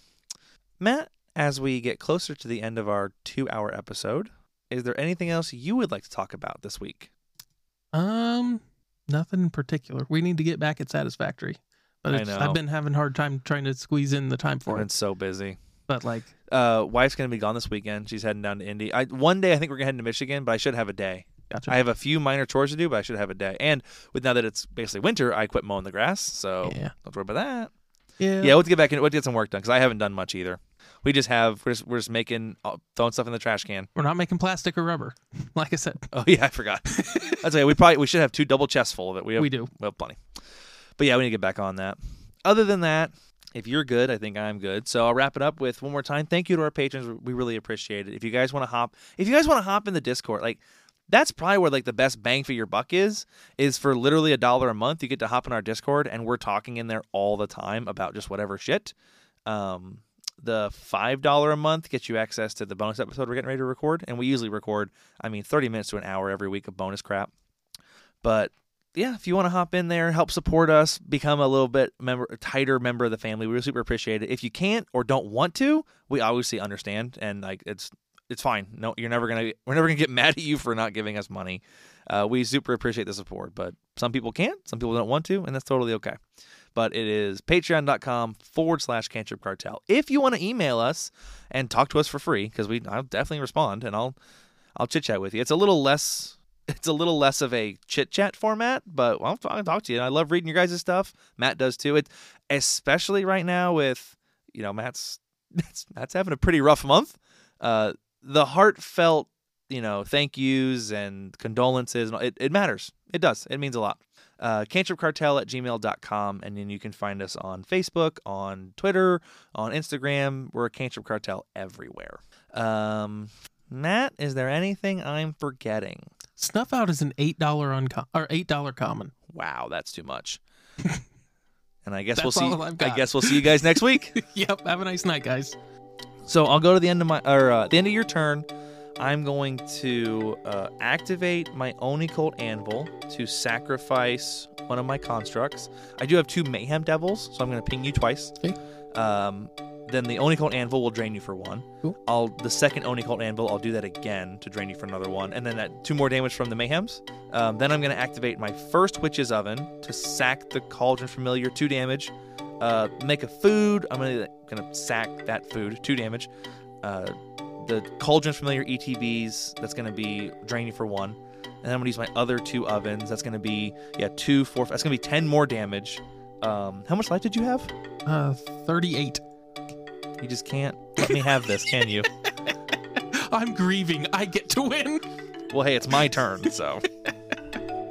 Matt, as we get closer to the end of our two hour episode, is there anything else you would like to talk about this week? Um, nothing in particular. We need to get back at Satisfactory. But I it's, know. I've been having a hard time trying to squeeze in the time I've for been it. so busy. But like, Uh, wife's going to be gone this weekend. She's heading down to Indy. I, one day, I think we're going to head to Michigan, but I should have a day. gotcha. I have a few minor chores to do, but I should have a day. And with now that it's basically winter, I quit mowing the grass. So yeah. don't worry about that. yeah. Yeah, we'll have to get back in. We'll have to get some work done because I haven't done much either. We just have we're just, we're just making uh, throwing stuff in the trash can. *laughs* We're not making plastic or rubber. *laughs* Like I said, Oh yeah, I *laughs* forgot. That's okay. We probably we should have two double chests full of it. We have we do. well plenty. But yeah, we need to get back on that. Other than that, if you're good, I think I'm good. So I'll wrap it up with one more time. Thank you to our patrons. We really appreciate it. If you guys want to hop, if you guys want to hop in the Discord, like that's probably where like the best bang for your buck is. Is for literally a dollar a month, you get to hop in our Discord, and we're talking in there all the time about just whatever shit. Um, the five dollar a month gets you access to the bonus episode we're getting ready to record, and we usually record, I mean, thirty minutes to an hour every week of bonus crap. But yeah, if you want to hop in there, help support us, become a little bit member, tighter member of the family, we really super appreciate it. If you can't or don't want to, we obviously understand, and like it's it's fine. No, you're never gonna we're never gonna get *laughs* mad at you for not giving us money. Uh, we super appreciate the support, but some people can't, some people don't want to, and that's totally okay. But it is patreon.com forward slash cantrip cartel. If you want to email us and talk to us for free, because we I'll definitely respond and I'll I'll chit chat with you. It's a little less it's a little less of a chit chat format, but I'll talk, I'll talk to you. And I love reading your guys' stuff. Matt does too. It especially right now with you know Matt's *laughs* Matt's, Matt's having a pretty rough month. Uh, the heartfelt you know thank yous and condolences and all- it, it matters. It does. It means a lot. Uh, cantripcartel at gmail.com and then you can find us on Facebook, on Twitter, on Instagram. We're Cantrip Cartel everywhere. Um, Matt, is there anything I'm forgetting? Snuff out is an $8 unco- or $8 common. *laughs* wow, that's too *laughs* much. and I guess That's we'll see. all I've got. I guess we'll see you guys next week. *laughs* yep. Have a nice night, guys. so I'll go to the end of my or uh, the end of your turn. I'm going to uh, activate my Oni Colt Anvil to sacrifice one of my constructs. I do have two Mayhem Devils, so I'm going to ping you twice. Okay. Um, then the Oni Colt Anvil will drain you for one. Cool. I'll the second Oni Colt Anvil. I'll do that again to drain you for another one, and then that two more damage from the Mayhems. Um, then I'm going to activate my first Witch's Oven to sack the Cauldron Familiar, two damage. Uh, make a food. I'm going to going to sack that food, two damage. Uh, the Cauldron Familiar ETBs. That's going to be drain you for one. And then I'm going to use my other two ovens. That's going to be yeah two four. That's going to be ten more damage. Um, how much life did you have? Uh, 38. You just can't let me have this, can you? I'm grieving. I get to win. Well, hey, it's my turn, so.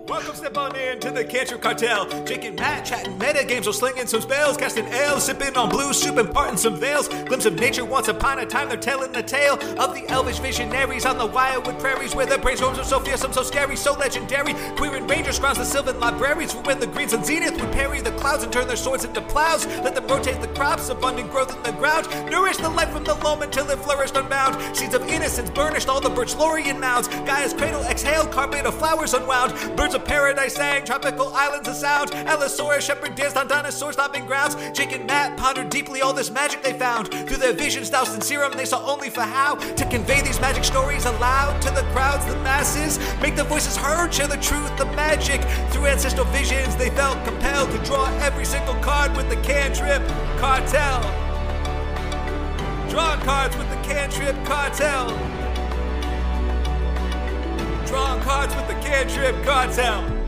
Welcome, step on in to the Cantrip Cartel. Jake and Matt chatting metagames or slinging some spells, casting ale, sipping on blue soup and parting some veils. Glimpse of nature once upon a time, they're telling the tale of the elvish visionaries on the wildwood prairies where the brainstorms are so fearsome, so scary, so legendary. Queer and rangers cross the sylvan libraries for when the greens and zenith would parry the clouds and turn their swords into plows. Let them rotate the crops, abundant growth in the ground. Nourish the life from the loam until it flourished unbound. Seeds of innocence burnished all the birch laurian mounds. Gaia's cradle exhaled, carpet of flowers unwound. Birds of paradise sang, tropical islands of sound. Allosaurus shepherd danced on dinosaur stomping grounds. Jake and Matt pondered deeply all this magic they found. Through their visions doused in serum, they saw only for how to convey these magic stories aloud to the crowds, the masses. Make the voices heard, share the truth, the magic. Through ancestral visions, they felt compelled to draw every single card with the cantrip cartel. Draw cards with the cantrip cartel. Draw cards with the cantrip cartel.